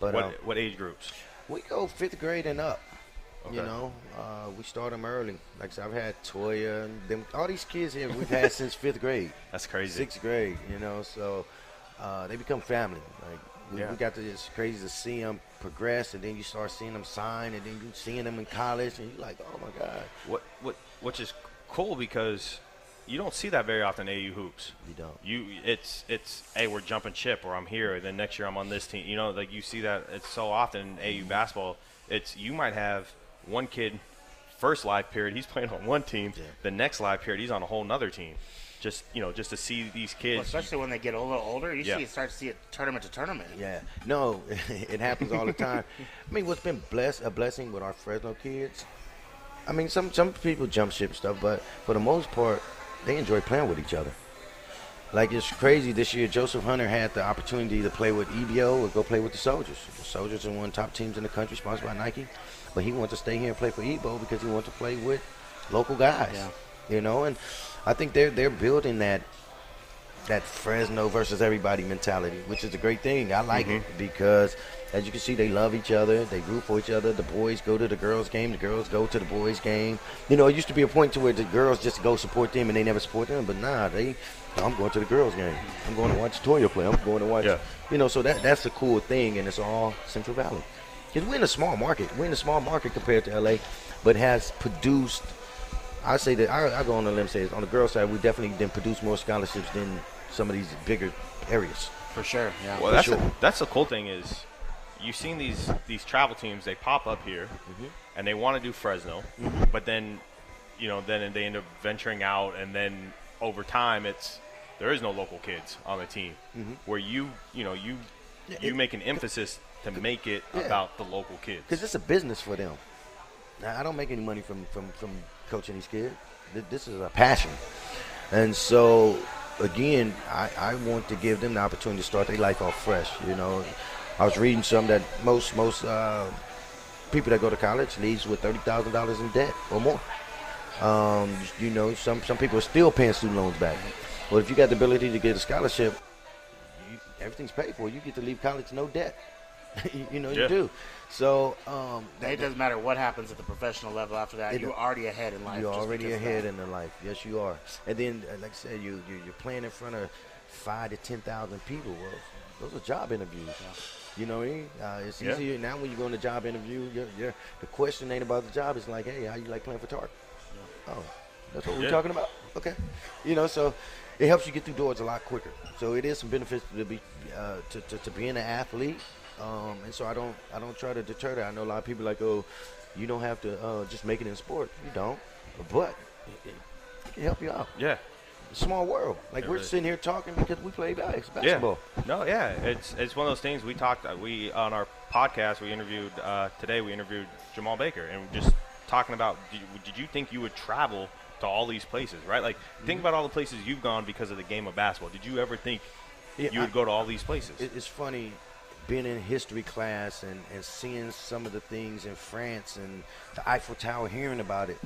Speaker 5: But
Speaker 3: what
Speaker 5: um,
Speaker 3: what age groups?
Speaker 5: we go fifth grade and up. You
Speaker 3: Okay.
Speaker 5: know, uh, we start them early. Like I said, I've had Toya and them, all these kids here we've had since fifth grade,
Speaker 3: That's crazy.
Speaker 5: sixth grade. You know, so uh, they become family. Like we,
Speaker 3: Yeah.
Speaker 5: we got to, it's crazy to see them progress, and then you start seeing them sign, and then you seeing them in college, and you're like, oh my god,
Speaker 3: What what which is cool because you don't see that very often. AU hoops.
Speaker 5: you don't.
Speaker 3: You it's it's hey we're jumping ship or I'm here and then next year I'm on this team. You know like you see that it's so often in AU basketball. It's you might have one kid first live period he's playing on one team.
Speaker 5: Yeah.
Speaker 3: The next live period he's on a whole nother team. Just you know just to see these
Speaker 4: Well,
Speaker 3: kids.
Speaker 4: especially when they get a little older, you
Speaker 3: Yeah.
Speaker 4: see, you start to see it tournament to tournament.
Speaker 5: Yeah, no, it happens all the time. I mean, what's been blessed a blessing with our Fresno kids? I mean, some some people jump ship stuff, but for the most part, they enjoy playing with each other. Like it's crazy this year. Joseph Hunter had the opportunity to play with E EBO or go play with the Soldiers. The Soldiers are one of the top teams in the country, sponsored by Nike, but he wanted to stay here and play for EBO because he wanted to play with local guys.
Speaker 4: Yeah.
Speaker 5: You know, and I think they're they're building that that Fresno versus everybody mentality, which is a great thing. I like it because, as you can see, they love each other. They root for each other. The boys go to the girls' game. The girls go to the boys' game. You know, it used to be a point to where the girls just go support them and they never support them. But nah, they, I'm going to the girls' game. I'm going to watch Toya play. I'm going to watch.
Speaker 3: Yeah.
Speaker 5: You know, so that that's a cool thing, and it's all Central Valley. Because we're in a small market. We're in a small market compared to LA, but has produced I say that I, I go on the limb and say this. on the girl side we definitely didn't produce more scholarships than some of these bigger areas.
Speaker 4: For sure. Yeah.
Speaker 3: Well,
Speaker 5: For
Speaker 3: that's
Speaker 5: sure.
Speaker 3: the, that's the cool thing is, you've seen these these travel teams. They pop up here,
Speaker 5: Mm-hmm.
Speaker 3: and they want to do Fresno, but then, you know, then they end up venturing out, and then over time, it's there is no local kids on the team. Where you you know you you
Speaker 5: Mm-hmm. it-
Speaker 3: make an emphasis to make it
Speaker 5: yeah.
Speaker 3: about the local kids.
Speaker 5: Because it's a business for them. Now, I don't make any money from from, from coaching these kids. Th- This is a passion, and so again, I, I want to give them the opportunity to start their life off fresh. You know, I was reading some that most most uh, people that go to college leaves with thirty thousand dollars in debt or more. Um, you know, some some people are still paying student loans back. Well, if you got the ability to get a scholarship, you, everything's paid for. You get to leave college no debt. you, you know,
Speaker 3: Yeah.
Speaker 5: you do. So um,
Speaker 4: It doesn't matter what happens at the professional level after that.
Speaker 5: It-
Speaker 4: You're already ahead in life.
Speaker 5: you're
Speaker 4: just
Speaker 5: already
Speaker 4: because of
Speaker 5: ahead
Speaker 4: that.
Speaker 5: in the life. Yes, you are. And then, uh, like I said, you, you you're playing in front of five to ten thousand people. Well, those are job interviews. You know what I mean? Uh, it's
Speaker 3: Yeah.
Speaker 5: easier now when you go in a job interview. You're, you're, the question ain't about the job. It's like, hey, how you like playing for Tark? Oh, that's what
Speaker 3: Yeah.
Speaker 5: we're talking about. Okay, you know, so it helps you get through doors a lot quicker. So it is some benefits to be uh, to, to, to being an athlete. Um, and so I don't I don't try to deter that. I know a lot of people like, oh, you don't have to uh, just make it in sport. You don't, but it, it can help you out.
Speaker 3: yeah,
Speaker 5: Small world. Like
Speaker 3: It
Speaker 5: we're
Speaker 3: really-
Speaker 5: sitting here talking because we play bas-
Speaker 3: yeah.
Speaker 5: basketball.
Speaker 3: No, yeah. It's it's one of those things we talked. uh, We on our podcast we interviewed uh, today. We interviewed Jamal Baker and just talking about did you, did you think you would travel to all these places, right? Like think
Speaker 5: Mm-hmm.
Speaker 3: about all the places you've gone because of the game of basketball. Did you ever think
Speaker 5: Yeah,
Speaker 3: you would
Speaker 5: I-
Speaker 3: go to all these places?
Speaker 5: It, it's funny being in history class and, and seeing some of the things in France and the Eiffel Tower, hearing about it,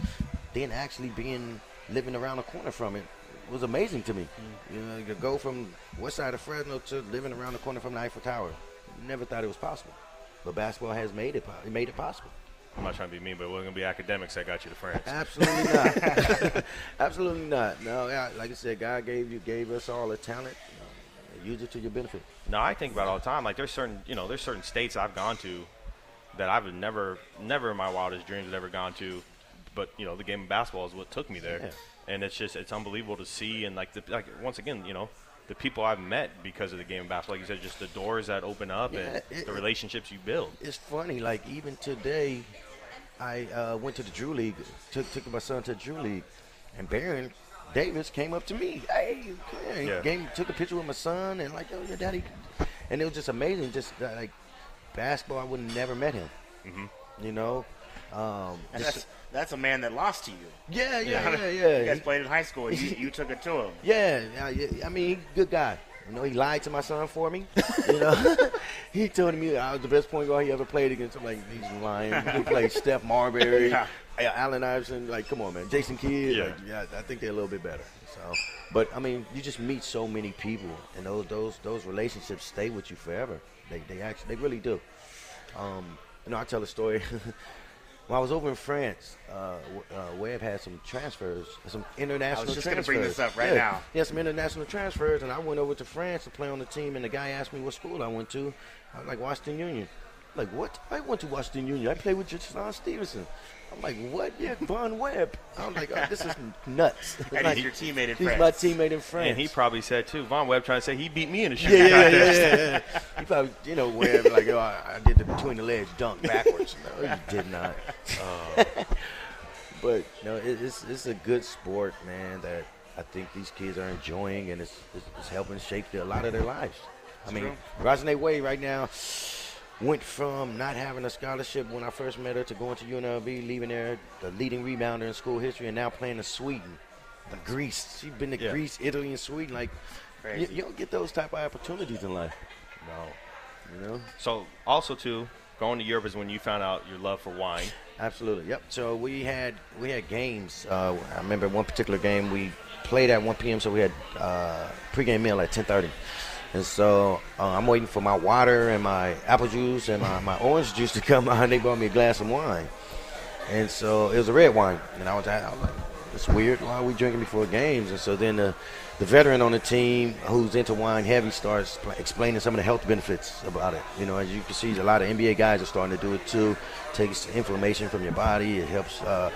Speaker 5: then actually being living around the corner from it was amazing to me. You know, you could go from west side of Fresno to living around the corner from the Eiffel Tower. Never thought it was possible, but basketball has made it. po- It made it possible.
Speaker 3: I'm not trying to be mean, but we're gonna be academics. I got you to France.
Speaker 5: Absolutely not. Absolutely not. No, yeah, like I said, God gave you gave us all a talent. Uh, Use it to your benefit.
Speaker 3: No, I think about it all the time. Like there's certain, you know, there's certain states I've gone to that I've never, never in my wildest dreams had ever gone to but you know the game of basketball is what took me there,
Speaker 5: Yeah.
Speaker 3: and it's just it's unbelievable to see and like the, like once again you know the people I've met because of the game of basketball, like you said, just the doors that open up
Speaker 5: Yeah,
Speaker 3: and
Speaker 5: it-
Speaker 3: the relationships you build.
Speaker 5: It's funny, like even today, I uh, went to the Drew League, took took my son to the Drew League, and Baron Davis came up to me. Hey, hey.
Speaker 3: Yeah.
Speaker 5: Game, took a picture with my son, and like, oh, your daddy, and it was just amazing. Just uh, like basketball, I would have never met him. Mm-hmm. You know, um,
Speaker 4: And
Speaker 5: just-
Speaker 4: that's, that's a man that lost to you.
Speaker 5: yeah, yeah, yeah, yeah.
Speaker 4: You guys
Speaker 5: He-
Speaker 4: played in high school. and You, you took it to him.
Speaker 5: Yeah, yeah, yeah, I mean, he good guy. You know, he lied to my son for me. You know, he told me I was the best point guard he ever played against. I'm like, he's lying. We played Steph Marbury,
Speaker 4: Yeah.
Speaker 5: Allen Iverson. Like, come on, man, Jason Kidd.
Speaker 3: Yeah.
Speaker 5: Like, yeah, I think they're a little bit better. So, but I mean, you just meet so many people, and those those those relationships stay with you forever. They they actually they really do. Um, you know, I tell a story. when I was over in France, uh, W- uh, Webb had some transfers, some international
Speaker 4: just gonna
Speaker 5: transfers.
Speaker 4: bring this up right
Speaker 5: Yeah.
Speaker 4: now.
Speaker 5: He had some international transfers, and I went over to France to play on the team. And the guy asked me what school I went to. I was like Washington Union. Like what? I went to Washington Union. I played with John Stevenson. I'm like, what? Yeah, Von Webb. I'm like, oh, this is nuts.
Speaker 4: And
Speaker 5: Like,
Speaker 4: he's your teammate in
Speaker 5: he's
Speaker 4: France.
Speaker 5: my teammate in France.
Speaker 3: And he probably said too, Von Webb trying to say he beat me in a shooting
Speaker 5: Yeah, yeah,
Speaker 3: contest.
Speaker 5: yeah, yeah, yeah. He probably, you know, where like, oh, I, I did the between the legs dunk backwards. No, you did not. Uh, but no, it, it's it's a good sport, man. That I think these kids are enjoying, and it's it's, it's helping shape the, a lot of their lives. I mean, Rosine Wade right now went from not having a scholarship when I first met her to going to UNLV, leaving there the leading rebounder in school history, and now playing in Sweden, like Greece. She's been to
Speaker 3: Yeah.
Speaker 5: Greece, Italy, and Sweden. Like, you,
Speaker 4: Crazy.
Speaker 5: you don't get those type of opportunities in life. No, you know.
Speaker 3: So also too, going to Europe is when you found out your love for wine.
Speaker 5: Absolutely. Yep. So we had we had games. Uh, I remember one particular game we played at 1 p.m. So we had uh, pregame meal at 10:30, and so uh, I'm waiting for my water and my apple juice and my, my orange juice to come out. And they brought me a glass of wine, and so it was a red wine. And I was, I was like, it's weird. Why are we drinking before games? And so then the the veteran on the team who's into wine heavy starts pl- explaining some of the health benefits about it. You know, as you can see, a lot of NBA guys are starting to do it too. Takes inflammation from your body. It helps uh,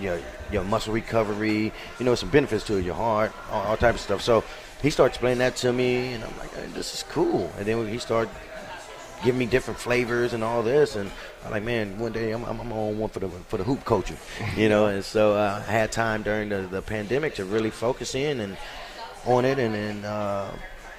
Speaker 5: your your muscle recovery. You know, some benefits to it, your heart, all, all type of stuff. So he starts explaining that to me, and I'm like, hey, this is cool. And then he started give me different flavors and all this. And I'm like, man, one day I'm, I'm, I'm on one for the for the hoop culture, you know. And so uh, I had time during the, the pandemic to really focus in and on it. And then, uh,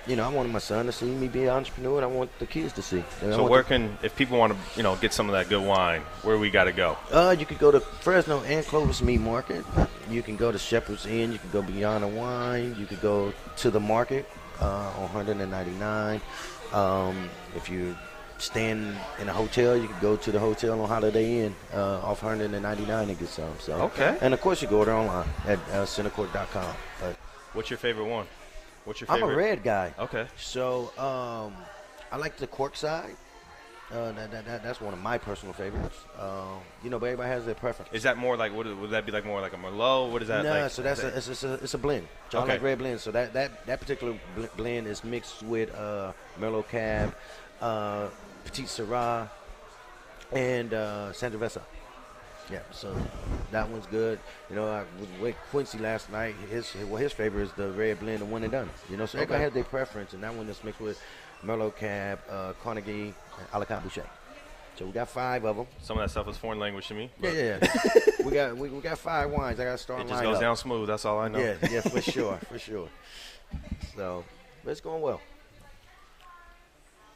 Speaker 5: you know, I wanted my son to see me be an entrepreneur, and I want the kids to see. And I
Speaker 3: So
Speaker 5: want
Speaker 3: where can if people want to you know get some of that good wine, where we got to go?
Speaker 5: Uh, you could go to Fresno and Clovis Meat Market. You can go to Shepherd's Inn. You can go Beyond the Wine. You could go to the market uh, on 199. Um, if you stand in a hotel, you could go to the hotel on Holiday Inn uh, off 199 and get some. So
Speaker 3: Okay.
Speaker 5: And of course, you go order online at uh, Cinecourt.com. But
Speaker 3: What's your favorite one? What's your
Speaker 5: I'm
Speaker 3: favorite? Oh.
Speaker 5: a red guy.
Speaker 3: Okay.
Speaker 5: So um, I like the cork side. Uh, that, that, that, that's one of my personal favorites. Uh, you know, but everybody has their preference.
Speaker 3: Is that more like what would that be like more like a merlot? What is that
Speaker 5: No,
Speaker 3: like?
Speaker 5: so that's a, it's, it's a it's a blend. John
Speaker 3: Okay.
Speaker 5: like red blend. So that that that particular bl- blend is mixed with uh, Merlot Cab, uh, Petit Syrah, and uh, Sangiovese. Yeah, so that one's good. You know, I was with Quincy last night. His well, his favorite is the red blend, the one and done. You know, so everybody has their preference, and that one is mixed with Merlot Cab, uh, Carnegie, and Alicante Boucher. So we got five of them.
Speaker 3: Some of that stuff is foreign language to me.
Speaker 5: Yeah,
Speaker 3: but
Speaker 5: yeah, yeah. we got we, we got five wines. I got to start.
Speaker 3: It
Speaker 5: mine
Speaker 3: just goes
Speaker 5: up.
Speaker 3: down smooth. That's all I know.
Speaker 5: Yeah, yeah, for sure, for sure. So, but it's going well.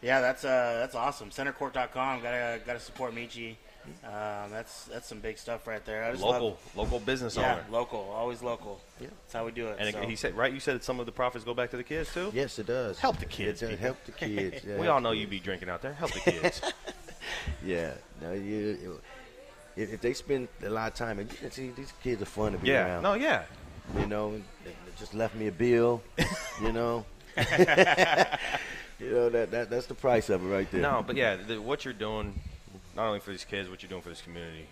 Speaker 4: Yeah, that's uh, that's awesome. Centercourt.com. Gotta gotta support Michi. Um, that's that's some big stuff right there. I just
Speaker 3: Local,
Speaker 4: love-
Speaker 3: local business
Speaker 4: yeah,
Speaker 3: owner.
Speaker 4: local, always local.
Speaker 5: Yeah.
Speaker 4: That's how we do it.
Speaker 3: And
Speaker 4: so.
Speaker 3: it, he said, right? You said some of the profits go back to the kids too.
Speaker 5: Yes, it does.
Speaker 3: Help the kids,
Speaker 5: It does
Speaker 3: people.
Speaker 5: help the kids. yeah,
Speaker 3: We
Speaker 5: help
Speaker 3: all
Speaker 5: the
Speaker 3: know you
Speaker 5: kids.
Speaker 3: be drinking out there. Help the kids.
Speaker 5: Yeah. No, you. you- if, if they spend a lot of time, and you can see these kids are fun to be
Speaker 3: yeah.
Speaker 5: around.
Speaker 3: No. Yeah.
Speaker 5: You know, and they they just left me a bill. you know. you know that, that that's the price of it right there.
Speaker 3: No. But yeah, the, what you're doing, not only for these kids, what you're doing for this community,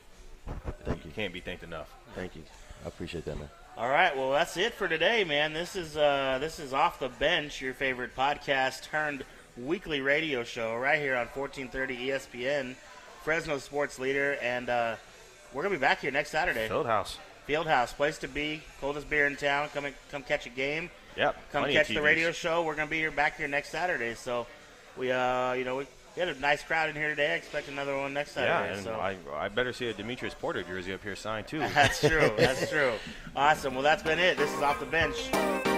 Speaker 5: Thank
Speaker 3: you
Speaker 5: you.
Speaker 3: can't be thanked enough.
Speaker 5: Thank you. I appreciate that, man.
Speaker 4: All right, well that's it for today, man. This is uh, this is off the bench, your favorite podcast turned weekly radio E show right here on 1430 ESPN, Fresno sports leader, and uh, We're gonna be back here next Saturday.
Speaker 3: Field house.
Speaker 4: Fieldhouse, place to be, coldest beer in town. Come and, come catch a game.
Speaker 3: Yep.
Speaker 4: Come
Speaker 3: plenty of
Speaker 4: catch the
Speaker 3: TVs.
Speaker 4: radio show. We're gonna be here back here next Saturday. So we uh you know we, we had a nice crowd in here today. I expect another one next
Speaker 3: Yeah,
Speaker 4: Saturday.
Speaker 3: and
Speaker 4: so.
Speaker 3: I, I better see a Demetrius Porter jersey up here signed too.
Speaker 4: That's true. That's true. Awesome. Well, that's been it. This is off the bench.